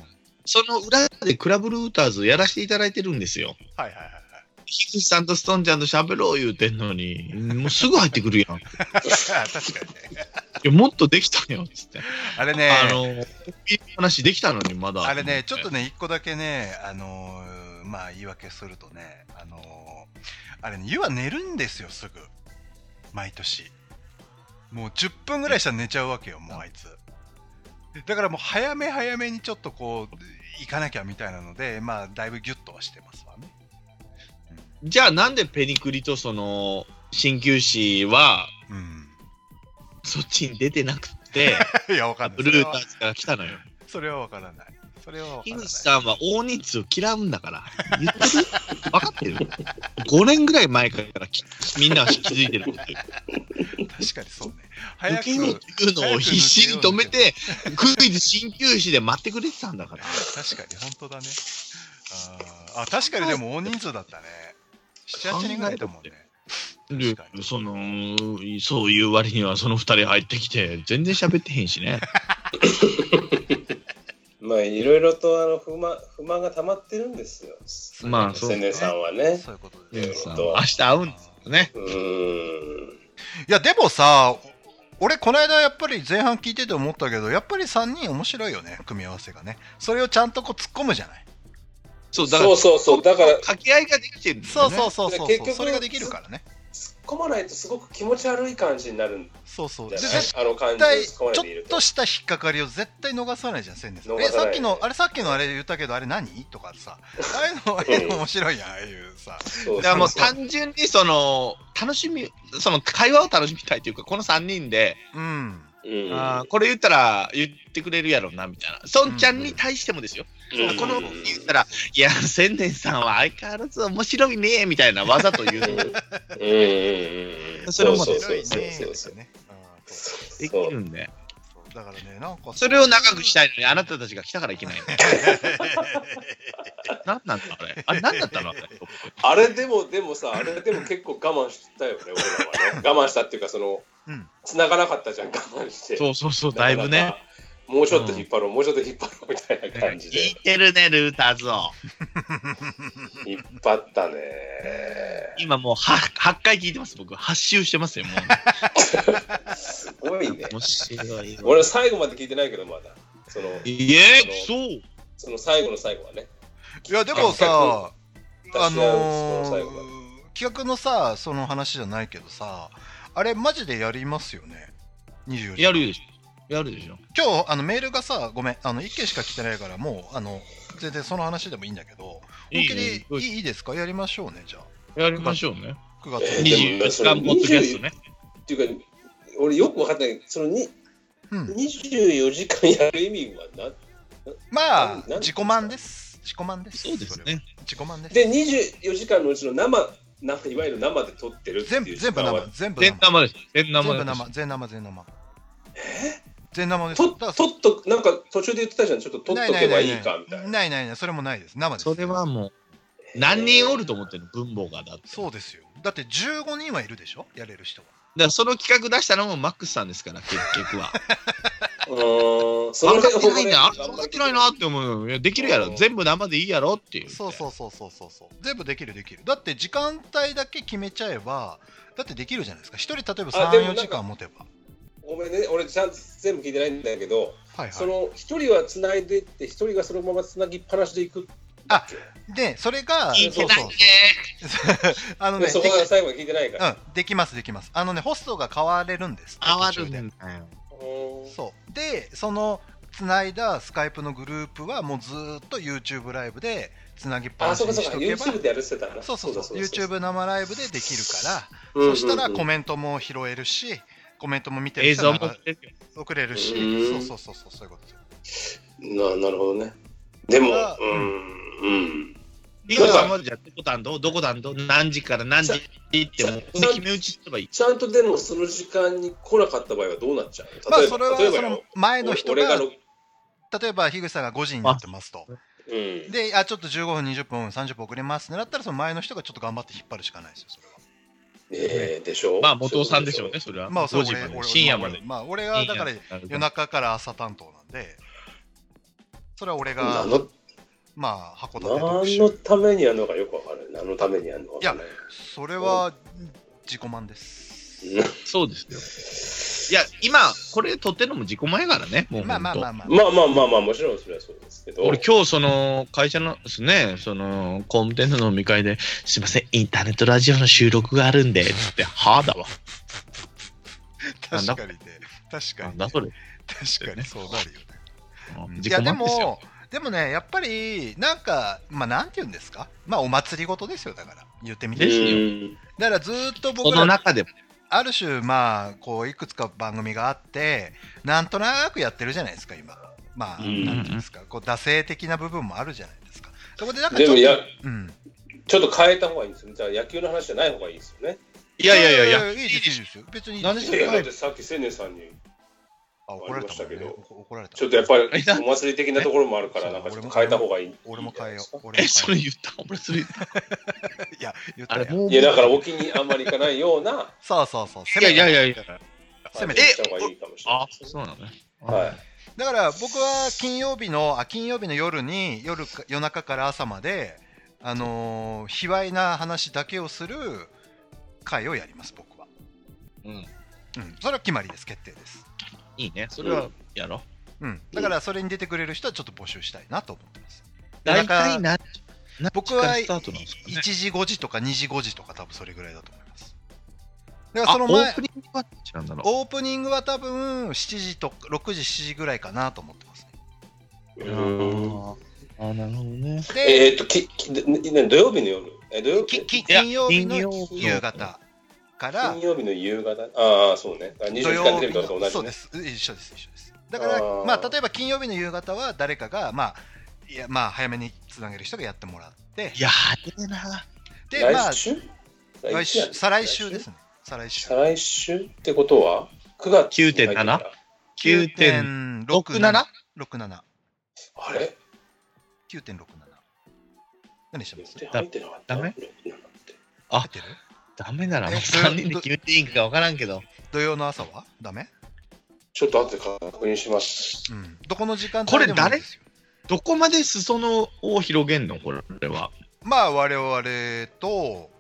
[SPEAKER 4] その裏でクラブルーターズやらせていただいてるんですよ。
[SPEAKER 3] はいはい (laughs) は
[SPEAKER 4] ヒクシさんとストンちゃんと喋ろう言うてんのに、もうすぐ入ってくるやん。い
[SPEAKER 3] い確かにね
[SPEAKER 4] や、もっとできたよ、つって。
[SPEAKER 3] あれね
[SPEAKER 4] あの、いい話できたのに、まだ。
[SPEAKER 3] あれね、ちょっとね、一個だけね、あのーまあ、言い訳するとね、あのーあれね、湯は寝るんですよ、すぐ。毎年。もう10分ぐらいしたら寝ちゃうわけよ、もうあいつ。だからもう早め早めにちょっとこう、行かなきゃみたいなので、まあ、だいぶギュッとはしてますわね。
[SPEAKER 4] じゃあ、なんでペニクリとその、鍼灸師は、
[SPEAKER 3] うん。
[SPEAKER 4] そっちに出てなく
[SPEAKER 3] (laughs)
[SPEAKER 4] て、
[SPEAKER 3] いや、わかんない。そ
[SPEAKER 4] ルー
[SPEAKER 3] れ
[SPEAKER 4] タ
[SPEAKER 3] は
[SPEAKER 4] ーズから来たのよ。
[SPEAKER 3] それはわからない。それはわか
[SPEAKER 4] 樋
[SPEAKER 3] らない
[SPEAKER 4] 口。さんは大人数を嫌うんだから、言ってる分かってる (laughs) ?5 年ぐらい前からきみんなは気づいてることよ。
[SPEAKER 3] 確かにそうね。早
[SPEAKER 4] 抜
[SPEAKER 3] く
[SPEAKER 4] け、ようっていうのを必死に止めて、クイズ鍼灸師で待ってくれてたんだから。
[SPEAKER 3] 確かに本当だねあーあ確かにでも大人数だったね78人ぐらいだもんね
[SPEAKER 4] で
[SPEAKER 3] 確かに
[SPEAKER 4] そのそういう割にはその2人入ってきて全然喋ってへんしね
[SPEAKER 1] まあいろいろとあの不満不満が溜まってるんですよ。
[SPEAKER 4] まあそう
[SPEAKER 1] 千年さんはね。
[SPEAKER 3] そういうこと
[SPEAKER 1] う
[SPEAKER 3] で
[SPEAKER 1] ん
[SPEAKER 3] す
[SPEAKER 1] ね
[SPEAKER 3] ね
[SPEAKER 4] さ明日会うんですよね
[SPEAKER 1] うーん。
[SPEAKER 3] いやでもさ俺この間やっぱり前半聞いてて思ったけどやっぱり3人面白いよね組み合わせがねそれをちゃんとこう突っ込むじゃない
[SPEAKER 4] そうだか
[SPEAKER 1] そ
[SPEAKER 4] ら
[SPEAKER 1] うそうそう。だから
[SPEAKER 4] 掛け合いができてるんだ
[SPEAKER 3] そ
[SPEAKER 4] よ
[SPEAKER 3] う
[SPEAKER 4] ね
[SPEAKER 3] そうそうそう
[SPEAKER 1] 結
[SPEAKER 3] そう
[SPEAKER 1] 局
[SPEAKER 3] それができるからね
[SPEAKER 1] 突っ込まないとすごく気持ち悪い感じになるん
[SPEAKER 3] そうそう
[SPEAKER 1] じ
[SPEAKER 3] で
[SPEAKER 1] ゃない
[SPEAKER 3] 絶
[SPEAKER 1] あの感じを
[SPEAKER 3] 対
[SPEAKER 1] 突っ
[SPEAKER 3] ち
[SPEAKER 1] 込
[SPEAKER 3] ょ
[SPEAKER 1] ま
[SPEAKER 3] っ
[SPEAKER 1] ないでいると
[SPEAKER 3] と。した引っかかりを絶対逃さないじゃん千年さん
[SPEAKER 1] 逃
[SPEAKER 3] え
[SPEAKER 1] さ
[SPEAKER 3] さ
[SPEAKER 1] ない
[SPEAKER 3] っきのあれさっきのあれ言ったけどあれ何とかさああいうのああいうの面白いやんああいうさ
[SPEAKER 1] そうそうそう
[SPEAKER 4] だからもう単純にその楽しみその会話を楽しみたいというかこの3人で、
[SPEAKER 3] うん
[SPEAKER 1] うん
[SPEAKER 4] あーこれ言ったら言ってくれるやろうなみたいな孫ちゃんに対してもですよ、
[SPEAKER 1] うん
[SPEAKER 4] この言ったら「いや千年さんは相変わらず面白いね」みたいなわざと (laughs) 言う
[SPEAKER 1] う
[SPEAKER 4] の
[SPEAKER 1] ん
[SPEAKER 4] が
[SPEAKER 1] うんうんうん。
[SPEAKER 4] それも
[SPEAKER 1] そう
[SPEAKER 3] 面
[SPEAKER 1] そ
[SPEAKER 3] 白
[SPEAKER 1] う
[SPEAKER 3] い
[SPEAKER 1] そう
[SPEAKER 3] ね
[SPEAKER 1] そう
[SPEAKER 3] と
[SPEAKER 1] そう
[SPEAKER 3] か。ねうんそう
[SPEAKER 4] で
[SPEAKER 1] そ
[SPEAKER 4] き
[SPEAKER 1] う
[SPEAKER 4] るんで
[SPEAKER 3] そうだからね、なんか
[SPEAKER 4] それを長くした
[SPEAKER 3] い。
[SPEAKER 4] いのにあなたたちが来たからい (laughs) けないの何なんだあれあれ何だったのあれ
[SPEAKER 1] あれでもでも
[SPEAKER 3] (laughs)
[SPEAKER 1] さあれでも結構我慢したよね俺らはね。我慢したっていうかその
[SPEAKER 3] うん
[SPEAKER 1] 繋がなかったじゃん我慢して。
[SPEAKER 4] そうそうそうだいぶ
[SPEAKER 1] な
[SPEAKER 4] ね
[SPEAKER 1] かなか。もうちょっと引っ張ろう、もうちょっと引っ張ろうみたいな感じで
[SPEAKER 4] 聞いてるねルーターズを
[SPEAKER 1] 引っ張ったね。
[SPEAKER 4] 今もう 8, 回聞いてます僕8周してますよも
[SPEAKER 1] すごいね
[SPEAKER 4] う。面白い
[SPEAKER 1] 俺最後まで聞いてないけどまだ。その
[SPEAKER 4] いえそう
[SPEAKER 1] その最後の最後はね。
[SPEAKER 3] いや、でもさ、あ
[SPEAKER 1] 私は
[SPEAKER 3] の
[SPEAKER 1] その最後
[SPEAKER 3] ー
[SPEAKER 1] まで。
[SPEAKER 3] 企画のさ、その話じゃないけどさ、あれ、マジでやりますよね。24時
[SPEAKER 4] やるでしょやるでしょ
[SPEAKER 3] 今日あのメールがさ、ごめん、あの1件しか来てないから、もうあの全然その話でもいいんだけど、
[SPEAKER 4] い
[SPEAKER 3] 本
[SPEAKER 4] い
[SPEAKER 3] 気で
[SPEAKER 4] ね
[SPEAKER 3] いいいいですか、やりましょうね、じゃあ、
[SPEAKER 4] やりましょうね
[SPEAKER 3] 9月
[SPEAKER 1] えー
[SPEAKER 3] に。
[SPEAKER 4] 24時間ポッドキャストね
[SPEAKER 1] っていうか俺よく分かんないそのに
[SPEAKER 3] うん、
[SPEAKER 1] 24時間やる意味はな
[SPEAKER 3] まあ
[SPEAKER 1] 何、
[SPEAKER 3] 自己満です。自己満です。
[SPEAKER 4] そうです
[SPEAKER 3] れは
[SPEAKER 4] ね。
[SPEAKER 3] 自己満です。
[SPEAKER 1] で24時間のうちの生生いわゆる生で撮ってるって
[SPEAKER 3] 全
[SPEAKER 1] い
[SPEAKER 3] 部、
[SPEAKER 1] う
[SPEAKER 3] 全
[SPEAKER 1] 時
[SPEAKER 3] 部
[SPEAKER 1] 間は
[SPEAKER 3] 生、全部
[SPEAKER 4] 全
[SPEAKER 3] 生。
[SPEAKER 4] 生です全
[SPEAKER 3] 全部
[SPEAKER 4] 生で
[SPEAKER 3] 生、
[SPEAKER 4] す
[SPEAKER 3] 全生、全生。全生です。
[SPEAKER 1] と
[SPEAKER 3] だから
[SPEAKER 1] 撮っとなんか途中で言ってたじゃんちょっと撮っとけばいいかみたいな。
[SPEAKER 3] ないないない、それもないです。生です。
[SPEAKER 4] それはもう何人おると思ってるの文房がだって
[SPEAKER 3] そうですよ。だって15人はいるでしょやれる人は
[SPEAKER 4] だからその企画出したのもマックスさんですから、結局 (laughs) は。
[SPEAKER 1] うん。そ
[SPEAKER 4] 分
[SPEAKER 1] れ
[SPEAKER 4] か
[SPEAKER 1] で
[SPEAKER 4] ってないね。あれ
[SPEAKER 1] ここ
[SPEAKER 4] 分
[SPEAKER 1] で
[SPEAKER 4] かってないなって思うよ。いや、できるや
[SPEAKER 1] う
[SPEAKER 4] ろ。
[SPEAKER 1] ん
[SPEAKER 4] 全部生でいいやろっていう。
[SPEAKER 3] そうそうそうそうそうそう全部できるできるだって時間帯だけ決めちゃえばだってできるじゃないですか一人例えば
[SPEAKER 1] あでもな
[SPEAKER 3] 34
[SPEAKER 1] んか
[SPEAKER 3] 時間持てば
[SPEAKER 1] ごめんね、俺ちゃんと全部聞いてないんだけど、
[SPEAKER 3] はい
[SPEAKER 1] そ
[SPEAKER 3] は
[SPEAKER 1] の一人は繋いでって、一人がそのまま繋ぎっぱなしでいく。
[SPEAKER 3] あいでそれが
[SPEAKER 4] いけないね。
[SPEAKER 3] あの
[SPEAKER 1] で
[SPEAKER 3] ね
[SPEAKER 1] そ
[SPEAKER 3] で
[SPEAKER 1] こ
[SPEAKER 3] き
[SPEAKER 1] が最後まで聞いてないから。
[SPEAKER 3] うん、できますできますあのねホストが変われるんです
[SPEAKER 4] 変わ
[SPEAKER 3] 途
[SPEAKER 4] る
[SPEAKER 3] 中
[SPEAKER 4] ん
[SPEAKER 3] で
[SPEAKER 4] だよ。
[SPEAKER 1] うん
[SPEAKER 3] そうでそのつないだスカイプのグループはもうずーっと YouTube ライブでつなぎっぱ
[SPEAKER 1] あ、
[SPEAKER 3] なし
[SPEAKER 1] そうか
[SPEAKER 3] に
[SPEAKER 1] そう
[SPEAKER 3] し
[SPEAKER 1] か、
[SPEAKER 3] とけば
[SPEAKER 1] YouTube でやるって言ってたな。
[SPEAKER 3] そうそうそう
[SPEAKER 1] だだ
[SPEAKER 3] YouTube 生ライブでできるから
[SPEAKER 1] うんうんうん
[SPEAKER 3] そしたらコメントも拾えるしコメントも見てる
[SPEAKER 4] 映
[SPEAKER 3] 人
[SPEAKER 4] 像
[SPEAKER 3] はな
[SPEAKER 4] も
[SPEAKER 3] んか送れるし
[SPEAKER 1] うん
[SPEAKER 3] そうそうそうそうそういうことです
[SPEAKER 1] な
[SPEAKER 3] よ
[SPEAKER 1] なるほどね。でも、
[SPEAKER 3] あ
[SPEAKER 1] うん、うん。
[SPEAKER 4] いくらまでじゃってことあんどどこだんど何時から何時ってもう
[SPEAKER 1] さ
[SPEAKER 4] 決め打ちすればいい。
[SPEAKER 1] ちゃんとでもその時間に来なかった場合はどうなっちゃう
[SPEAKER 3] まあ
[SPEAKER 1] 例えば
[SPEAKER 3] それは
[SPEAKER 1] 例えば
[SPEAKER 3] そ
[SPEAKER 1] よ
[SPEAKER 3] の前の人
[SPEAKER 1] 俺
[SPEAKER 3] が
[SPEAKER 1] がろ
[SPEAKER 3] 例えば樋口さんが5時になってますと
[SPEAKER 1] うん、
[SPEAKER 3] であちょっと15分20分30分遅れますってなったらその前の人がちょっと頑張って引っ張るしかないですよそれは
[SPEAKER 1] えー、でしょう
[SPEAKER 4] まあ、元尾さんでしょうね、。それは。
[SPEAKER 3] まあ、そう
[SPEAKER 4] 5
[SPEAKER 3] 俺俺
[SPEAKER 4] 時まで、
[SPEAKER 3] 俺
[SPEAKER 4] 深夜まで。
[SPEAKER 3] まあ、俺がだから夜中から朝担当なんで、それは俺が
[SPEAKER 1] 何、の
[SPEAKER 3] まあ、函館特
[SPEAKER 1] 何の
[SPEAKER 3] 集。
[SPEAKER 1] ためにやるのかよくわからない。何のためにやるのかわからない。
[SPEAKER 3] それは自己満です。
[SPEAKER 4] そうですよ。いや、今、これ撮ってるのも自己前からね、もう。
[SPEAKER 3] まあまあま
[SPEAKER 4] あ。
[SPEAKER 3] あまあ。
[SPEAKER 1] まあまあまあまあ、もちろんそれはそうですけど。
[SPEAKER 4] 俺今日その会社のですね、その工務店の飲み会で、すいません、インターネットラジオの収録があるんで、つって、はあだわ。なんだ
[SPEAKER 3] 確かにね。確か
[SPEAKER 4] なん
[SPEAKER 3] に、
[SPEAKER 4] だ
[SPEAKER 3] ね。
[SPEAKER 4] それ。
[SPEAKER 3] 確かにそうなるよね。
[SPEAKER 4] うん
[SPEAKER 3] い
[SPEAKER 4] 自
[SPEAKER 3] や、
[SPEAKER 4] 己
[SPEAKER 3] で
[SPEAKER 4] 満ですよ。
[SPEAKER 3] も、でもね、やっぱり、なんか、まあ、なんて言うんですか。まあ、お祭りごとですよ、だから。言ってみて。
[SPEAKER 4] で
[SPEAKER 3] だ
[SPEAKER 4] すよ
[SPEAKER 1] うん
[SPEAKER 3] から、ずーっと
[SPEAKER 4] そ
[SPEAKER 3] 僕
[SPEAKER 4] の
[SPEAKER 3] ら、
[SPEAKER 4] 中でも。
[SPEAKER 3] ある種、まあ、こう、いくつか番組があって、なんとなくやってるじゃないですか、今。まあ、
[SPEAKER 1] うん
[SPEAKER 3] なんていうんですか、こう、惰性的な部分もあるじゃないですか。そこで、なんかち
[SPEAKER 1] で
[SPEAKER 3] ょ
[SPEAKER 1] も
[SPEAKER 3] っと、
[SPEAKER 1] や、
[SPEAKER 3] うん。
[SPEAKER 1] ちょっと変えた方がいいんですよ。じゃあ野球の話じゃない方がいいですよね。
[SPEAKER 4] いやいやいやいや。
[SPEAKER 3] いいです、いいですよ。別にいい
[SPEAKER 4] なん
[SPEAKER 3] で
[SPEAKER 4] ですし
[SPEAKER 3] よ
[SPEAKER 4] ょ
[SPEAKER 1] いやだってさっき千年さんに、
[SPEAKER 3] あ、怒られたもんね
[SPEAKER 1] ありましたけど
[SPEAKER 3] 怒怒られた。
[SPEAKER 1] ちょっとやっぱり
[SPEAKER 4] えな
[SPEAKER 1] お祭り的なところもあるから、なんかちょっと変えた方がいい。
[SPEAKER 3] 俺も変えよう。俺
[SPEAKER 4] え、
[SPEAKER 3] も
[SPEAKER 4] そ
[SPEAKER 3] 変
[SPEAKER 4] れ
[SPEAKER 3] えよ
[SPEAKER 4] 言った俺それ言った
[SPEAKER 3] う。いや、言った
[SPEAKER 4] あ
[SPEAKER 3] ら
[SPEAKER 4] れ
[SPEAKER 3] や
[SPEAKER 4] もう。
[SPEAKER 1] いや、だからお気にあんまりいかないような、
[SPEAKER 3] そうそうそう。
[SPEAKER 4] いやいやい
[SPEAKER 3] や。
[SPEAKER 4] やいや。
[SPEAKER 3] せめ
[SPEAKER 1] 感じに
[SPEAKER 3] て
[SPEAKER 1] した方がいいかもしれな
[SPEAKER 4] あ
[SPEAKER 1] い、ですね。
[SPEAKER 4] そうなのね。
[SPEAKER 1] はい。
[SPEAKER 3] だから、僕は金曜日の、あ、金曜日の夜に、夜か、夜中から朝まで、あのー、卑猥な話だけをする会をやります、僕は。
[SPEAKER 4] うん。
[SPEAKER 3] うん。それは決まりです、決定です。
[SPEAKER 4] いいね。それはやろう。
[SPEAKER 3] うん、だからそれに出てくれる人はちょっと募集したいなと思ってます。
[SPEAKER 4] 大
[SPEAKER 3] な
[SPEAKER 4] 体
[SPEAKER 3] んか
[SPEAKER 4] 何何時
[SPEAKER 3] 僕
[SPEAKER 4] か
[SPEAKER 3] は
[SPEAKER 4] ら
[SPEAKER 3] い
[SPEAKER 4] スタートなんですかね
[SPEAKER 3] 1。時5時とか2時5時とか多分それぐらいだと思います。だから
[SPEAKER 4] あ、
[SPEAKER 3] その
[SPEAKER 4] オー
[SPEAKER 3] 前
[SPEAKER 4] プニングはどっちなんだろ
[SPEAKER 3] オープニングは多分7時と6時7時ぐらいかなと思ってます、ね。
[SPEAKER 4] う。
[SPEAKER 1] うん
[SPEAKER 4] あーなるほどね。
[SPEAKER 3] で、
[SPEAKER 1] えーっと、ききでね土曜日の夜、え土曜
[SPEAKER 3] き
[SPEAKER 1] 日
[SPEAKER 3] き
[SPEAKER 4] いや
[SPEAKER 3] 金曜日の
[SPEAKER 4] 金曜日の
[SPEAKER 3] 夕方から
[SPEAKER 1] 金曜日の夕方、ああ、そうね、24時
[SPEAKER 3] 土
[SPEAKER 1] 間
[SPEAKER 3] 曜
[SPEAKER 1] テレビ
[SPEAKER 3] 日
[SPEAKER 1] とかと
[SPEAKER 3] の
[SPEAKER 1] 同
[SPEAKER 3] そう
[SPEAKER 1] じ
[SPEAKER 3] で
[SPEAKER 1] ね。
[SPEAKER 3] す一緒です一緒です。だから
[SPEAKER 1] あー
[SPEAKER 3] まあ例えば金曜日の夕方は誰かがまあいやまあ早めにつなげる人がやってもらって
[SPEAKER 4] いやー、でな。
[SPEAKER 3] でまあ
[SPEAKER 1] 来週
[SPEAKER 3] 来週再来週です
[SPEAKER 1] ね。
[SPEAKER 3] ね再来週
[SPEAKER 1] 再来週ってことは、9月に入ってから
[SPEAKER 3] 9.67
[SPEAKER 4] 9.7 9.67?
[SPEAKER 3] 67
[SPEAKER 1] あれ
[SPEAKER 3] 9.67何してます
[SPEAKER 1] 予定入ってなかった
[SPEAKER 4] ダメ
[SPEAKER 1] 6.7って
[SPEAKER 3] 入ってる
[SPEAKER 4] ダメだな。
[SPEAKER 3] え
[SPEAKER 4] もう3人で決めていいんかわからんけど。
[SPEAKER 3] 土曜の朝はダメ
[SPEAKER 1] ちょっと後で確認します。
[SPEAKER 3] うん。どこの時間帯
[SPEAKER 4] これ
[SPEAKER 3] でもいいですよ
[SPEAKER 4] どこまで裾野を広げんのこれは。
[SPEAKER 3] まあ我々と、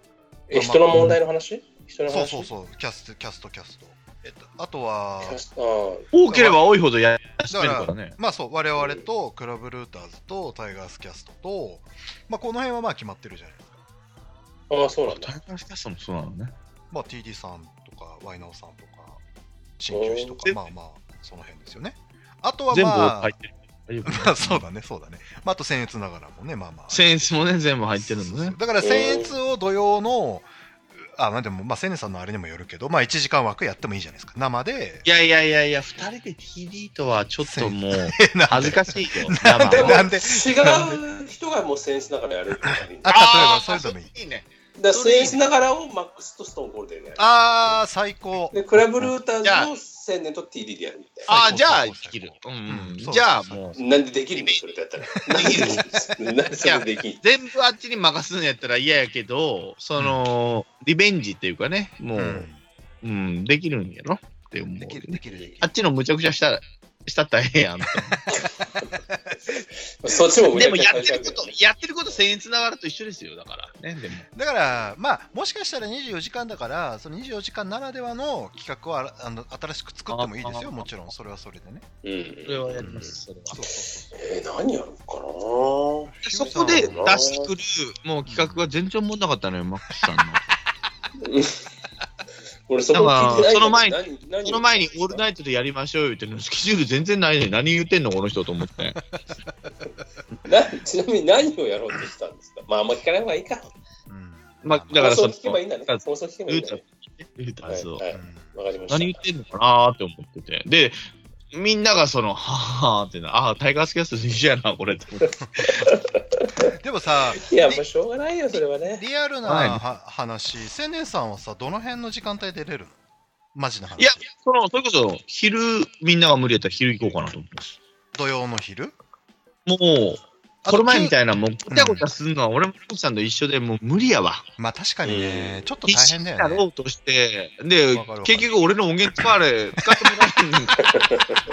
[SPEAKER 1] え、人の問題の話人の
[SPEAKER 3] そう
[SPEAKER 1] 話
[SPEAKER 3] そうそう、キャスト、キャスト、キャスト。えっと、あとは、
[SPEAKER 1] キャスト
[SPEAKER 4] 多ければ多いほどや休めるからね。
[SPEAKER 3] まあそう、我々とクラブルーターズとタイガースキャストと、まあこの辺はまあ決まってるじゃないですか。
[SPEAKER 1] あーあー、そうなんだ
[SPEAKER 4] タ。イガースキャストもそうなのね。
[SPEAKER 3] まあ TD さんとか、ワイナオさんとか、鍼灸師とか、
[SPEAKER 4] おー
[SPEAKER 3] まあまあ、その辺ですよね。あとは
[SPEAKER 4] 全部
[SPEAKER 3] まあ
[SPEAKER 4] 入っ、てる。大丈
[SPEAKER 3] (laughs) まあそうだね、そうだね。まあ、あと僭越ながらもね、まあまあ。
[SPEAKER 4] 夫 (laughs) センスもね、全部入ってる
[SPEAKER 3] そう
[SPEAKER 4] の
[SPEAKER 3] そうそ
[SPEAKER 4] ね
[SPEAKER 3] う。だから僭越を土曜の、あ、まあでも、まあ、千年さんのあれにもよるけど、まあ、1時間枠やってもいいじゃないですか。生で
[SPEAKER 4] い、やいやいやいや、2人で TD とはちょっ
[SPEAKER 3] (laughs)
[SPEAKER 4] ともう
[SPEAKER 3] なんで
[SPEAKER 4] 恥ずかしいよ。生
[SPEAKER 1] でも、
[SPEAKER 3] (laughs) なんで
[SPEAKER 1] 違う人がもうセンスながらやるからいいんだ
[SPEAKER 3] (laughs)
[SPEAKER 1] よ。
[SPEAKER 3] あ、例えば、そういうのもいい。
[SPEAKER 4] いいね。
[SPEAKER 1] だからセンスながらをマックスとストーンゴールデンでやる。
[SPEAKER 3] あー、最高。
[SPEAKER 1] で、クラブルーターズ
[SPEAKER 4] じゃあ
[SPEAKER 1] の青年と TD でやるみたい
[SPEAKER 4] あ
[SPEAKER 3] 最高
[SPEAKER 4] じゃあ
[SPEAKER 3] 最
[SPEAKER 4] で
[SPEAKER 3] 高
[SPEAKER 4] きる
[SPEAKER 3] 最。
[SPEAKER 4] う
[SPEAKER 3] 高
[SPEAKER 4] ん、
[SPEAKER 3] そう
[SPEAKER 4] じゃあもう
[SPEAKER 1] な。なんでできるのそれとやっ
[SPEAKER 4] (laughs)
[SPEAKER 1] たら。なんでできるんですなんでそれできん
[SPEAKER 4] 全部あっちに任すんやったら嫌やけど、その、リベンジっていうかね、も
[SPEAKER 3] う
[SPEAKER 4] う、
[SPEAKER 3] ん
[SPEAKER 4] うん、できるんやろって思う、
[SPEAKER 3] できるできるできる
[SPEAKER 4] あっちのむちゃくちゃしたら、したったらええや
[SPEAKER 3] (laughs)
[SPEAKER 4] んと。
[SPEAKER 1] そっちも
[SPEAKER 4] でもやってること、やってること僭越ながらと一緒ですよ、だから。ね、でも。
[SPEAKER 3] だからまあもしかしたら24時間だからその24時間ならではの企画をあらあの新しく作ってもいいですよ
[SPEAKER 4] あ
[SPEAKER 3] もちろんそれはそれでね
[SPEAKER 1] うん。
[SPEAKER 4] それ
[SPEAKER 1] え
[SPEAKER 4] はやります、それは。
[SPEAKER 3] そうそう
[SPEAKER 1] ー、何やろう
[SPEAKER 4] そこで出してくる、もう企画が全然思んなかったのよ、マックスさんの。
[SPEAKER 1] かな。俺そこ聞いてない
[SPEAKER 4] だからその前に
[SPEAKER 1] に、何
[SPEAKER 4] その前に、オールナイトでやりましょうよっての、スケジュール全然ないのに、何言ってんの、この人と思って。
[SPEAKER 1] (laughs) なちなみに何をやろうとしたんですかまあ、あんま聞かない方がいいか。
[SPEAKER 3] そう、うん
[SPEAKER 4] まあだから
[SPEAKER 1] 放
[SPEAKER 4] そ
[SPEAKER 1] 送
[SPEAKER 4] の
[SPEAKER 1] 聞けばいいんだね。放送聞けばいい
[SPEAKER 4] ル
[SPEAKER 1] ん
[SPEAKER 4] ー
[SPEAKER 1] だ
[SPEAKER 4] タ
[SPEAKER 1] ね。
[SPEAKER 4] ルータ
[SPEAKER 1] はい、
[SPEAKER 4] そう
[SPEAKER 1] は
[SPEAKER 3] う
[SPEAKER 1] い
[SPEAKER 3] ん
[SPEAKER 1] わかりました。
[SPEAKER 4] 何言ってんのかなーって思ってて。で、みんながその、はぁーってな、ああ、タイガースキャストと一緒やな、これって思
[SPEAKER 1] (laughs)
[SPEAKER 4] って。
[SPEAKER 3] でもさ
[SPEAKER 1] いや、もうしょうがないよ、それはね。
[SPEAKER 3] リアルな
[SPEAKER 4] はい
[SPEAKER 3] は話青年さんはさどの辺の時間帯出れるのマジな話
[SPEAKER 4] いや、その、それこそ、昼、みんなが無理やったら昼行こうかなと思ってます。
[SPEAKER 3] 土曜の昼
[SPEAKER 4] もう、この前みたいな、もう、
[SPEAKER 3] う
[SPEAKER 4] ごちゃごちゃすんのは、俺もルーさんと一緒でもう無理やわ。
[SPEAKER 3] まあ確かにね、
[SPEAKER 1] うん
[SPEAKER 3] ちょっと
[SPEAKER 4] 一
[SPEAKER 3] 大
[SPEAKER 4] 緒
[SPEAKER 3] 変だ
[SPEAKER 4] や
[SPEAKER 3] よ
[SPEAKER 4] ろ
[SPEAKER 3] ね
[SPEAKER 4] うとして、
[SPEAKER 3] わか
[SPEAKER 4] で
[SPEAKER 3] るわかる、
[SPEAKER 4] 結局俺の音源使われ、使ってもらえんから。 (laughs)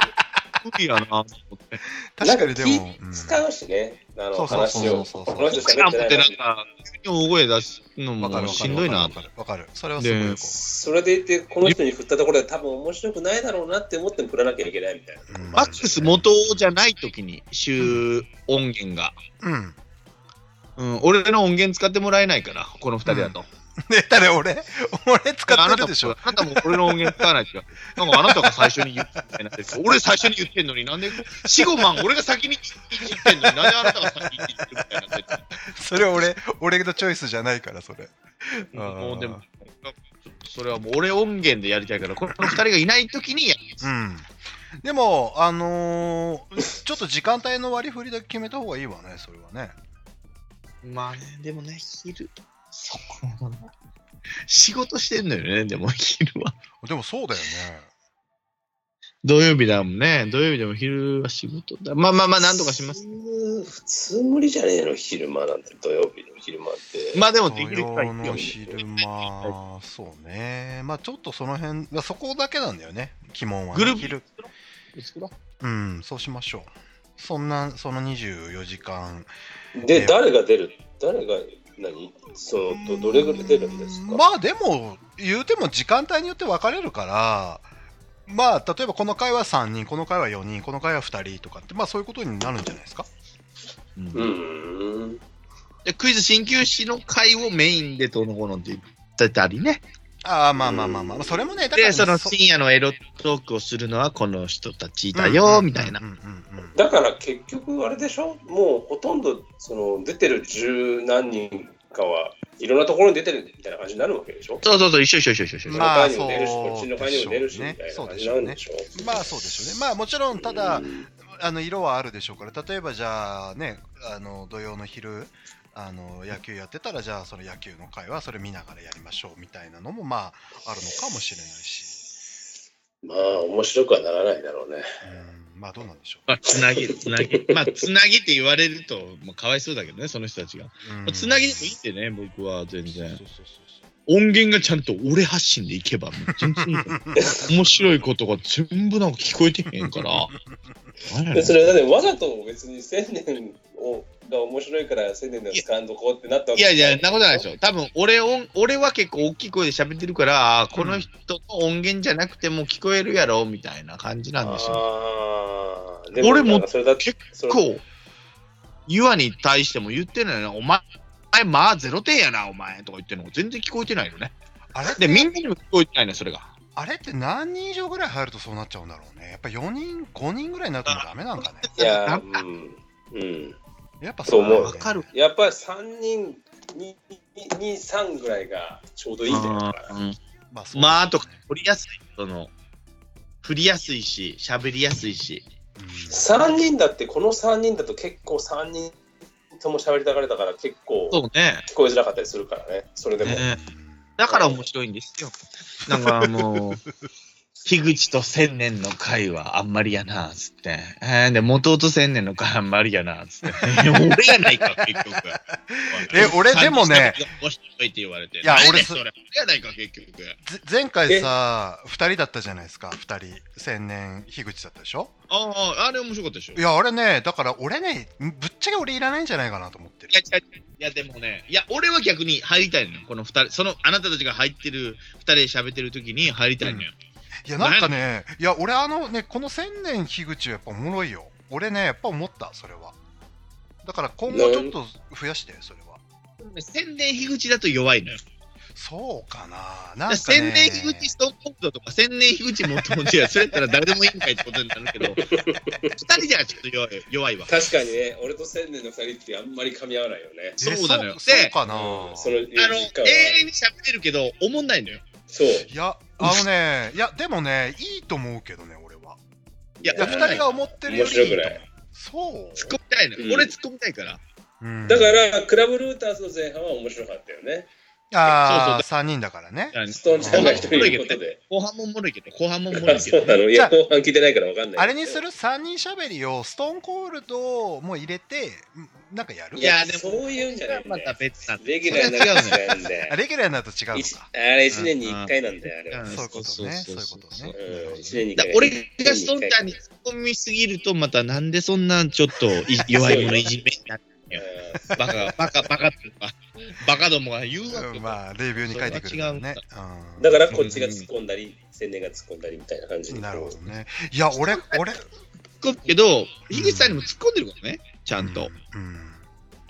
[SPEAKER 4] 無理やなと思って。
[SPEAKER 3] 確かにで
[SPEAKER 1] なん
[SPEAKER 3] も、
[SPEAKER 1] 気
[SPEAKER 3] うん
[SPEAKER 1] 使うしね、あ
[SPEAKER 3] そ
[SPEAKER 1] の
[SPEAKER 3] うそう
[SPEAKER 1] 話
[SPEAKER 3] そう
[SPEAKER 1] を。
[SPEAKER 3] そう
[SPEAKER 1] この人
[SPEAKER 4] し
[SPEAKER 1] 喋
[SPEAKER 4] かも
[SPEAKER 1] ってな
[SPEAKER 4] っ
[SPEAKER 1] い
[SPEAKER 4] て
[SPEAKER 1] の
[SPEAKER 4] なん
[SPEAKER 1] に
[SPEAKER 4] か、急に大声出す
[SPEAKER 3] わかる
[SPEAKER 4] のも
[SPEAKER 3] わかる
[SPEAKER 4] しんどいな
[SPEAKER 3] わ
[SPEAKER 4] と
[SPEAKER 3] か。るわかるそれはすごいよこ
[SPEAKER 1] それでいて、この人に振ったところで多分面白くないだろうなって思っても振らなきゃいけないみたいな。
[SPEAKER 3] う、うん
[SPEAKER 4] マックス元じゃない時に、週音源が。
[SPEAKER 3] うん (laughs)
[SPEAKER 4] うん、俺の音源使ってもらえないから、この二人だと。
[SPEAKER 3] ね誰俺俺使
[SPEAKER 4] あ
[SPEAKER 3] って
[SPEAKER 4] なた
[SPEAKER 3] る
[SPEAKER 4] も
[SPEAKER 3] でしょ
[SPEAKER 4] あなたも俺の音源使わないですよ。 (laughs) なんかあなたが最初に言ってたいなんですよ俺最初に言ってんのになんで、四五万俺が先に言ってんのになんであなたが先に言ってるみたいになってる
[SPEAKER 3] それ俺俺のチョイスじゃないからそれあー
[SPEAKER 4] もうでも、それはもう俺音源でやりたいから、この二人がいない時にやる
[SPEAKER 3] うんでもあのーちょっと時間帯の割り振りだけ決めた方がいいわねそれはね
[SPEAKER 4] まあね、でもね、昼、そこは仕事してんのよね、でも昼は。
[SPEAKER 3] でもそうだよね
[SPEAKER 4] 土曜日だもんね。土曜日でも昼は仕事だ。まあまあまあ、なんとかします。
[SPEAKER 1] 普通。普通無理じゃねえの、昼間なんて、土曜日の昼間って。
[SPEAKER 4] まあでも、で
[SPEAKER 3] 土
[SPEAKER 4] きる人は
[SPEAKER 3] 曜
[SPEAKER 4] 行くよ
[SPEAKER 3] の昼間、そうね、まあちょっとその辺、まあそこだけなんだよね、鬼門はね、
[SPEAKER 4] グループ
[SPEAKER 3] 昼うん、そうしましょう。そんな、その24時間。
[SPEAKER 1] で、誰が出る誰が何そのど、どれぐらい出るんですか
[SPEAKER 3] まあでも、言うても時間帯によって分かれるから、まあ例えばこの回は3人、この回は4人、この回は2人とかって、まあそういうことになるんじゃないですか。
[SPEAKER 4] うん
[SPEAKER 1] うーん。
[SPEAKER 4] でクイズ鍼灸師の会をメインでどうのこうのって言ってたりね。
[SPEAKER 3] ああ、まあまあまあまあ、それもね、だからね、
[SPEAKER 4] で、その
[SPEAKER 3] そ
[SPEAKER 4] 深夜のエロトークをするのはこの人たちだよ、みたいな
[SPEAKER 3] う。んうんうんうん
[SPEAKER 1] だから結局、あれでしょもうほとんど、その、出てる十何人かは、いろんなところに出てるみたいな感じになるわけでしょ
[SPEAKER 4] そうそうそう、一緒一緒一緒一緒一緒。
[SPEAKER 3] まあ
[SPEAKER 1] この会にも出るし、
[SPEAKER 3] そう
[SPEAKER 1] こっちの会にも出るし、みたいな感じになるんでしょ
[SPEAKER 3] まあそうでしょうね。まあもちろん、ただ、
[SPEAKER 1] うん
[SPEAKER 3] あの色はあるでしょうから例えばじゃあねあの土曜の昼あの野球やってたらじゃあその野球の会はそれ見ながらやりましょうみたいなのもまああるのかもしれないし、
[SPEAKER 1] まあ、面白くはならないだろうね。
[SPEAKER 3] うん、まあどうなんでしょ
[SPEAKER 4] まあ、つなぎ、つなぎ。まあ、つなぎって言われると、まあ、かわいそうだけどね、その人たちが。
[SPEAKER 3] う、うん、
[SPEAKER 4] つなぎでもいいってね、僕は全然
[SPEAKER 3] そ。うそうそう
[SPEAKER 4] 音源がちゃんと俺発信でいけば、全然いい
[SPEAKER 3] (laughs)
[SPEAKER 4] と思う面白いことが全部なんか聞こえてへんから。何やね
[SPEAKER 1] で
[SPEAKER 4] ん
[SPEAKER 1] それはね、わざと別に千年をが面白いから千年の使わんとこうってなったわ
[SPEAKER 4] い
[SPEAKER 1] け
[SPEAKER 4] やいや、なことないでしょ。多分俺音俺は結構大きい声で喋ってるから、あーこの人の音源じゃなくても聞こえるやろみたいな感じなんですよ。
[SPEAKER 1] あー
[SPEAKER 4] 俺も
[SPEAKER 1] なんかそれだ
[SPEAKER 4] 結
[SPEAKER 1] それ
[SPEAKER 4] こう、ユアに対しても言ってないな、お前、お前まあゼロ点やな、お前とか言ってるの全然聞こえてないよね。
[SPEAKER 3] あれって
[SPEAKER 4] で、みんなにも聞こえてないね、それが。
[SPEAKER 3] あれって何人以上ぐらい入るとそうなっちゃうんだろうねやっぱ4人5人ぐらいになるともうダメなんかね
[SPEAKER 4] (laughs)
[SPEAKER 1] いや、
[SPEAKER 4] なん
[SPEAKER 1] う
[SPEAKER 4] か
[SPEAKER 1] ん。うん、
[SPEAKER 3] やっぱ
[SPEAKER 1] そう思う
[SPEAKER 3] なんだよね
[SPEAKER 4] わかる
[SPEAKER 1] やっぱり3人、2、2 3ぐらいがちょうどいいんだよ。だから
[SPEAKER 4] うん
[SPEAKER 3] まあそう
[SPEAKER 4] まあ、あと、振りやすい、その、振りやすいし、喋りやすいし。
[SPEAKER 3] うん
[SPEAKER 1] 3人だって、この3人だと結構3人とも喋りたがれたから結構
[SPEAKER 4] そうね。
[SPEAKER 1] 聞こえづらかったりするからね、それでも。
[SPEAKER 4] ねだから面白いんですよ。なんかもう、樋口と千年の会はあんまりやな、つって。えー、で、元と千年の会あんまりや
[SPEAKER 5] (laughs)
[SPEAKER 4] な、つって。いや俺やないか、結局。
[SPEAKER 5] え俺でもね。
[SPEAKER 4] 残しといて言われて。
[SPEAKER 5] いや俺
[SPEAKER 4] それ。俺やないか、結局。
[SPEAKER 3] ぜ前回さ2人だったじゃないですか2人千年樋口だったでしょ
[SPEAKER 4] ああ、あれ面白かったでしょ。い
[SPEAKER 3] い
[SPEAKER 4] や、
[SPEAKER 3] やあれねだから俺ねぶっちゃけ俺いらないんじゃないかなと思ってる
[SPEAKER 4] 違う違ういやでもね、いや、俺は逆に入りたいのよ。この二人、その、あなたたちが入ってる、二人で喋ってる時に入りたいのよ。
[SPEAKER 3] いやなんかねいや俺あのねこの千年樋口はやっぱおもろいよ俺ねやっぱ思ったそれはだから今後ちょっと増やしてそれは
[SPEAKER 4] 宣伝樋口だと弱いのよ。
[SPEAKER 3] そうかな
[SPEAKER 4] だ
[SPEAKER 3] な
[SPEAKER 4] か
[SPEAKER 3] ん
[SPEAKER 4] ら
[SPEAKER 3] か、ね、
[SPEAKER 4] 宣伝樋口ストーンコールドとか宣伝樋口元持ちやそれやったら誰でもいいんかいってことになるけど二人じゃちょっと弱い弱いわ
[SPEAKER 1] 確かにね、俺と千年の二人ってあんまり噛み合わないよね。
[SPEAKER 3] え
[SPEAKER 4] そうなのよ
[SPEAKER 3] そう
[SPEAKER 4] で
[SPEAKER 3] そうかな、
[SPEAKER 1] うんその
[SPEAKER 4] あの
[SPEAKER 1] 時間は
[SPEAKER 4] 永遠に喋れるけど思んないのよ
[SPEAKER 1] そう。
[SPEAKER 3] いやあの
[SPEAKER 4] (laughs)
[SPEAKER 3] ねいやでもねいいと思うけどね俺はい
[SPEAKER 4] や
[SPEAKER 3] いや
[SPEAKER 4] 思ん
[SPEAKER 3] 2
[SPEAKER 4] ない
[SPEAKER 3] 人が思ってるより
[SPEAKER 1] 面白いぐらい
[SPEAKER 3] そう
[SPEAKER 4] 突っ込みたいのよ、
[SPEAKER 1] うん
[SPEAKER 4] 俺突っ込みたいから
[SPEAKER 3] うん
[SPEAKER 1] だから、クラブルーターズの前半は面白かったよね。
[SPEAKER 3] あ
[SPEAKER 4] そうそう
[SPEAKER 3] あ、三人だからね。
[SPEAKER 1] ストーンちゃんが一人いることで。
[SPEAKER 4] 後半もおもろいけど後半もおもろ
[SPEAKER 1] あ
[SPEAKER 4] いけ
[SPEAKER 1] そ
[SPEAKER 4] ど
[SPEAKER 1] うなのい
[SPEAKER 3] じゃあ
[SPEAKER 1] や、後半聞いてないからわかんない。
[SPEAKER 3] あれにする三人しゃべりをストーンコールドも入れて、んなんかやる
[SPEAKER 1] い
[SPEAKER 4] いや
[SPEAKER 1] や、
[SPEAKER 4] でも
[SPEAKER 1] そういうんじゃないん
[SPEAKER 4] ま
[SPEAKER 1] だ
[SPEAKER 4] た
[SPEAKER 1] よ。
[SPEAKER 4] 別なんで
[SPEAKER 1] レギュラーになっちゃうんだ
[SPEAKER 3] あ
[SPEAKER 1] よ。
[SPEAKER 3] レギュラーになると違うの
[SPEAKER 1] 一
[SPEAKER 3] か。
[SPEAKER 1] あれ1年に1回なんだよ、あれは。
[SPEAKER 3] そういうことねそういうことね
[SPEAKER 1] うん、1年に1
[SPEAKER 4] だ
[SPEAKER 1] 回。
[SPEAKER 4] 俺がストンちゃんに突っ込みすぎるとまたなんでそんなちょっとい弱いものいじめになる
[SPEAKER 1] うん
[SPEAKER 4] バカがバカバカっていうかバカどもが言うわけ
[SPEAKER 3] うん、
[SPEAKER 4] よ
[SPEAKER 3] まあ、レビューに書いてくるからね。うん
[SPEAKER 1] だからこっちが突っ込んだり、千年が突っ込んだりみたいな感じで
[SPEAKER 3] なるほどね。いや、俺、俺、
[SPEAKER 4] 突っ込むけど、樋口さんにも突っ込んでるからね、ちゃんと。
[SPEAKER 3] うん。うん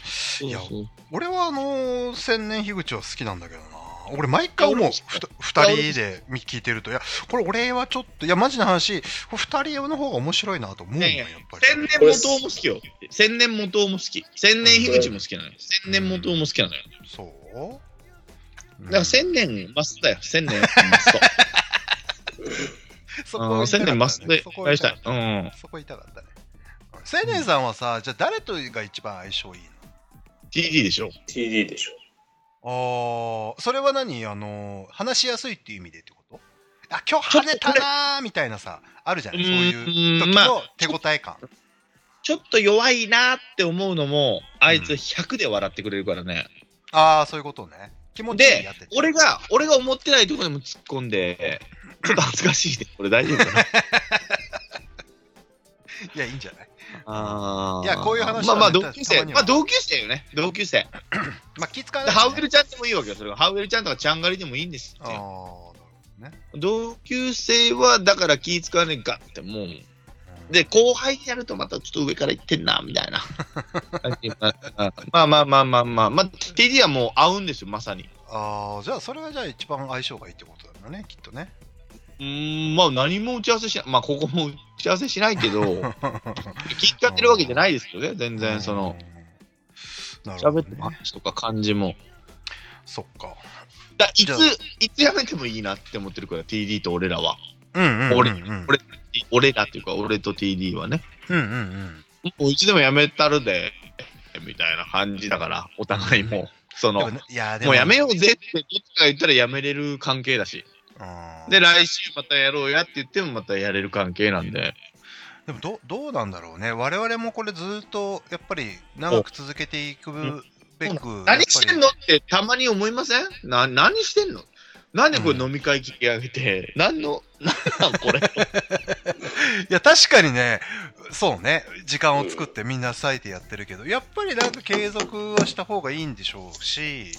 [SPEAKER 4] そう
[SPEAKER 3] いや
[SPEAKER 4] そう
[SPEAKER 3] 俺はあのー千年樋口は好きなんだけどな俺毎回思
[SPEAKER 4] いうや
[SPEAKER 3] ふ
[SPEAKER 4] 俺
[SPEAKER 3] た二人で聞いてるといやこれ俺はちょっといやマジな話これ二人の方が面白いなと思うもん
[SPEAKER 4] い
[SPEAKER 3] や
[SPEAKER 4] や
[SPEAKER 3] っ
[SPEAKER 4] いや
[SPEAKER 3] ぱり
[SPEAKER 4] 千年元も好きよ。千年元も好き。千年樋口も好きなのよ。千年元も好きなのよ。
[SPEAKER 3] そう
[SPEAKER 4] だから千年マストだよ。千年マスト。
[SPEAKER 3] そ
[SPEAKER 4] うん千年マストで
[SPEAKER 3] そこ
[SPEAKER 4] 返
[SPEAKER 3] 行
[SPEAKER 4] し
[SPEAKER 3] きた
[SPEAKER 4] た
[SPEAKER 3] か
[SPEAKER 4] い
[SPEAKER 3] っ。た
[SPEAKER 4] う
[SPEAKER 3] ね
[SPEAKER 4] ん。
[SPEAKER 3] そこ行きたかったね千年さんはさじゃあ誰とが一番相性いい
[SPEAKER 4] TD でしょ。
[SPEAKER 1] TD でしょ。
[SPEAKER 3] のああそれは何あのー話しやすいっていう意味でってことあ今日跳ねたなーみたいなさあるじゃないそういう
[SPEAKER 4] うー
[SPEAKER 3] 時
[SPEAKER 4] んまあ
[SPEAKER 3] の手応え感
[SPEAKER 4] ちょっと弱いなって思うのも、あいつ100で笑ってくれるからね。
[SPEAKER 3] ああそういうことね気持ちいい
[SPEAKER 4] で
[SPEAKER 3] やって、て
[SPEAKER 4] 俺が、俺が思ってないところにも突っ込んで、ちょっと恥ずかしいね。これ大丈夫かな
[SPEAKER 3] いやいいんじゃない
[SPEAKER 4] あー
[SPEAKER 3] いやこういう話
[SPEAKER 4] ま
[SPEAKER 3] は
[SPEAKER 4] あまあ、
[SPEAKER 3] ね
[SPEAKER 4] 同級
[SPEAKER 3] たま
[SPEAKER 4] 生。
[SPEAKER 3] に
[SPEAKER 4] ま
[SPEAKER 3] は
[SPEAKER 4] あ、同級生よね。同級生。
[SPEAKER 3] まあ気使わ
[SPEAKER 4] で
[SPEAKER 3] ないし
[SPEAKER 4] ハウ
[SPEAKER 3] ね
[SPEAKER 4] エルちゃんでもいいわけよ、それが。ハウエルちゃんとかちゃんがりでもいいんです
[SPEAKER 3] ああ
[SPEAKER 4] よ。
[SPEAKER 3] なる
[SPEAKER 4] 同級生は、だから気使わねえかって、もう。
[SPEAKER 3] ほどね
[SPEAKER 4] で、後輩にやるとまたちょっと上から行ってんな、みたいな。
[SPEAKER 3] (laughs)
[SPEAKER 4] まあまあまあまあまあ、まあ、TD はもう合うんですよ、まさに。
[SPEAKER 3] ああじゃあそれがじゃあ一番相性がいいってことだよねきっとね
[SPEAKER 4] うーん、まあ何も打ち合わせしない。まあここも打ち合わせしないけ
[SPEAKER 3] (laughs)
[SPEAKER 4] ど、気使ってるわけじゃないですけどね、 (laughs) 全然その、
[SPEAKER 3] なるほ
[SPEAKER 4] 喋
[SPEAKER 3] ど
[SPEAKER 4] って
[SPEAKER 3] ね
[SPEAKER 4] も話とか感じも。
[SPEAKER 3] そっか
[SPEAKER 4] だいつ
[SPEAKER 3] じゃあ、
[SPEAKER 4] いつやめてもいいなって思ってるから、TD と俺らは。
[SPEAKER 3] うんうんうんうん
[SPEAKER 4] 俺
[SPEAKER 3] うん
[SPEAKER 4] 俺俺らっていうか、俺と TD はね。
[SPEAKER 3] うんうん
[SPEAKER 4] もういつでもやめたるで、みたいな感じだから、お互いもう、
[SPEAKER 3] で
[SPEAKER 4] そ
[SPEAKER 3] も
[SPEAKER 4] の、
[SPEAKER 3] ねいやで
[SPEAKER 4] もうやめようぜって、どっちかが言ったらやめれる関係だし、
[SPEAKER 3] うん
[SPEAKER 4] で、来週またやろうやって言ってもまたやれる関係なんで、
[SPEAKER 3] でもどどうなんだろうね我々もこれずっとやっぱり長く続けていくべ
[SPEAKER 4] うん
[SPEAKER 3] く
[SPEAKER 4] 何してんの
[SPEAKER 3] やっぱ
[SPEAKER 4] ってたまに思いませんな何してんのなんでこれ飲み会聞き上げて、何の、なんなん
[SPEAKER 3] (laughs)
[SPEAKER 4] これ。
[SPEAKER 3] りいや確かにねそうね時間を作ってみんな割いてやってるけどやっぱりなんか継続はした方がいいんでしょうし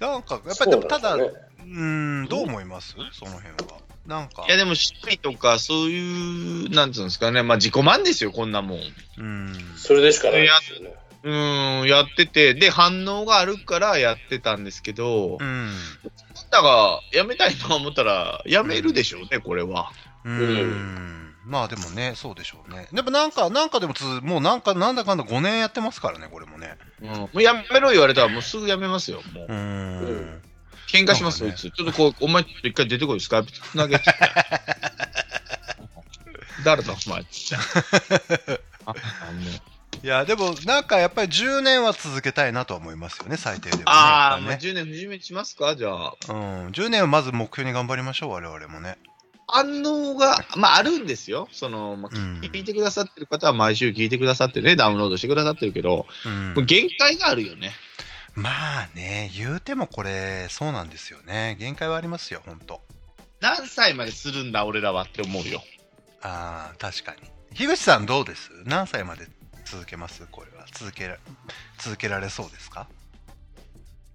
[SPEAKER 3] なんかやっぱりでもただ,、
[SPEAKER 1] そううなんですね
[SPEAKER 3] んどう思いますその辺はなんか
[SPEAKER 4] いやでも、趣味とか、そういう、なんつうんですかね、まあ自己満ですよ、こんなもん。
[SPEAKER 3] うん
[SPEAKER 1] それでしかないですよね。
[SPEAKER 4] うーん、やってて、で、反応があるからやってたんですけど、
[SPEAKER 3] うん
[SPEAKER 4] だが、やめたいと思ったら、やめるでしょうね、これは。
[SPEAKER 3] う
[SPEAKER 1] うん
[SPEAKER 3] まあでもねそうでしょうねでもなんかなんかでもつもうなんかなんだかんだ5年やってますからねこれもね
[SPEAKER 4] うん、もうやめろ言われたら、もうすぐやめますよ。もう
[SPEAKER 3] う、ん
[SPEAKER 1] うん
[SPEAKER 4] 喧嘩しますよ、
[SPEAKER 3] なん
[SPEAKER 4] い
[SPEAKER 3] か
[SPEAKER 4] つ。ちょっとこう、お前、ちょっと一回出てこい、スカイプつなげって。
[SPEAKER 3] (laughs)
[SPEAKER 4] 誰だ、お前。ああの
[SPEAKER 3] いやでもなんかやっぱり10年は続けたいなとは思いますよね最低でもね
[SPEAKER 4] あ
[SPEAKER 3] や
[SPEAKER 4] ー、まあ、
[SPEAKER 3] っぱりね
[SPEAKER 4] 10年、不死身にしますか、じゃあ。
[SPEAKER 3] うん、10年をまず目標に頑張りましょう我々もね
[SPEAKER 4] あ反応が、まあ、あるんですよ。その、まあ
[SPEAKER 3] うん
[SPEAKER 4] 聞いてくださってる方は毎週聞いてくださってね、ダウンロードしてくださってるけど、
[SPEAKER 3] うん
[SPEAKER 4] もう限界があるよね。
[SPEAKER 3] まあね言うてもこれそうなんですよね限界はありますよほんと
[SPEAKER 4] 何歳までするんだ、俺らはって思うよ。
[SPEAKER 3] あー確かに樋口さんどうです何歳まで続けますこれは続けら続けられそうですか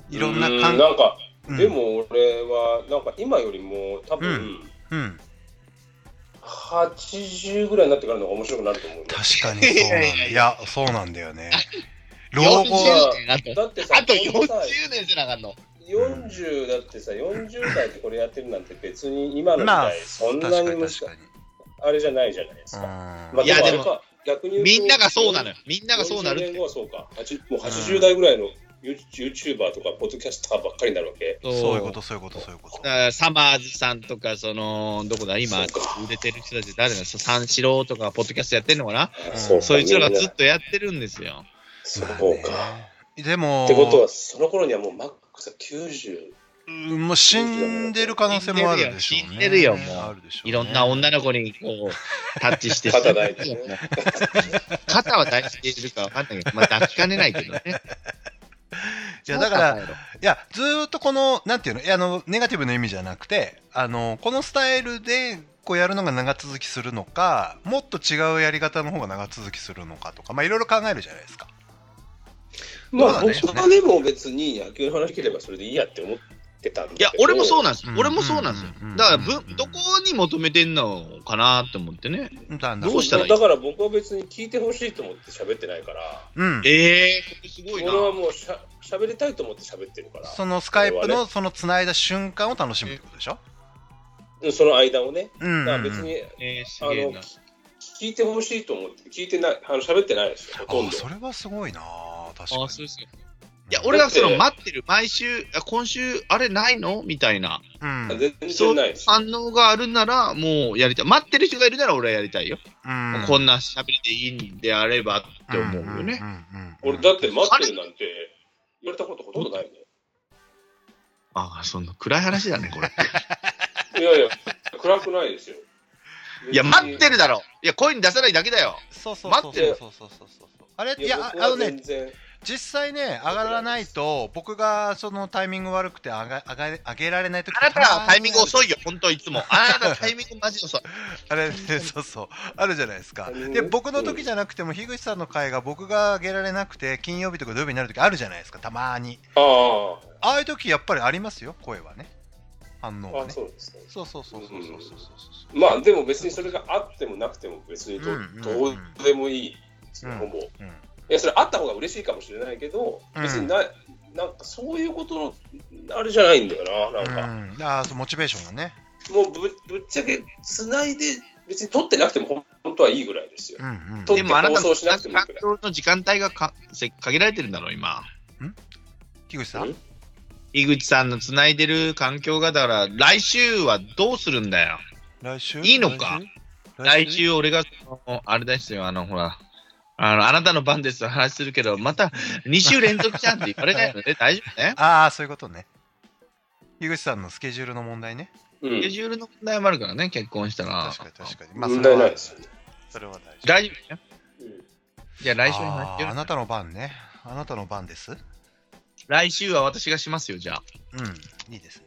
[SPEAKER 3] いろんな
[SPEAKER 1] うん
[SPEAKER 3] 感
[SPEAKER 1] なんか、
[SPEAKER 3] うん
[SPEAKER 1] でも俺は、なんか今よりも多分、
[SPEAKER 3] うんうん
[SPEAKER 1] 80ぐらいになってからの方が面白くなると思うよ。
[SPEAKER 3] 確かにそうなん
[SPEAKER 4] いやいや (laughs) いや
[SPEAKER 3] だいやそうなんだよ
[SPEAKER 4] (laughs)
[SPEAKER 3] ね老
[SPEAKER 4] 40
[SPEAKER 3] 後
[SPEAKER 4] 年あと、
[SPEAKER 1] だってさ、
[SPEAKER 4] あと
[SPEAKER 1] このさ
[SPEAKER 4] 40年じゃなあかんの。
[SPEAKER 1] 40だってさ、40代でこれやってるなんて別に今の時
[SPEAKER 3] まあ
[SPEAKER 1] 代、そん
[SPEAKER 3] 確
[SPEAKER 1] な
[SPEAKER 3] か
[SPEAKER 1] に
[SPEAKER 3] に
[SPEAKER 1] む
[SPEAKER 3] 確
[SPEAKER 1] し
[SPEAKER 3] かに
[SPEAKER 1] あれじゃないじゃないです
[SPEAKER 3] うん
[SPEAKER 1] か。まあ、
[SPEAKER 4] いや
[SPEAKER 1] でもあれか、逆に言うと
[SPEAKER 4] みんながそうなのよ。みんながそうなるっ
[SPEAKER 1] 40
[SPEAKER 4] て
[SPEAKER 1] 年後。はそうか。はちもう80代ぐらいの YouTuber とか、ポッドキャスターばっかりになるわけ。
[SPEAKER 3] そういうことそういうことそういうこと
[SPEAKER 4] だからサマーズさんとか、その、どこだ、今、
[SPEAKER 1] そうか
[SPEAKER 4] 売れてる人たち、誰だ、そう三四郎とか、ポッドキャストやってんのかな
[SPEAKER 3] うん
[SPEAKER 1] そか
[SPEAKER 4] そういう人らが
[SPEAKER 1] みん
[SPEAKER 4] ず
[SPEAKER 1] な
[SPEAKER 4] っとやってるんですよ。
[SPEAKER 1] そうか。
[SPEAKER 3] まあねでも
[SPEAKER 1] ってことは、その頃にはもうマックスは90。
[SPEAKER 3] うんもう死んでる可能性もあるでしょうね。
[SPEAKER 4] 死んでるよもう
[SPEAKER 3] あるでしょうね
[SPEAKER 4] いろんな女の子に、こう、タッチして。
[SPEAKER 1] (laughs) 肩抱いてね
[SPEAKER 4] (laughs) 肩は大しているかわかんないけど、まあ、抱きかねないけどね。
[SPEAKER 3] (laughs) いやだから、いや、ずーっとこの、なんていうの、いやあのネガティブな意味じゃなくて、あのこのスタイルでこうやるのが長続きするのか、もっと違うやり方の方が長続きするのかとか、まあ、いろいろ考えるじゃないですか。
[SPEAKER 1] まあ、
[SPEAKER 3] そうだ
[SPEAKER 1] 僕は
[SPEAKER 3] ね
[SPEAKER 1] でも別に野球の話聞ければそれでいいやって思ってたんだ
[SPEAKER 4] いや、俺もそう
[SPEAKER 1] な
[SPEAKER 4] なんです
[SPEAKER 3] う。ん
[SPEAKER 4] 俺もそうなんですよ
[SPEAKER 3] うん。
[SPEAKER 4] だから
[SPEAKER 3] うん
[SPEAKER 4] ぶ、どこに求めてんのかなって思ってね。
[SPEAKER 3] だんだん
[SPEAKER 4] どうしたらいい
[SPEAKER 1] だから僕は別に聞いてほしいと思って喋ってないから、
[SPEAKER 3] うん、
[SPEAKER 4] ええー、これすごい
[SPEAKER 1] 俺
[SPEAKER 4] な。
[SPEAKER 1] はもうしゃ喋りたいと思って喋ってるから、
[SPEAKER 3] そのスカイプのそのつないだ瞬間を楽しむってことでしょ。
[SPEAKER 1] うんその間をね。
[SPEAKER 3] うん、
[SPEAKER 1] だから別に、
[SPEAKER 4] えー、す
[SPEAKER 1] あ
[SPEAKER 4] げえ
[SPEAKER 1] の
[SPEAKER 4] な。、
[SPEAKER 1] 聞いてほしいと思って、聞いてない、あの喋ってないですよ、ほ
[SPEAKER 3] あ
[SPEAKER 1] とんど。
[SPEAKER 3] それはすごいな確かに
[SPEAKER 4] あ、そうですよ。いや、俺がそ
[SPEAKER 1] だって
[SPEAKER 4] の待ってる、毎週、あ今週、あれないのみたいな、
[SPEAKER 3] うんうん
[SPEAKER 1] 全
[SPEAKER 4] そ
[SPEAKER 1] 然
[SPEAKER 4] う
[SPEAKER 1] ないです。
[SPEAKER 4] 反応があるなら、もうやりたい。待ってる人がいるなら、俺はやりたいよ。もうこんな喋りでいいんであればって思うよ
[SPEAKER 3] んう
[SPEAKER 4] ね。。
[SPEAKER 3] んうんうん
[SPEAKER 1] 俺、だって待ってるなんて言われたことほとんどないもん。
[SPEAKER 4] ああ、そんな暗い話だね、
[SPEAKER 3] (laughs)
[SPEAKER 4] これ。
[SPEAKER 1] いやいや、暗くないですよ。
[SPEAKER 4] いや、待って
[SPEAKER 1] る
[SPEAKER 4] るだろ。いや、声に出さないだけだよ。
[SPEAKER 3] そうそう
[SPEAKER 4] 待
[SPEAKER 3] そ
[SPEAKER 4] っ
[SPEAKER 3] う
[SPEAKER 1] てよ
[SPEAKER 3] そうそうそうそうそうあれ
[SPEAKER 1] い
[SPEAKER 3] いや
[SPEAKER 1] や、僕
[SPEAKER 3] あ
[SPEAKER 1] は
[SPEAKER 3] あの
[SPEAKER 1] 全
[SPEAKER 3] ね
[SPEAKER 1] 然。
[SPEAKER 3] 実際ね上がらないと僕がそのタイミング悪くて上が上が上げられない時
[SPEAKER 4] あなたはタイミング遅
[SPEAKER 3] い
[SPEAKER 4] いよ、本当いつも。あなたタイミングマジ遅い。
[SPEAKER 3] あれ、ね、そうそうあるじゃないですか
[SPEAKER 1] タイミング
[SPEAKER 3] で僕の時じゃなくても樋口さんの回が僕が上げられなくて金曜日とか土曜日になる時あるじゃないですかたまに
[SPEAKER 1] あ
[SPEAKER 3] ああいう時やっぱりありますよ声はね反応
[SPEAKER 1] あ、
[SPEAKER 3] は
[SPEAKER 1] あ
[SPEAKER 3] ね
[SPEAKER 1] そうですね。
[SPEAKER 3] そうそうそうそうそうそうそうそう
[SPEAKER 1] まあ、でも別にそれがあってもなくても別にど,、
[SPEAKER 3] うんうん
[SPEAKER 1] どうでもいいですね、
[SPEAKER 3] うん
[SPEAKER 1] ほぼ。
[SPEAKER 3] うん
[SPEAKER 1] いや、それあった方が嬉しいかもしれないけど、
[SPEAKER 3] うん
[SPEAKER 1] 別にな、なんかそういうことの、あれじゃないんだよな、なんか。
[SPEAKER 3] うん、ああそうモチベーションがね、
[SPEAKER 1] もうぶぶっちゃけ繋いで別に取ってなくてもほん本当はいいぐらいですよ
[SPEAKER 3] う。んうん、
[SPEAKER 1] と
[SPEAKER 4] でもあなた
[SPEAKER 1] 放
[SPEAKER 4] の
[SPEAKER 1] 送しなくてもいい
[SPEAKER 4] 感
[SPEAKER 1] から
[SPEAKER 4] 情の時間帯がかせ限られてるんだろう、今。
[SPEAKER 3] 樋口さん
[SPEAKER 4] 井口さんの繋いでる環境が、だから、来週はどうするんだよ。
[SPEAKER 3] 来週
[SPEAKER 4] いいのか来週俺がその、あれですよ、あの、ほら、あの、あなたの番ですと話するけど、また2週連続じゃんって言われないので、大丈夫ね。
[SPEAKER 3] ああ、そういうことね。井口さんのスケジュールの問題ね。
[SPEAKER 1] う
[SPEAKER 4] スケ
[SPEAKER 1] ん、
[SPEAKER 4] ジュールの問題もあるからね、結婚したら。
[SPEAKER 3] 確かに確かに。
[SPEAKER 1] 問題ないですよね。
[SPEAKER 3] それは大丈夫。
[SPEAKER 4] 大丈夫ね。
[SPEAKER 1] うん
[SPEAKER 4] じゃあ来週に
[SPEAKER 3] あーあ
[SPEAKER 4] 話
[SPEAKER 3] なたの番ね。あなたの番です。うん
[SPEAKER 4] 来週は私がしますよ、じゃあ。、
[SPEAKER 3] いいですね。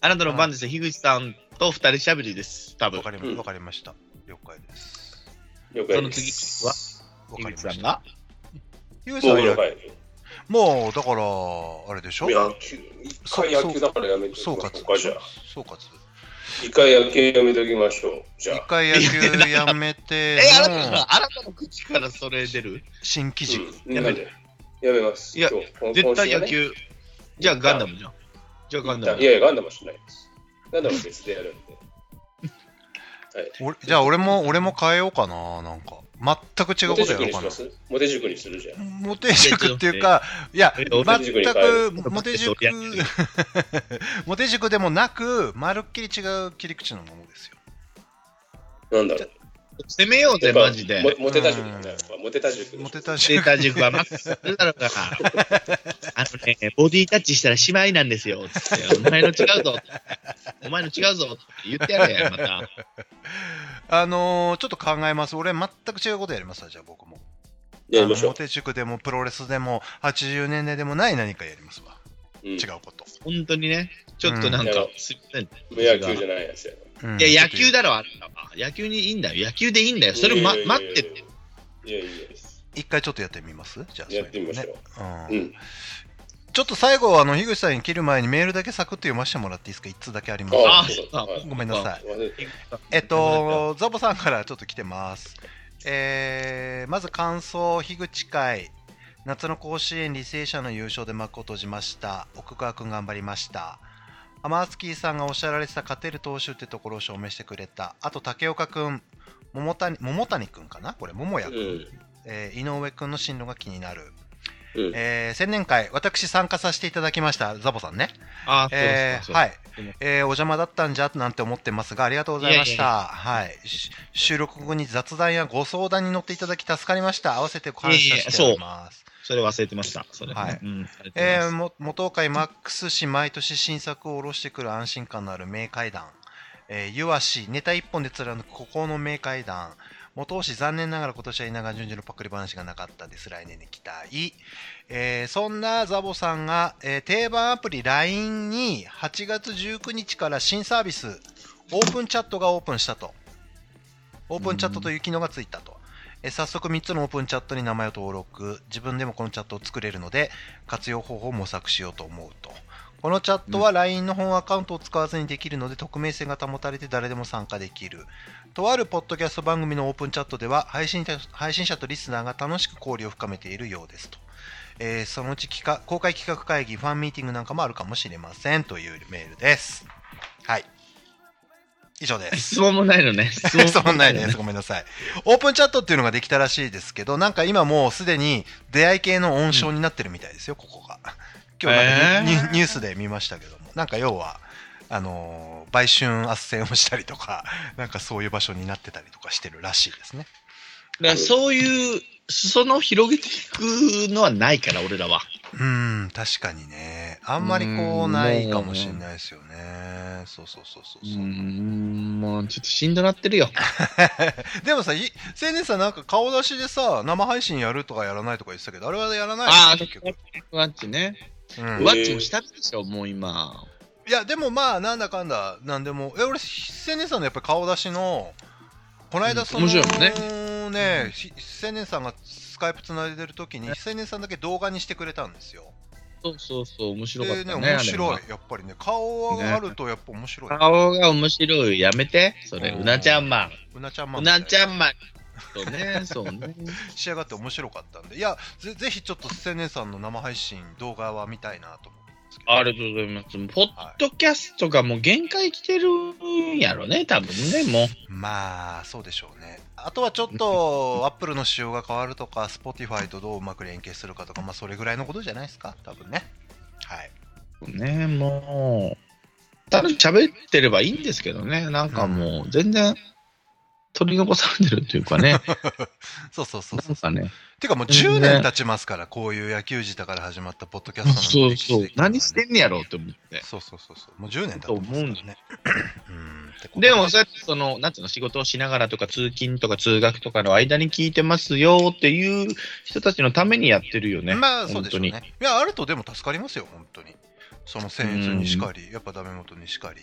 [SPEAKER 4] あなたの番ですよ、樋口さんと二人しゃべりです、多分
[SPEAKER 3] わかりま
[SPEAKER 1] うん
[SPEAKER 3] わかりました。了解です。
[SPEAKER 1] 了
[SPEAKER 4] そ
[SPEAKER 1] 解
[SPEAKER 4] の
[SPEAKER 1] で
[SPEAKER 4] 次
[SPEAKER 1] す。
[SPEAKER 4] は
[SPEAKER 3] わ
[SPEAKER 4] 井
[SPEAKER 3] かりま
[SPEAKER 4] 口さ
[SPEAKER 3] し
[SPEAKER 4] ん
[SPEAKER 3] た。
[SPEAKER 4] が。
[SPEAKER 3] 井口さ
[SPEAKER 1] も
[SPEAKER 3] ん
[SPEAKER 1] う
[SPEAKER 3] は
[SPEAKER 1] 了
[SPEAKER 3] や
[SPEAKER 1] 解。
[SPEAKER 3] もうだから、あれでしょ
[SPEAKER 1] 野球、一回野球だからやめて
[SPEAKER 3] 総
[SPEAKER 1] おきましょ
[SPEAKER 3] 括
[SPEAKER 1] うか、じゃあ。。
[SPEAKER 3] 総括。
[SPEAKER 1] 一回野球やめておきましょう。じゃ
[SPEAKER 3] 一
[SPEAKER 1] あ。
[SPEAKER 3] 回野球やめて
[SPEAKER 4] え、あなた
[SPEAKER 3] の
[SPEAKER 4] の、あなたの口からそれ出る
[SPEAKER 3] 新記事。
[SPEAKER 1] うん、なんでやめます。
[SPEAKER 4] いや
[SPEAKER 1] 今日、この
[SPEAKER 4] 絶対野。
[SPEAKER 1] 今週はね
[SPEAKER 4] 球。じゃあガンダムじゃん。じゃあガンダム
[SPEAKER 1] い。やいや、ガンダムはしないです。ガンダムは別でやるんで。
[SPEAKER 3] 俺じゃあ俺も、俺も変えようかな、なんか。全く違う
[SPEAKER 1] モ
[SPEAKER 3] こ
[SPEAKER 1] テ
[SPEAKER 3] とや
[SPEAKER 1] 塾
[SPEAKER 3] ろう
[SPEAKER 1] に
[SPEAKER 3] か
[SPEAKER 1] し
[SPEAKER 3] な
[SPEAKER 1] ま。すモテ塾にするじゃん。
[SPEAKER 3] モテ塾っていうか、いや、
[SPEAKER 4] え
[SPEAKER 3] 全
[SPEAKER 4] モ
[SPEAKER 1] テ塾に変える
[SPEAKER 3] くモテ塾
[SPEAKER 4] ちょっと待って、
[SPEAKER 3] (laughs) モテ塾でもなく、まるっきり違う切り口のものですよ。
[SPEAKER 1] なんだろう。
[SPEAKER 4] 攻めようぜ、マジで。
[SPEAKER 1] モモテた塾みたいなのはモテた塾でしょ。
[SPEAKER 3] モテた
[SPEAKER 4] デ
[SPEAKER 3] し
[SPEAKER 4] ータ塾はマックスだろ
[SPEAKER 1] (laughs)
[SPEAKER 4] うが。あのね、ボディタッチしたらしまいなんですよ。つって、お前の違うぞ。お前の違うぞ。って言ってやれや、また。
[SPEAKER 3] (laughs) あのーちょっと考えます。俺、全く違うことやりますわじゃあ僕も。
[SPEAKER 1] やりましょ
[SPEAKER 3] あのモテ塾でもプロレスでも80年代でもない何かやりますわ。
[SPEAKER 1] う。違
[SPEAKER 3] 違うこと。
[SPEAKER 4] 本当にね、ちょっとなんか、すいません。
[SPEAKER 1] うん。野球じゃないやつや
[SPEAKER 3] うん
[SPEAKER 4] いや、野球だろ、あんたは。野球にいいんだよ。野球でいいんだよ。
[SPEAKER 1] な。
[SPEAKER 4] それま、
[SPEAKER 1] いやいやい
[SPEAKER 4] 待
[SPEAKER 1] や
[SPEAKER 4] ってて。。
[SPEAKER 1] いやいやいやです。
[SPEAKER 3] 一回ちょっとやってみますじゃあ
[SPEAKER 1] やってみましょう。
[SPEAKER 3] そういうのね
[SPEAKER 1] う
[SPEAKER 3] うん
[SPEAKER 1] ん。
[SPEAKER 3] ちょっと最後、あの樋口さんに切る前にメールだけサクッと読ませてもらっていいですか一通だけあります。
[SPEAKER 4] あ
[SPEAKER 1] そう
[SPEAKER 4] あ
[SPEAKER 1] はい
[SPEAKER 3] ごめんなさい。
[SPEAKER 1] 忘れて
[SPEAKER 3] えっと、ザボさんからちょっと来てます。えーまず感想、樋口会。夏の甲子園履正社の優勝で幕を閉じました。奥川君頑張りました。ハマースキーさんがおっしゃられてた勝てる投手ってところを証明してくれた。あと竹岡君、桃谷桃谷君かなこれ、桃谷君、えー井上君の進路が気になる。
[SPEAKER 1] うん。うん。
[SPEAKER 3] えー、宣伝会、私参加させていただきました。ザボさんね。
[SPEAKER 4] あ
[SPEAKER 3] えー
[SPEAKER 4] は。
[SPEAKER 3] はいい、えーお邪魔だったんじゃなんて思ってますがありがとうございましたはいし収録後に雑談やご相談に乗っていただき助かりました合わせて感謝しております
[SPEAKER 4] それ忘れてました。それね
[SPEAKER 3] はい
[SPEAKER 4] うんありがとうござい
[SPEAKER 3] え
[SPEAKER 4] ます
[SPEAKER 3] ーも元会マックス氏毎年新作を下ろしてくる安心感のある名会談えー湯足、ネタ一本で貫く孤高の名会談元推し残念ながら今年は稲川淳二のパクリ話がなかったです来年に期待、えーそんなザボさんが、えー定番アプリ LINE に8月19日から新サービスオープンチャットがオープンしたとオープンチャットという機能がついたと、えー早速3つのオープンチャットに名前を登録自分でもこのチャットを作れるので活用方法を模索しようと思うと。このチャットは LINE の本アカウントを使わずにできるので、匿名性が保たれて誰でも参加できる。とあるポッドキャスト番組のオープンチャットでは配信者、配信者とリスナーが楽しく交流を深めているようですと。えーそのうち企画公開企画会議、ファンミーティングなんかもあるかもしれませんというメールです。はい。以上です。
[SPEAKER 4] 質問もないの
[SPEAKER 3] (laughs)
[SPEAKER 4] ね。 (laughs) 質
[SPEAKER 3] 質問ない
[SPEAKER 4] の
[SPEAKER 3] で
[SPEAKER 4] ね
[SPEAKER 3] す。。ごめんなさい。オープンチャットっていうのができたらしいですけど、なんか今もうすでに出会い系の温床になってるみたいですよ、ここが。今日なんかニュ、
[SPEAKER 4] へー
[SPEAKER 3] ニュニュースで見ましたけども、なんか要は、あのー売春斡旋をしたりとか、 (laughs) なんかそういう場所になってたりとかしてるらしいですね。
[SPEAKER 4] だからそういう、裾野を広げていくのはないから、俺らは。
[SPEAKER 3] うーん、確かにね。あんまりこ
[SPEAKER 4] うー
[SPEAKER 3] う、
[SPEAKER 4] ん
[SPEAKER 3] ないかもしれないですよね。そうそうそうそう
[SPEAKER 4] う
[SPEAKER 3] そう。
[SPEAKER 4] ーん、もうちょっとしんどなってるよ。
[SPEAKER 3] でもさ、い青年さんなんか顔出しでさ、生配信やるとかやらないとか言ってたけど、あれはやらないの
[SPEAKER 4] ああ、
[SPEAKER 3] 結局
[SPEAKER 4] ワッチね。
[SPEAKER 3] うん
[SPEAKER 4] ワッチもしたんでしょ、もう今。
[SPEAKER 3] いやでもまあなんだかんだなんでもえ俺千年さんのやっぱり顔出しのこの間その、
[SPEAKER 4] うん面白い
[SPEAKER 3] ねひ千年さんがスカイプつないでる時に千年さんだけ動画にしてくれたんですよ。
[SPEAKER 4] そうそうそう、面白かっ
[SPEAKER 3] で
[SPEAKER 4] たね。
[SPEAKER 3] 面白
[SPEAKER 4] あ
[SPEAKER 3] い
[SPEAKER 4] れ
[SPEAKER 3] やっぱりね顔があるとやっぱ面白い。
[SPEAKER 4] は顔が面白い。やめて、それ。
[SPEAKER 3] うん
[SPEAKER 4] うなちゃんマン。
[SPEAKER 3] うなちゃんマ
[SPEAKER 4] う
[SPEAKER 3] ンみたい
[SPEAKER 4] なちゃんマン。そうね、そうね。
[SPEAKER 3] 仕上がって面白かったんでいやぜぜひちょっと千年さんの生配信動画は見たいなと思うんですけど。
[SPEAKER 4] ありがとうございます。ポッドキャストがもう限界来てるんやろね、多分ね、もう。
[SPEAKER 3] まあそうでしょうねあとはちょっ
[SPEAKER 4] (laughs)
[SPEAKER 3] とアップルの仕様が変わるとか Spotify とどううまく連携するかとかまあそれぐらいのことじゃないですか多分ねはい
[SPEAKER 4] ね、もう、ただ喋ってればいいんですけどね、なんかもう、全然、取り残されてるという
[SPEAKER 3] (laughs)
[SPEAKER 4] かね、
[SPEAKER 3] そうそうそう
[SPEAKER 4] な
[SPEAKER 3] そ
[SPEAKER 4] ん
[SPEAKER 3] う
[SPEAKER 4] かね、
[SPEAKER 3] てかもう10年経ちますからこういう野球自体から始まったポッドキャスト
[SPEAKER 4] そ
[SPEAKER 3] の
[SPEAKER 4] う
[SPEAKER 3] 歴史的な
[SPEAKER 4] そ
[SPEAKER 3] ね、
[SPEAKER 4] う、何してんねやろうって思って。
[SPEAKER 3] そうそうそうそうもう10年経ってますからねうんってこと
[SPEAKER 4] でも、そうやって、その、なんつうの、仕事をしながらとか、通勤とか、通学とかの間に聞いてますよっていう人たちのためにやってるよね。
[SPEAKER 3] まあそうでしょう
[SPEAKER 4] 本
[SPEAKER 3] ねいやあるとでも助かりますよ本当にその僭越にしかりやっぱダメ元にしかり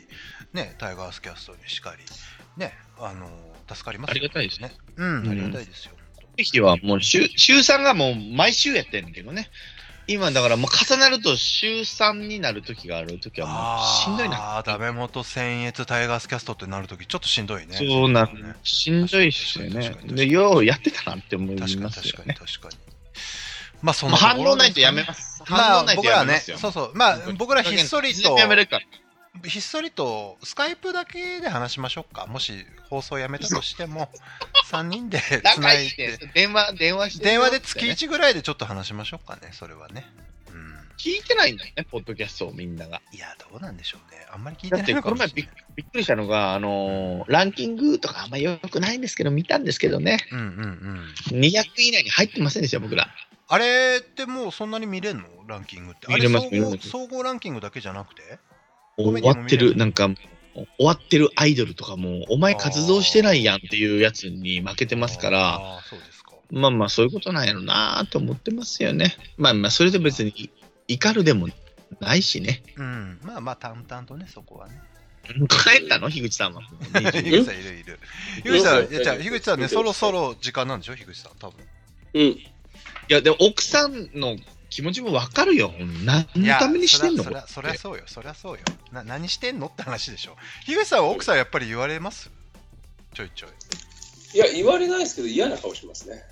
[SPEAKER 3] ねタイガースキャストにしかりねあの助かりますよ
[SPEAKER 4] ありがたいですね
[SPEAKER 3] うん
[SPEAKER 4] ん
[SPEAKER 3] ありがたいですよ、
[SPEAKER 4] 当に。日はもう週、週3がもう毎週やってるんだけどね。今、だからもう重なると週3になる時がある時はもうしんどいな。
[SPEAKER 3] あーダメ元僭越タイガースキャストってなるときちょっとしんどいね
[SPEAKER 4] そうなん
[SPEAKER 3] ね
[SPEAKER 4] しんどいっすよ
[SPEAKER 3] 確
[SPEAKER 4] ね
[SPEAKER 3] か。に
[SPEAKER 4] で、ようやってたなって思いま
[SPEAKER 3] 確
[SPEAKER 4] す
[SPEAKER 3] かに
[SPEAKER 4] よ
[SPEAKER 3] 確かに
[SPEAKER 4] ね。
[SPEAKER 3] 確かにまあそ
[SPEAKER 4] も
[SPEAKER 3] ん
[SPEAKER 4] う
[SPEAKER 3] なとこ
[SPEAKER 4] 反
[SPEAKER 3] ろ
[SPEAKER 4] 応ないとやめます。反応ないと
[SPEAKER 3] 僕ら
[SPEAKER 4] や
[SPEAKER 3] は
[SPEAKER 4] めま
[SPEAKER 3] ね
[SPEAKER 4] すよ。
[SPEAKER 3] そうそうまあ僕らひっそり
[SPEAKER 4] 全
[SPEAKER 3] と
[SPEAKER 4] 然やめるから。
[SPEAKER 3] ひっそりとスカイプだけで話しましょうかもし放送やめたとして
[SPEAKER 4] (laughs)
[SPEAKER 3] も3人でつな
[SPEAKER 4] 仲い
[SPEAKER 3] い
[SPEAKER 4] いで。
[SPEAKER 3] です
[SPEAKER 4] 電話、電話してる
[SPEAKER 3] 電
[SPEAKER 4] よっ
[SPEAKER 3] 話
[SPEAKER 4] てね。
[SPEAKER 3] で月1ぐらいでちょっと話しましょうかねそれはねうん
[SPEAKER 4] 聞いてないんだよね、ポッドキャストをみんなが。
[SPEAKER 3] いや、どうなんでしょうね。あんまり聞い
[SPEAKER 4] だ
[SPEAKER 3] てない
[SPEAKER 4] って、
[SPEAKER 3] の
[SPEAKER 4] こ
[SPEAKER 3] か
[SPEAKER 4] の
[SPEAKER 3] も
[SPEAKER 4] 前
[SPEAKER 3] しれ
[SPEAKER 4] びっ
[SPEAKER 3] ない。
[SPEAKER 4] びっくりしたのが、あのーランキングとかあんまよくないんですけど、見たんですけどね、
[SPEAKER 3] うんうんうん。
[SPEAKER 4] 200位以内に入ってませんでした、僕ら。
[SPEAKER 3] あれってもうそんなに見れんのランキングって。あ
[SPEAKER 4] 見
[SPEAKER 3] れ
[SPEAKER 4] れます
[SPEAKER 3] 総
[SPEAKER 4] 見れ
[SPEAKER 3] 合
[SPEAKER 4] ます
[SPEAKER 3] 総合ランキングだけじゃなくてコメ
[SPEAKER 4] 終
[SPEAKER 3] ディ
[SPEAKER 4] わ
[SPEAKER 3] も
[SPEAKER 4] っ
[SPEAKER 3] 見
[SPEAKER 4] て
[SPEAKER 3] れる
[SPEAKER 4] る、なんか、終わってるアイドルとかも、お前活動してないやんっていうやつに負けてますから、
[SPEAKER 3] ああ、そうですか。
[SPEAKER 4] まあまあ、そういうことなんやろなと思ってますよね。まあまあ、それで別に怒るでもないしね。
[SPEAKER 3] うん。まあまあ、淡々とね、そこはね。
[SPEAKER 4] 帰ったの樋口さんは。
[SPEAKER 3] 樋口さんいるいる。樋口さん、いやじゃあ樋口さんね、
[SPEAKER 1] 見て
[SPEAKER 3] そ
[SPEAKER 1] ま
[SPEAKER 3] ろ
[SPEAKER 1] す
[SPEAKER 3] そろ時間なんでしょ、樋口さん、多分。
[SPEAKER 1] うん。
[SPEAKER 4] いや、でも奥さんの気持ちもわかるよ。何
[SPEAKER 3] い
[SPEAKER 4] の
[SPEAKER 3] や
[SPEAKER 4] ためにしてんの
[SPEAKER 3] そりゃそりゃそりゃそうよ、そりゃそうよ。な何してんのって話でしょ。樋口さんは奥さんやっぱり言われますちょいちょい。
[SPEAKER 1] いや、言われないですけど、嫌な顔しますね。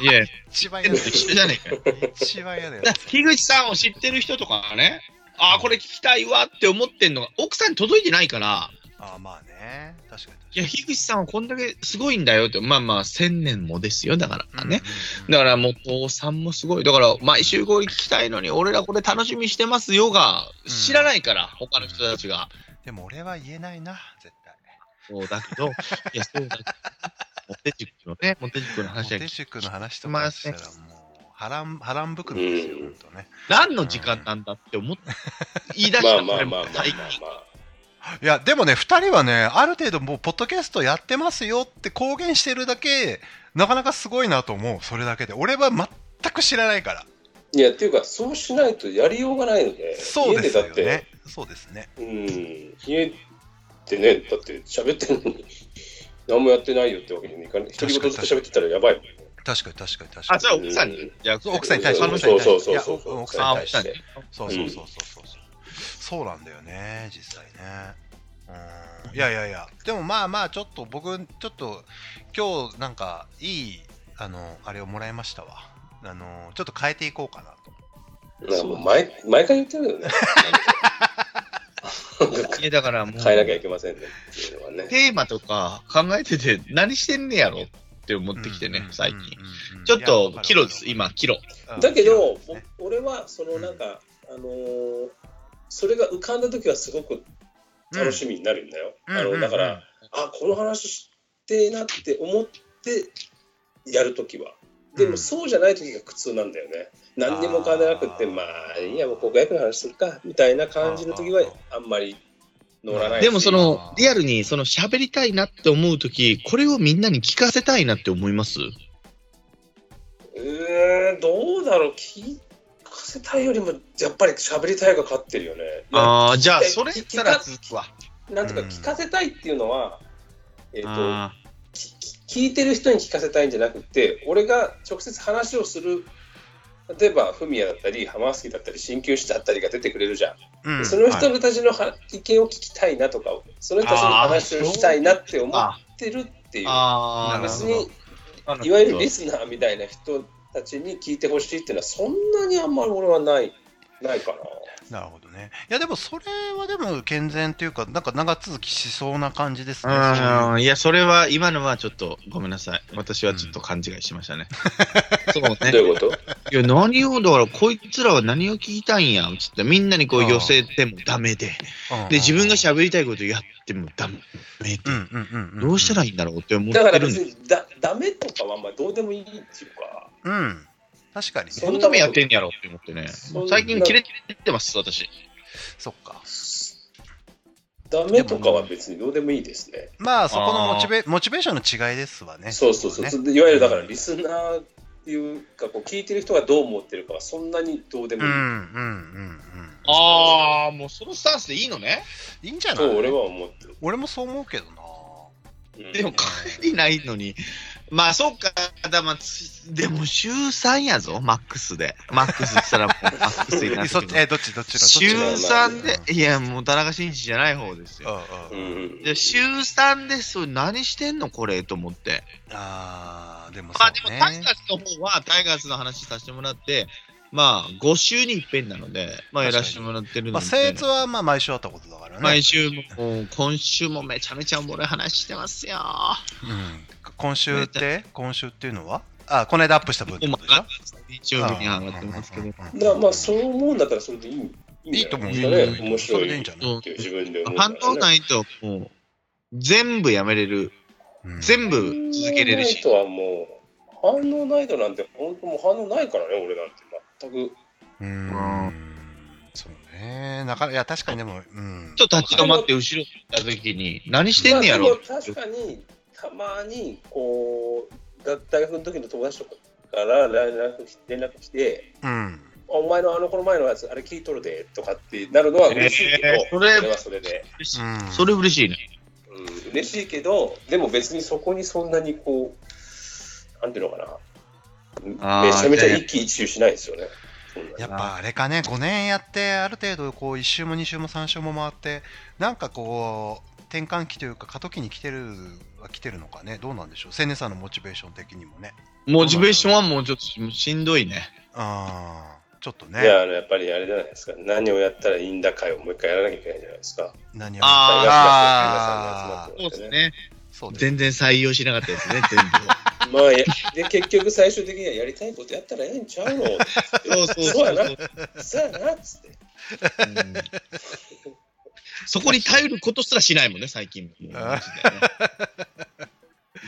[SPEAKER 4] いや、
[SPEAKER 3] 一番嫌だよ。
[SPEAKER 4] 一緒じゃねえかよ。
[SPEAKER 3] 一番
[SPEAKER 4] (laughs)
[SPEAKER 3] 嫌だよ。
[SPEAKER 4] だから樋口さんを知ってる人とかはね、ああ、これ聞きたいわって思ってんのが、奥さんに届いてないから、
[SPEAKER 3] ああ、まあね。確かに。
[SPEAKER 4] いや、樋口さんはこんだけすごいんだよって、まあまあ、千年もですよ、だからね。
[SPEAKER 3] うん
[SPEAKER 4] だから、もう、父さんもすごい。だから、毎週合理聞きたいのに、俺らこれ楽しみにしてますよが、
[SPEAKER 3] うん
[SPEAKER 4] 知らないから、他の人たちが。
[SPEAKER 3] でも俺は言えないな、絶対。
[SPEAKER 4] そうだけど、いや、そうだけど、モテ塾のね、モテ塾の
[SPEAKER 3] モ
[SPEAKER 4] 話は
[SPEAKER 3] テ、塾の話とかしたらもう波乱波乱含みですよ、ほんとね。
[SPEAKER 4] 何の時間なんだって思って、言い出し
[SPEAKER 1] まあ
[SPEAKER 4] た
[SPEAKER 1] まあ
[SPEAKER 4] 俺
[SPEAKER 1] まあまあ
[SPEAKER 4] も
[SPEAKER 1] まあ
[SPEAKER 4] 最近
[SPEAKER 1] まあ。
[SPEAKER 3] いや、でもね、2人はね、ある程度もう、ポッドキャストやってますよって公言してるだけ、なかなかすごいなと思う、それだけで。俺は全く知らないから。
[SPEAKER 1] いや、っていうか、そうしないとやりようがないので、
[SPEAKER 3] そうですよ
[SPEAKER 1] 家でだっ
[SPEAKER 3] ね。そうですね。
[SPEAKER 1] て、うん、家ってね、だって喋ってるのに、何もやってないよってわけにもいかない。一人言ずっと喋ってたらやばいもんね。
[SPEAKER 3] 確かに確かに確か
[SPEAKER 4] あ、
[SPEAKER 3] に。
[SPEAKER 4] それは奥さんに。
[SPEAKER 1] うん
[SPEAKER 4] いや、
[SPEAKER 3] そう奥さんに対して
[SPEAKER 1] そう
[SPEAKER 3] 奥さんに対
[SPEAKER 1] そう
[SPEAKER 3] して
[SPEAKER 1] そうそうそう
[SPEAKER 3] いや奥
[SPEAKER 4] あ
[SPEAKER 3] さんに対
[SPEAKER 4] 奥
[SPEAKER 3] し
[SPEAKER 4] さん
[SPEAKER 3] て
[SPEAKER 4] に。
[SPEAKER 3] そうそうそうそうそうそう、そうなんだよね実際ねうんいやいやいやでもまあまあちょっと僕ちょっと今日なんかいいあのあれをもらいましたわあのちょっと変えていこうかなと
[SPEAKER 1] なんかもう毎毎回言ってるよね。
[SPEAKER 4] いや、だからもう、
[SPEAKER 1] 変えなきゃい
[SPEAKER 4] テ
[SPEAKER 1] けませんねっていうのはね。
[SPEAKER 4] ーマとか考えてて、何してんねやろって思ってきてね、最近。
[SPEAKER 3] 近
[SPEAKER 4] ちょっと、キロです、今、キロ。
[SPEAKER 1] だけど、お俺はそのなんか、あのーそれが浮かんだ時はすごく楽しみになるんだよ。あのだから、あこの話してえなって思ってやるときは。で
[SPEAKER 3] う
[SPEAKER 1] も
[SPEAKER 3] ん
[SPEAKER 1] そうじゃないときが苦痛なんだよね。何にも変わらなくって、
[SPEAKER 3] あー
[SPEAKER 1] まあいいや、もう国約の話するかみたいな感じのときは
[SPEAKER 3] あー
[SPEAKER 1] あんまり乗らないし。
[SPEAKER 4] でもそ
[SPEAKER 3] あ
[SPEAKER 4] の
[SPEAKER 3] ー
[SPEAKER 4] リアルにその喋りたいなって思うとき、これをみんなに聞かせたいなって思います
[SPEAKER 1] うーん、どうだろう、聞かせたいよりも、やっぱり喋りたいが勝ってるよね。
[SPEAKER 4] ああ、じゃあ
[SPEAKER 1] え
[SPEAKER 4] それ
[SPEAKER 1] 聞
[SPEAKER 4] たら
[SPEAKER 1] 聞
[SPEAKER 4] 続くわ。
[SPEAKER 1] なんていうか、
[SPEAKER 3] うん
[SPEAKER 1] 聞かせたいっていうのは、えっ、と、
[SPEAKER 4] あ
[SPEAKER 1] きき聞いてる人に聞かせたいんじゃなくて俺が直接話をする例えばフミヤだったりハマスキだったり鍼灸師だったりが出てくれるじゃん、
[SPEAKER 3] うん
[SPEAKER 1] その人
[SPEAKER 3] はい
[SPEAKER 1] たちのは意見を聞きたいなとかその人たちの話をしたいなって思
[SPEAKER 4] あ
[SPEAKER 1] ってるっていう
[SPEAKER 4] あ
[SPEAKER 3] な
[SPEAKER 4] ー、
[SPEAKER 3] る
[SPEAKER 1] 別
[SPEAKER 3] ほ
[SPEAKER 1] に
[SPEAKER 4] なるほど
[SPEAKER 1] いわゆるリスナーみたいな人たちに聞いてほしいっていうのはそんなにあんまり俺はないないかな
[SPEAKER 3] なるほどねいやでもそれはでも健全というかなんか長続きしそうな感じですねそういう
[SPEAKER 4] うんいや、それは今のはちょっとごめんなさい。私はちょっと勘違いしましたね。 (laughs) そうね。
[SPEAKER 1] ういうこと
[SPEAKER 4] いや、何を、だからこいつらは何を聞きたいんや。ちょっとみんなにこう寄せてもダメで。
[SPEAKER 3] うんうん
[SPEAKER 4] で、自分が喋りたいことやってもダメで。
[SPEAKER 3] うんうんうんうんうん
[SPEAKER 4] どうしたらいいんだろうって思って
[SPEAKER 1] だから
[SPEAKER 4] るん
[SPEAKER 1] 別
[SPEAKER 4] で
[SPEAKER 1] にだダメとかはあんまりどうでもいいっていうか
[SPEAKER 3] うん。確かにね。
[SPEAKER 1] そ
[SPEAKER 4] そのためやってんやろって思ってね。
[SPEAKER 1] そんな
[SPEAKER 4] 最近切れてます、私。
[SPEAKER 3] そっか。
[SPEAKER 1] ダメとかは別にどうでもいいですね。
[SPEAKER 3] まあ、そこのモチベモチベーションの違いですわね。
[SPEAKER 1] そうそうそう、
[SPEAKER 3] ね
[SPEAKER 1] いわゆるだからリスナーっていうかこう聞いてる人がどう思ってるかはそんなにどうで
[SPEAKER 3] う
[SPEAKER 1] も
[SPEAKER 3] ん
[SPEAKER 1] い
[SPEAKER 3] うん
[SPEAKER 1] い、
[SPEAKER 3] うんうん。
[SPEAKER 4] ああ、もうそのスタンスでいいのね。
[SPEAKER 3] いいんじゃない
[SPEAKER 1] と俺は思ってる。
[SPEAKER 3] 俺もそう思うけどな。
[SPEAKER 1] うん
[SPEAKER 4] でも帰りないのに。まあ、そうか。だまあつでも、週3やぞ、マックスで。マックスしたらもう、マックスにな
[SPEAKER 3] え
[SPEAKER 4] る
[SPEAKER 3] そ
[SPEAKER 4] け
[SPEAKER 3] っち
[SPEAKER 4] ど。
[SPEAKER 3] えどっちどっちだどっち
[SPEAKER 4] 週
[SPEAKER 1] 中
[SPEAKER 4] 3で、いや、もう田中紳士じゃない方ですよ。
[SPEAKER 3] う
[SPEAKER 1] うん
[SPEAKER 3] うん
[SPEAKER 1] ん
[SPEAKER 4] で週3で、それ何してんのこれと思って。
[SPEAKER 3] ああ、でも
[SPEAKER 4] まあ、
[SPEAKER 3] そ
[SPEAKER 4] でも、
[SPEAKER 3] うね。
[SPEAKER 4] タイガースの方は、タイガースの話させてもらって、まあ、5週に一遍なので、まあ、やらせてもらってる
[SPEAKER 3] ま
[SPEAKER 4] の
[SPEAKER 3] あ、
[SPEAKER 4] で。
[SPEAKER 3] 僭越はまあ毎週あったことだからね。
[SPEAKER 4] 毎週も、今週もめちゃめちゃおもろい話してますよ。
[SPEAKER 3] うん今週って、今週っていうのはあ、この間アップした分ってことでしょ
[SPEAKER 4] 日曜日に上がってますけど。
[SPEAKER 1] だからまあそう思うんだったらそれでいい。いいんじゃないですか
[SPEAKER 4] いいと
[SPEAKER 1] ね
[SPEAKER 4] 思う
[SPEAKER 1] 面白
[SPEAKER 3] それでいい
[SPEAKER 1] い
[SPEAKER 3] ん
[SPEAKER 1] っ
[SPEAKER 3] じゃない、
[SPEAKER 4] うん
[SPEAKER 1] ていう自分で思う
[SPEAKER 4] 反応ないと、もう、全部やめれる。
[SPEAKER 3] うん
[SPEAKER 4] 全部続けれるし。
[SPEAKER 1] 反応ないとはもう反応ないとなんて本当もう反応ないからね俺なんて全く
[SPEAKER 3] うーん。そうね。なかいや、確かにでも、うん。
[SPEAKER 4] ちょっと立ち止まって後ろ見た時に、何してんねや
[SPEAKER 1] まあ
[SPEAKER 4] ろ
[SPEAKER 1] でも確かにたまにこうだ大学の時の友達とかから連絡き連絡来て
[SPEAKER 3] うん。
[SPEAKER 1] 「お前のあの頃前のやつあれ聞いとるで」とかってなるのは嬉しいけど、
[SPEAKER 4] それ
[SPEAKER 1] それはそれで、
[SPEAKER 3] うん
[SPEAKER 4] それ嬉しいね。
[SPEAKER 1] うん、嬉しいけどでも別にそこにそんなにこうなんていうのかな
[SPEAKER 4] あー
[SPEAKER 1] めちゃめちゃ一喜一憂しないですよね。そんなに
[SPEAKER 3] やっぱあれかね、5年やって、ある程度こう1周も2周も3周も回って、なんかこう、転換期というか、過渡期に来てるは来てるのかね、どうなんでしょう、青年さんのモチベーション的にもね。
[SPEAKER 4] モチベーションはもうちょっとしんどいね。
[SPEAKER 3] あーちょっと
[SPEAKER 1] いや
[SPEAKER 3] ね、
[SPEAKER 1] あのやっぱりあれじゃないですか何をやったらいいんだかをもう一回やらなきゃいけないじゃないですか。
[SPEAKER 3] 何を
[SPEAKER 4] あ
[SPEAKER 1] 大
[SPEAKER 4] ー
[SPEAKER 1] 学
[SPEAKER 4] そ
[SPEAKER 1] の皆さんが集まっ
[SPEAKER 4] うで
[SPEAKER 1] て
[SPEAKER 4] す
[SPEAKER 1] ね
[SPEAKER 4] ね。
[SPEAKER 3] そうです
[SPEAKER 4] 全然採用しなかったですね、全
[SPEAKER 1] まあやで結局最終的にはやりたいことやったらええんちゃうの
[SPEAKER 4] 部。 (laughs) そうそうそうそう。
[SPEAKER 1] さあなっつって。
[SPEAKER 4] うんそこに頼ることすらしないもんね、最近も。
[SPEAKER 3] あ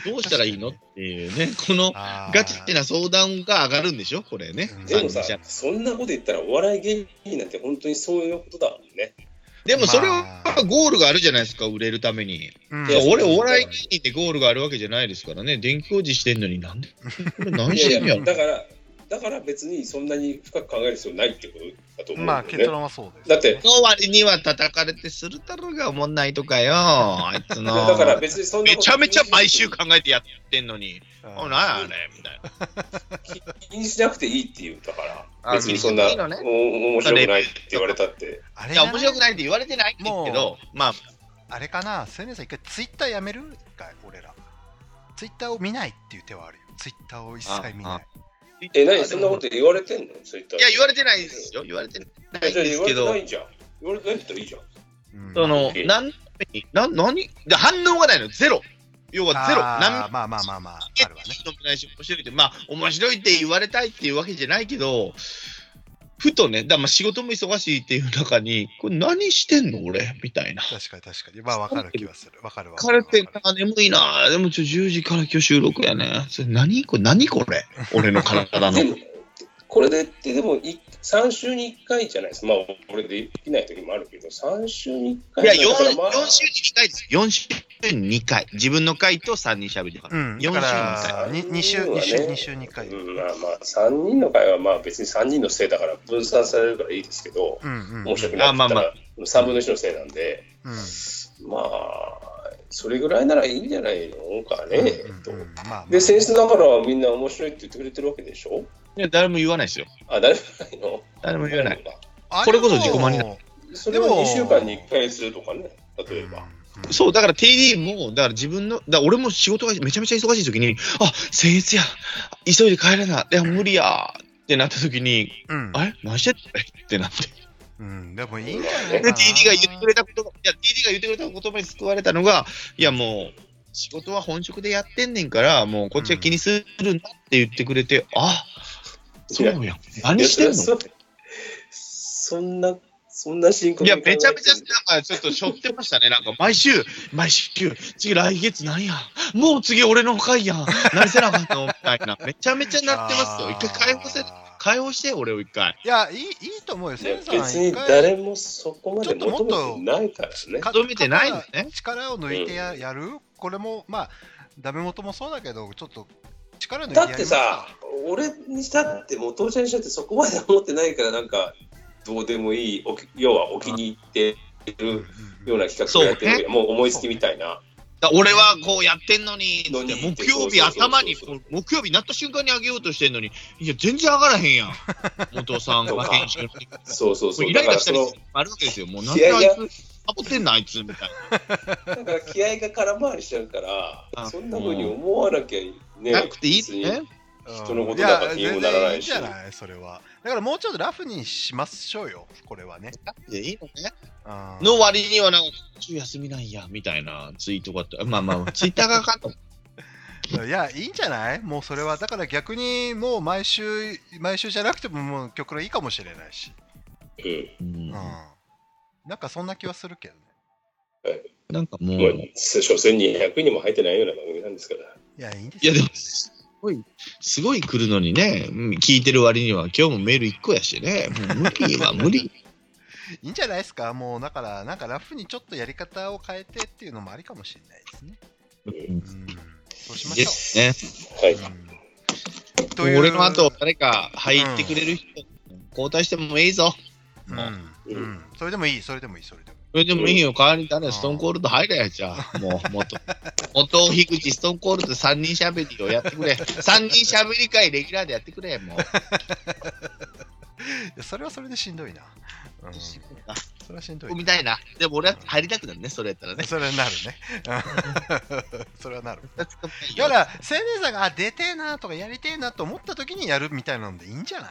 [SPEAKER 4] どうしたらいいのっていうね、この
[SPEAKER 3] あー
[SPEAKER 4] ガチな相談が上がるんでしょ、これね
[SPEAKER 3] う。ん
[SPEAKER 1] でもさ
[SPEAKER 4] 参加者、
[SPEAKER 1] そんなこと言ったらお笑い芸人なんて本当にそういうことだもんね。
[SPEAKER 4] でもそれ
[SPEAKER 3] ま
[SPEAKER 4] は
[SPEAKER 3] あ
[SPEAKER 4] ゴールがあるじゃないですか、売れるために。
[SPEAKER 3] うん
[SPEAKER 4] いや俺、お笑い芸人でゴールがあるわけじゃないですからね、電気工事してんのになんで、これ何してん
[SPEAKER 1] い
[SPEAKER 4] のや
[SPEAKER 1] やい
[SPEAKER 4] ろ
[SPEAKER 1] や。だから、だから別にそんなに深く考える必要ないってことだと思うん
[SPEAKER 3] ま
[SPEAKER 1] だ
[SPEAKER 3] あ
[SPEAKER 1] よね。
[SPEAKER 3] 結論はそうです、
[SPEAKER 1] だって
[SPEAKER 4] の割には叩かれてするだろうがおもんないとかよ、あいつの。
[SPEAKER 1] だから別にそんな
[SPEAKER 4] め
[SPEAKER 1] こと
[SPEAKER 4] ちゃめちゃ毎週考えてやってんのに、
[SPEAKER 3] うん
[SPEAKER 4] おなんやあれみたいな。
[SPEAKER 1] 気にしなくていいっていう、だから、
[SPEAKER 4] あ
[SPEAKER 1] 別にそんな、
[SPEAKER 4] 気にしなくて
[SPEAKER 1] お
[SPEAKER 4] い
[SPEAKER 1] 面白くないって言われたって。
[SPEAKER 3] あ
[SPEAKER 4] い
[SPEAKER 3] れじ
[SPEAKER 4] や、
[SPEAKER 3] ゃない
[SPEAKER 4] 面白くないって言われてないんですけど、まあ、
[SPEAKER 3] あれかな、青年さん、一回ツイッターやめる一回、俺ら。ツイッターを見ないっていう手はあるよ。ツイッターを一切見ない。
[SPEAKER 1] え、何そんなこと言われてんのそういった。
[SPEAKER 4] いや、言われてないですよ。言われてないん
[SPEAKER 1] じゃあ
[SPEAKER 4] ですけ
[SPEAKER 1] 言わ
[SPEAKER 4] ど
[SPEAKER 1] れてな、いじゃん。言われてないったらいいじゃん。
[SPEAKER 3] うん
[SPEAKER 4] その、なん、な、何で反応がないの、ゼロ。要はゼロ。
[SPEAKER 3] あー
[SPEAKER 4] 何
[SPEAKER 3] まあまあまあまあ、あるわね。
[SPEAKER 4] 飲みないし、面白いって、まあ、面白いって言われたいっていうわけじゃないけど、ふとね、だまあ仕事も忙しいっていう中に、これ何してんの俺みたいな。
[SPEAKER 3] 確かに確かに。まあ分かる気はする。分かるわ。
[SPEAKER 4] 疲れて
[SPEAKER 3] わ
[SPEAKER 4] ん
[SPEAKER 3] かる
[SPEAKER 4] な、眠いな、でもちょ、10時から今日収録やね。それ何これ、何これ俺の体の
[SPEAKER 1] で。もこれでってでもい3週に1回じゃないですか、まあ、俺できない時もあるけど、3週に1
[SPEAKER 4] い
[SPEAKER 1] 回
[SPEAKER 4] や、
[SPEAKER 1] だから
[SPEAKER 4] 4,
[SPEAKER 1] まあ
[SPEAKER 4] 4週に2回です。4週に2回。自分の回と3人喋りから。
[SPEAKER 3] うん、だ
[SPEAKER 4] 4
[SPEAKER 3] か
[SPEAKER 4] 週
[SPEAKER 3] ら
[SPEAKER 1] に一回
[SPEAKER 3] 2, 週、2週、
[SPEAKER 1] ね
[SPEAKER 3] 2週2回。うん
[SPEAKER 1] うんまあまあ、3人の会はまあ別に3人のせいだから分散されるからいいですけど、
[SPEAKER 3] うん。
[SPEAKER 1] 面白くな
[SPEAKER 4] あま
[SPEAKER 1] か
[SPEAKER 4] あ
[SPEAKER 1] った
[SPEAKER 4] ま
[SPEAKER 1] ら3分の1のせいなんで、
[SPEAKER 3] うん
[SPEAKER 1] まあ、それぐらいならいいんじゃないのかね。と
[SPEAKER 3] うんうんまあまあ
[SPEAKER 1] で、先日だからはみんな面白いって言ってくれてるわけでしょ
[SPEAKER 4] いや、誰も言わないですよ。
[SPEAKER 1] あ、誰もないの
[SPEAKER 4] 誰も言わない。
[SPEAKER 3] あ
[SPEAKER 4] これこそ自己満にな
[SPEAKER 3] る。
[SPEAKER 1] それは
[SPEAKER 3] でも
[SPEAKER 1] 2週間に1回するとかね、例えば。
[SPEAKER 4] そう、だから TD も、だから自分の、だから俺も仕事がめちゃめちゃ忙しい時に、あ、僭越や、急いで帰れな、いや、無理や、ってなった時に、
[SPEAKER 3] うん。うん
[SPEAKER 4] あれ何してんのってなって。
[SPEAKER 3] うん、でもいいんじゃないか
[SPEAKER 4] で、
[SPEAKER 3] な。
[SPEAKER 4] TD が言ってくれた言葉、いや、TD が言ってくれた言葉に救われたのが、いや、もう、仕事は本職でやってんねんから、もうこっちは気にするんだって言ってくれて、あ、そうやん。何してんの
[SPEAKER 1] いやそそんな、そんな深刻
[SPEAKER 4] い
[SPEAKER 1] に
[SPEAKER 4] や、
[SPEAKER 1] 考えて
[SPEAKER 4] めちゃめちゃ、なんか、ちょっとしょってましたね。なんか、毎週、毎週、次、来月なんや。もう次、俺の回やん。何せなあかったのみたいな。めちゃめちゃなってますよ。一回解放せ、解放して、俺を一回。
[SPEAKER 3] いや、いいいいと思うよ。
[SPEAKER 1] いや
[SPEAKER 3] 千さん
[SPEAKER 1] 別に
[SPEAKER 3] 一回
[SPEAKER 1] 誰もそこまで求めてないからね。
[SPEAKER 3] か
[SPEAKER 4] 認めてないのね
[SPEAKER 3] 力を抜いてややるこれも、まあ、ダメ元もそうだけど、ちょっと力抜いて
[SPEAKER 1] だ
[SPEAKER 3] や
[SPEAKER 1] っ
[SPEAKER 3] り
[SPEAKER 1] て
[SPEAKER 3] ます
[SPEAKER 1] さ、俺にしたって、もう父ちゃんにしたってそこまで思ってないから、なんか、どうでもいい、おき要はお気に入って
[SPEAKER 3] うんうん
[SPEAKER 1] る
[SPEAKER 3] うん
[SPEAKER 1] ような企画をやって
[SPEAKER 4] そう
[SPEAKER 1] る、もう思いつきみたいな。
[SPEAKER 4] だ俺はこうやってんのに、
[SPEAKER 1] のに
[SPEAKER 4] って木曜日
[SPEAKER 1] そうそうそうそう
[SPEAKER 4] 頭に、こう木曜日になった瞬間に上げようとしてんのに、いや、全然上がらへ
[SPEAKER 1] (laughs)
[SPEAKER 4] んやん。元さんが編集の時
[SPEAKER 1] そうそうそう。
[SPEAKER 4] イラ
[SPEAKER 1] だか
[SPEAKER 4] イラ
[SPEAKER 1] ら
[SPEAKER 4] し
[SPEAKER 1] そ
[SPEAKER 4] たり
[SPEAKER 1] の、
[SPEAKER 4] あるわけですよ。もう、なん
[SPEAKER 1] い
[SPEAKER 4] であ
[SPEAKER 1] やいや
[SPEAKER 4] いつ、サボってんの、あいつ、みたい
[SPEAKER 1] だから気合が空回りしちゃうから、
[SPEAKER 4] あ
[SPEAKER 1] そんなふうに思わなきゃね。
[SPEAKER 4] な。なくていいってね。
[SPEAKER 1] 人のことだから気にもならないし
[SPEAKER 3] や全然いいんじゃないそれは。だからもうちょっとラフにしましょうよ、これはね。
[SPEAKER 4] いやいいのね。
[SPEAKER 3] あー
[SPEAKER 4] の割 (laughs) にはなんか、週休みなんや、みたいなツイートがあって、まあまあ、ツイッターがかかった。
[SPEAKER 3] いや、いいんじゃないもうそれは、だから逆にもう毎週、毎週じゃなくてももう極論いいかもしれないし。
[SPEAKER 1] うん
[SPEAKER 3] うん。なんかそんな気はするけどね。
[SPEAKER 4] なんかもう、
[SPEAKER 1] もう
[SPEAKER 4] い、
[SPEAKER 1] 所詮200人も入ってないような番組なんですから。
[SPEAKER 3] いや、いいんです
[SPEAKER 4] や
[SPEAKER 3] よ
[SPEAKER 4] でも、すごい、すごい来るのにね、うん聞いてる割には、今日もメール1個やしね、もう無理は無 (laughs) 理。
[SPEAKER 3] いいんじゃないですかもうだから、なんかラフにちょっとやり方を変えてっていうのもありかもしれないですね。うん。そうしま
[SPEAKER 4] で
[SPEAKER 3] し
[SPEAKER 4] すね。
[SPEAKER 1] はい。
[SPEAKER 3] ょう。うん、という
[SPEAKER 4] 俺の後、誰か入ってくれる人、交代してもいいぞ。
[SPEAKER 3] うん、うん。それでもいい、それでもいい、それでもいい。
[SPEAKER 4] それでもいいよ、代わりに誰、ストーンコールド入れや、じゃあ、もう、元、 (laughs) 元、樋口、ストーンコールド3人しゃべりをやってくれ。3人しゃべり会、レギュラーでやってくれ、 (laughs) もう。
[SPEAKER 3] いやそれはそれでしんどいな。うん。それはしんどい
[SPEAKER 4] 組みたいな。でも俺は入りたくなるね、それやったらね
[SPEAKER 3] な。。それはなるね。うんそれはなる。だ
[SPEAKER 4] や
[SPEAKER 3] から、青年さんがあ出てえなとかやりてえなと思った時にやるみたいなのでいいんじゃない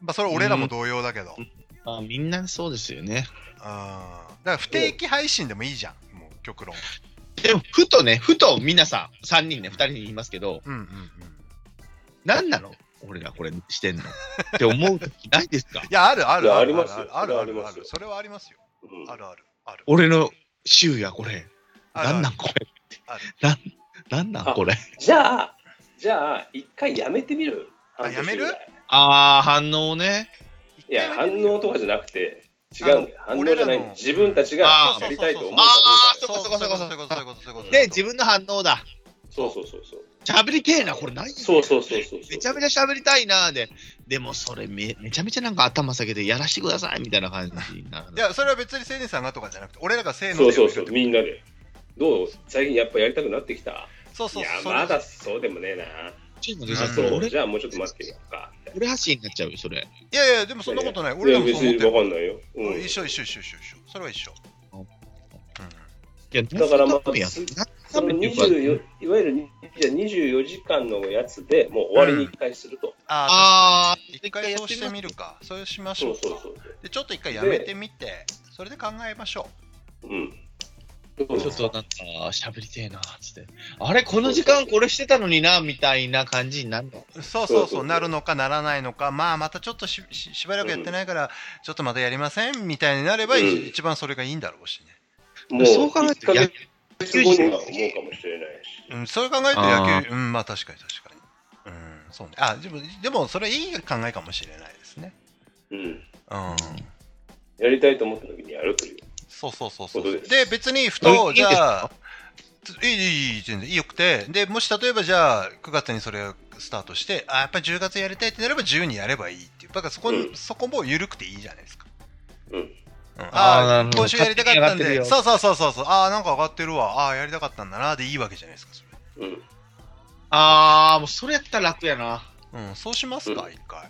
[SPEAKER 3] まあ、それは俺らも同様だけど。うん。
[SPEAKER 4] まあ、みんなそうですよね。
[SPEAKER 3] だから、不定期配信でもいいじゃん。もう、極論。
[SPEAKER 4] でも、ふとね、ふと皆さん、3人ね、2人に言いますけど、
[SPEAKER 3] うんうんうん。
[SPEAKER 4] 何なの俺らこれしてんのって思う時ないですか (laughs)
[SPEAKER 3] いや、あるあ
[SPEAKER 1] い
[SPEAKER 3] る
[SPEAKER 1] やあ
[SPEAKER 3] ある
[SPEAKER 1] りますよ
[SPEAKER 3] あるある
[SPEAKER 1] それはあり
[SPEAKER 3] あ
[SPEAKER 1] ます
[SPEAKER 3] る
[SPEAKER 1] よ。
[SPEAKER 3] それ
[SPEAKER 1] うん
[SPEAKER 3] はありますよ。あるある。ある
[SPEAKER 4] 俺の週や、これ。
[SPEAKER 3] あるあ
[SPEAKER 4] 何
[SPEAKER 3] る
[SPEAKER 4] なんこれ
[SPEAKER 3] ある。
[SPEAKER 4] なん、なんなんこれ。
[SPEAKER 1] じゃあ、じゃあ、一回やめてみる
[SPEAKER 3] あやめる
[SPEAKER 1] 半年ぐらい
[SPEAKER 4] あー、反応ね。
[SPEAKER 1] いや、反応とかじゃなくて、違うんだよ。
[SPEAKER 3] あ
[SPEAKER 1] 反
[SPEAKER 3] の
[SPEAKER 1] 応じゃな
[SPEAKER 3] 俺
[SPEAKER 1] い
[SPEAKER 3] らの。
[SPEAKER 1] 自分たちが
[SPEAKER 4] あー
[SPEAKER 1] やりたいと思うか
[SPEAKER 4] あー、
[SPEAKER 3] そ
[SPEAKER 4] そうこ
[SPEAKER 3] そう
[SPEAKER 4] そ
[SPEAKER 3] そ
[SPEAKER 4] こ
[SPEAKER 3] うそ
[SPEAKER 4] そう
[SPEAKER 3] そ
[SPEAKER 4] こ
[SPEAKER 3] うい
[SPEAKER 4] そ
[SPEAKER 3] う
[SPEAKER 4] こ
[SPEAKER 3] ことそういうことそういうこと。
[SPEAKER 4] で、自分の反応だ。
[SPEAKER 1] そうそうそうそう。
[SPEAKER 4] 喋りてえな、これ何
[SPEAKER 1] そうそうそうそう。
[SPEAKER 4] めちゃめちゃ喋りたいなで、でもそれめめちゃめちゃなんか頭下げてやらしてくださいみたいな感じになる
[SPEAKER 3] い。や、それは別に青年さんがとかじゃなくて、俺らが青年
[SPEAKER 1] そうそうそう、みんなで。どう最近やっぱやりたくなってきた
[SPEAKER 3] そうそうそう。
[SPEAKER 1] いや
[SPEAKER 3] それ
[SPEAKER 1] まだそうでもねえな
[SPEAKER 4] ちょっと
[SPEAKER 3] ん
[SPEAKER 4] 待って
[SPEAKER 1] あ
[SPEAKER 4] それ
[SPEAKER 1] そう
[SPEAKER 4] 俺
[SPEAKER 1] じゃあもうちょっと待ってようか
[SPEAKER 4] 俺発信になっちゃうよ、それ。
[SPEAKER 3] いやいや、でもそんなことない。
[SPEAKER 1] い
[SPEAKER 3] 俺ら
[SPEAKER 1] や
[SPEAKER 3] もそ
[SPEAKER 1] 別
[SPEAKER 3] う思って
[SPEAKER 1] に
[SPEAKER 3] る
[SPEAKER 1] わ。かんないよ、うん、
[SPEAKER 3] うん一緒一緒一緒一緒一緒。それは一緒。
[SPEAKER 4] あ
[SPEAKER 3] う
[SPEAKER 4] いや、
[SPEAKER 1] だからまあ
[SPEAKER 4] 何のためや
[SPEAKER 1] つそ
[SPEAKER 4] 何
[SPEAKER 1] の
[SPEAKER 4] のためっていうか
[SPEAKER 1] 24いわゆるじゃあ24時間のやつでもう終わりに一回すると、
[SPEAKER 3] ああ
[SPEAKER 4] あ、
[SPEAKER 3] 確かに一回そうしてみるか。それしまし
[SPEAKER 1] そ
[SPEAKER 3] ょ
[SPEAKER 1] う
[SPEAKER 3] う
[SPEAKER 1] そう
[SPEAKER 3] か。
[SPEAKER 1] そう
[SPEAKER 3] で、ちょっと一回やめてみて、それで考えましょ
[SPEAKER 1] うんどう
[SPEAKER 4] ち
[SPEAKER 1] ぞ
[SPEAKER 4] ょっとなんか、喋りてえな、つって。あれ、この時間これしてたのにな、みたいな感じになるの。
[SPEAKER 3] う。そう
[SPEAKER 1] そうそ
[SPEAKER 3] そ
[SPEAKER 1] うう
[SPEAKER 3] そう、なるのかならないのか、まあ、またちょっとしししばらくやってないから、ちょっとまたやりませんみたいになれば、い
[SPEAKER 1] うん
[SPEAKER 3] 一番それがいいんだろうし
[SPEAKER 1] もう
[SPEAKER 4] そう考える
[SPEAKER 1] 1
[SPEAKER 4] と
[SPEAKER 1] ヶ
[SPEAKER 4] 野
[SPEAKER 1] 月後には思うかもしれないし
[SPEAKER 3] ね。うん、それ考えると野球、うん、まあ確かに確かに。うん、そうね。あ、でも、でもそれいい考えかもしれないですね。
[SPEAKER 1] うん
[SPEAKER 3] うん。
[SPEAKER 1] やりたいと思った時にやるという
[SPEAKER 3] そうそうそうそう。
[SPEAKER 1] こと
[SPEAKER 3] で
[SPEAKER 1] です
[SPEAKER 3] 別にふ
[SPEAKER 4] あいい
[SPEAKER 3] と、
[SPEAKER 4] んで
[SPEAKER 3] じ
[SPEAKER 4] すか
[SPEAKER 3] ゃあ、ついいいいいいい全然いいよくて、で、もし例えばじゃあ、9月にそれをスタートして、あ、やっぱり10月やりたいってなれば自由にやればいいっていう。だからそこ、
[SPEAKER 1] うん
[SPEAKER 3] そこも緩くていいじゃないですか。
[SPEAKER 1] うん
[SPEAKER 3] あ
[SPEAKER 4] あーな
[SPEAKER 3] あ
[SPEAKER 4] るほど
[SPEAKER 3] 今週やりたかったん
[SPEAKER 4] 勝手に上がってる
[SPEAKER 3] で、そう
[SPEAKER 4] よ
[SPEAKER 3] そうそうそうそう、ああ、なんか上がってるわ、ああ、やりたかったんだな、でいいわけじゃないですか、そ
[SPEAKER 1] うん
[SPEAKER 4] あー、もうそれやったら楽やな。
[SPEAKER 3] れ。うん、そうしますか、
[SPEAKER 1] うん
[SPEAKER 3] 一回。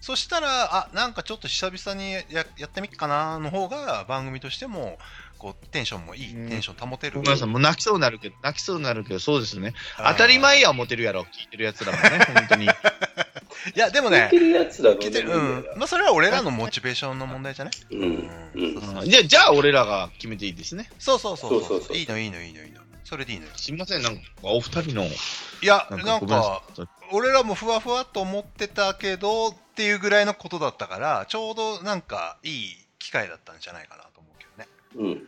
[SPEAKER 3] そしたら、あ、なんかちょっと久々にややってみっかな、の方が番組としても、こう、テンションもいい、
[SPEAKER 4] うん
[SPEAKER 3] テンション保てる。
[SPEAKER 4] ごめんなさい、もう泣きそうになるけど、泣きそうになるけど、そうですね。
[SPEAKER 3] うん
[SPEAKER 4] 当たり前や思ってるやろ、聞いてるやつらもね、 (laughs) 本当に。
[SPEAKER 3] いや、でも
[SPEAKER 1] 聞い
[SPEAKER 3] ね
[SPEAKER 1] て、るやつだろ
[SPEAKER 3] 聞
[SPEAKER 1] う
[SPEAKER 3] い
[SPEAKER 1] ね
[SPEAKER 3] てる、うん。まあ、それは俺らのモチベーションの問題じゃない
[SPEAKER 1] みんながうんうん
[SPEAKER 4] うんじゃあ、じゃあ俺らが決めていいですね。
[SPEAKER 3] そうそうそうそ
[SPEAKER 1] そうう
[SPEAKER 3] そ。
[SPEAKER 1] そううそう
[SPEAKER 3] いいの、いいの、いいの、いいの。それでいいのよ。
[SPEAKER 4] すみません、なんか、お二人の、
[SPEAKER 3] いや、
[SPEAKER 4] なん
[SPEAKER 3] な
[SPEAKER 4] か、
[SPEAKER 3] ん
[SPEAKER 4] ごめんなさ
[SPEAKER 3] か、
[SPEAKER 4] い。
[SPEAKER 3] 俺らもふわふわと思ってたけどっていうぐらいのことだったから、ちょうどなんかいい機会だったんじゃないかなと思うけどね。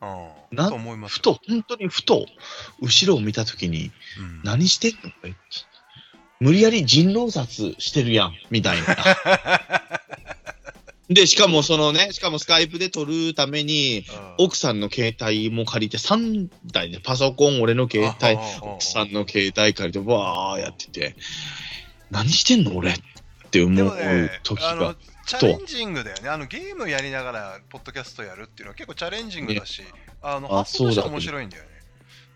[SPEAKER 1] うん
[SPEAKER 3] うん。
[SPEAKER 4] な
[SPEAKER 3] と思います
[SPEAKER 4] ふ
[SPEAKER 3] よ。
[SPEAKER 4] と、本当にふと、後ろを見たときに、
[SPEAKER 3] うん
[SPEAKER 4] 何してんのこれ無理やり人狼殺してるやん、みた
[SPEAKER 3] (laughs)
[SPEAKER 4] いな。で、しかもそのね、しかもスカイプで撮るために、
[SPEAKER 3] うん
[SPEAKER 4] 奥さんの携帯も借りて、3台で、パソコン、俺の携帯、奥さんの携帯借りて、わーやってて、何してんの俺って思
[SPEAKER 3] で
[SPEAKER 4] う
[SPEAKER 3] もね、
[SPEAKER 4] 時
[SPEAKER 3] あの
[SPEAKER 4] が。
[SPEAKER 3] チャレンジングだよねあのゲームやりながらポッドキャストやるっていうのは結構チャレンジングだし、あの
[SPEAKER 4] あ
[SPEAKER 3] 発想としては
[SPEAKER 4] そうだ
[SPEAKER 3] 面白いんだよね。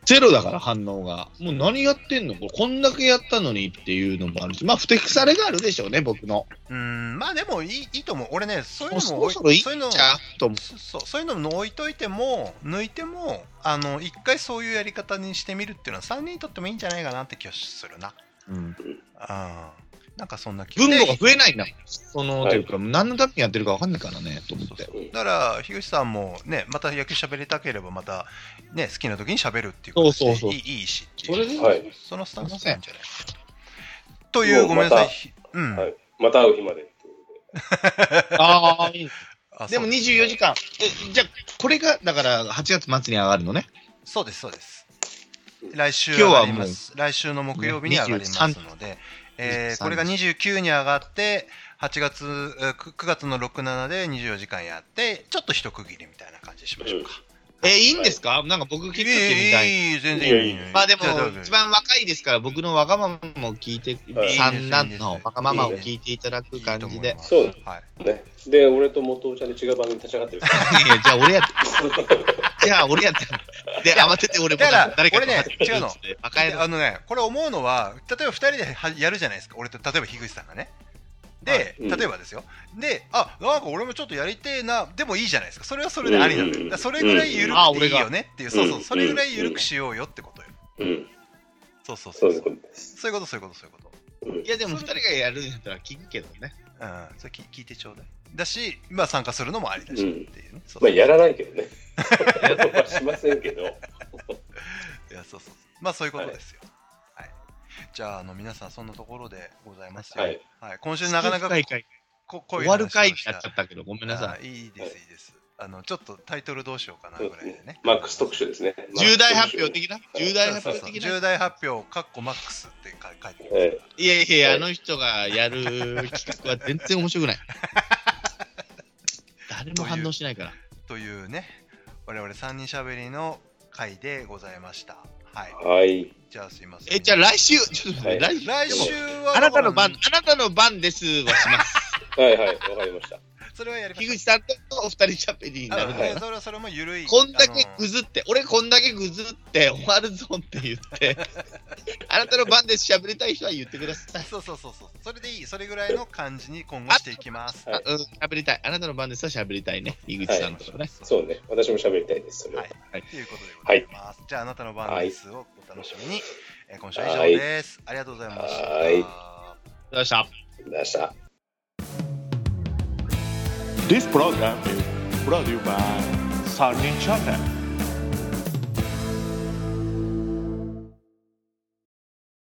[SPEAKER 4] ゼロだから反応が。もう何やってんのこれこんだけやったのにっていうのもあるし、まあ不適されがあるでしょうね、僕の。
[SPEAKER 3] うーんまあでもいいいいと思う。俺ね、そういうのも
[SPEAKER 4] もうそ
[SPEAKER 3] 置
[SPEAKER 4] ろそろいいんち
[SPEAKER 3] そ
[SPEAKER 4] ゃ
[SPEAKER 3] ういうの
[SPEAKER 4] うと思う。
[SPEAKER 3] そそうそういうのも置いといても、抜いても、あの一回そういうやり方にしてみるっていうのは、3人にとってもいいんじゃないかなって気がするな。
[SPEAKER 4] うん
[SPEAKER 3] あなんかそんな気
[SPEAKER 4] 分母が
[SPEAKER 3] で
[SPEAKER 4] 増えないんだもん。その、
[SPEAKER 1] はい
[SPEAKER 4] というか、何のためにやってるか分かんないからね、と思って。
[SPEAKER 3] だから、樋口さんもね、また野球喋りたければ、また、ね、好きな時に喋るっていうこと
[SPEAKER 4] そうそうそう
[SPEAKER 3] いいいいしって
[SPEAKER 4] そ
[SPEAKER 3] いう
[SPEAKER 4] れで、
[SPEAKER 1] はい
[SPEAKER 3] そのスタンスなんじゃないですか。という、
[SPEAKER 1] も
[SPEAKER 3] ご
[SPEAKER 1] う
[SPEAKER 3] めん
[SPEAKER 1] ま
[SPEAKER 3] な
[SPEAKER 1] た
[SPEAKER 3] さい。ひうん。
[SPEAKER 1] はいまた会う日まで。
[SPEAKER 4] ああ、いい。
[SPEAKER 3] あ
[SPEAKER 4] でも
[SPEAKER 3] そう
[SPEAKER 4] 24時間。え、じゃあ、これが、だから、8月末に上がるのね。
[SPEAKER 3] そうです、そうです。来週
[SPEAKER 4] 今日
[SPEAKER 3] 上
[SPEAKER 4] は
[SPEAKER 3] がります。来週の木曜日に上がりますので、えー
[SPEAKER 4] 23
[SPEAKER 3] これが29に上がって、8月、えーく9月の6、7で24時間やって、ちょっと一区切りみたいな感じにしましょうか。
[SPEAKER 4] え、いいんですかなんか僕、きっかけみたいに。
[SPEAKER 3] いいいい全然
[SPEAKER 1] い
[SPEAKER 3] いい
[SPEAKER 1] やいや
[SPEAKER 3] ね。
[SPEAKER 4] まあでも
[SPEAKER 3] じゃどうぞ、
[SPEAKER 4] 一番若いですから、僕のわがままも聞いて、
[SPEAKER 1] はい
[SPEAKER 4] 三男のわがままを聞いていただく感じで。い
[SPEAKER 3] いいと思います
[SPEAKER 1] そうです
[SPEAKER 3] はい。
[SPEAKER 1] ね、で、俺と元ちゃんで違う番組に立ち上が
[SPEAKER 4] (laughs)
[SPEAKER 1] ってる。
[SPEAKER 4] やいや、じゃあ俺やって。じゃあ俺やって。で、慌てて俺も
[SPEAKER 3] だから
[SPEAKER 4] 誰か
[SPEAKER 3] 俺ね違うの。
[SPEAKER 4] バカ野郎
[SPEAKER 3] あのね、これ思うのは、例えば2人ではやるじゃないですか、俺と例えば樋口さんがね。で、
[SPEAKER 1] はいうん
[SPEAKER 3] 例えばですよ。で、あなんか俺もちょっとやりてえな、でもいいじゃないですか、それはそれでありなんだよ。
[SPEAKER 1] うん
[SPEAKER 3] だからそれぐらい緩
[SPEAKER 4] うんあ
[SPEAKER 3] くていいよねっていう、そうそうう、
[SPEAKER 1] ん
[SPEAKER 3] それぐらい緩くしようよってことよ。
[SPEAKER 1] うん、
[SPEAKER 3] そうそうそ
[SPEAKER 1] そう
[SPEAKER 3] う
[SPEAKER 1] い
[SPEAKER 3] そうう。
[SPEAKER 1] ことです。
[SPEAKER 3] そういうこと、そういうこと、そういうこと。
[SPEAKER 4] いや、でも二人がやるんだったら聞くけどね。
[SPEAKER 3] うん、それ聞聞いてちょうだい。だし、まあ参加するのもありだし
[SPEAKER 1] うん
[SPEAKER 3] っていうね。そう
[SPEAKER 1] ま
[SPEAKER 3] そ
[SPEAKER 1] あ、
[SPEAKER 3] う
[SPEAKER 1] やらないけど
[SPEAKER 4] (laughs)
[SPEAKER 1] ね。やるはしませんけど。
[SPEAKER 3] いやそうそうそうまあそういうことですよ。はい。じゃあ、あの皆さん、そんなところでございますよ。
[SPEAKER 1] はい。
[SPEAKER 3] はい、今週なかなか
[SPEAKER 4] 終
[SPEAKER 3] ここういう
[SPEAKER 4] わ
[SPEAKER 3] 話
[SPEAKER 4] る
[SPEAKER 3] を
[SPEAKER 4] 回に
[SPEAKER 3] し
[SPEAKER 4] な
[SPEAKER 3] た
[SPEAKER 4] っちゃったけど、ごめんなさ
[SPEAKER 3] あー
[SPEAKER 4] い。
[SPEAKER 3] いいです、いいです。あの、ちょっとタイトルどうしようかな
[SPEAKER 1] そうで
[SPEAKER 3] ぐら
[SPEAKER 1] す
[SPEAKER 3] いで
[SPEAKER 1] ね
[SPEAKER 3] ね。
[SPEAKER 1] マックス特集ですね。
[SPEAKER 4] 重大発表的な重大
[SPEAKER 3] そう
[SPEAKER 4] 発
[SPEAKER 3] そう
[SPEAKER 4] 表
[SPEAKER 3] そう
[SPEAKER 4] 的な
[SPEAKER 3] 重大発表、カッコマックスって書い書いて
[SPEAKER 1] は
[SPEAKER 3] ます
[SPEAKER 1] い。
[SPEAKER 4] いやいや、あの人がやる企画は全然面白く
[SPEAKER 3] (laughs)
[SPEAKER 4] ない。誰も反応しないから。
[SPEAKER 3] というね、我々三人しゃべりの回でございました。はい。
[SPEAKER 1] はい。
[SPEAKER 3] じゃあすいません。
[SPEAKER 4] え、じゃあ来週、ちょっと待って、
[SPEAKER 1] は
[SPEAKER 4] 来週。
[SPEAKER 3] 来週は
[SPEAKER 4] あなたの番、
[SPEAKER 3] だか
[SPEAKER 4] あなたの番ですは
[SPEAKER 3] (laughs)
[SPEAKER 4] します。
[SPEAKER 1] はいはい、わかりました。
[SPEAKER 3] らそれはやりま
[SPEAKER 4] 樋
[SPEAKER 3] し
[SPEAKER 4] 口さんとお二人しゃべりに
[SPEAKER 3] ょう
[SPEAKER 4] なる
[SPEAKER 3] あ
[SPEAKER 4] から。
[SPEAKER 3] のそれはそれもゆるい。
[SPEAKER 4] こんだけ
[SPEAKER 3] あの
[SPEAKER 4] ぐずって、俺こんだけぐずって終わるぞって言って、 (laughs) あなたの番です喋りたい人は言ってください。
[SPEAKER 3] そうそうそうそう。それでいい。それぐらいの感じに今後していきます。
[SPEAKER 1] あ
[SPEAKER 4] あうん、喋りたい。あなたの番ですは喋りたいね。井口さんとかね。
[SPEAKER 1] そうね、私も喋りたいです。それは
[SPEAKER 3] はい
[SPEAKER 4] はい
[SPEAKER 3] ということでございます。じゃあ、あなたの番ですをお楽しみに。えー今週は以上です。ありがとうございました。
[SPEAKER 4] どうした
[SPEAKER 1] 出した。
[SPEAKER 2] This program is brought to you by Sunny Channel.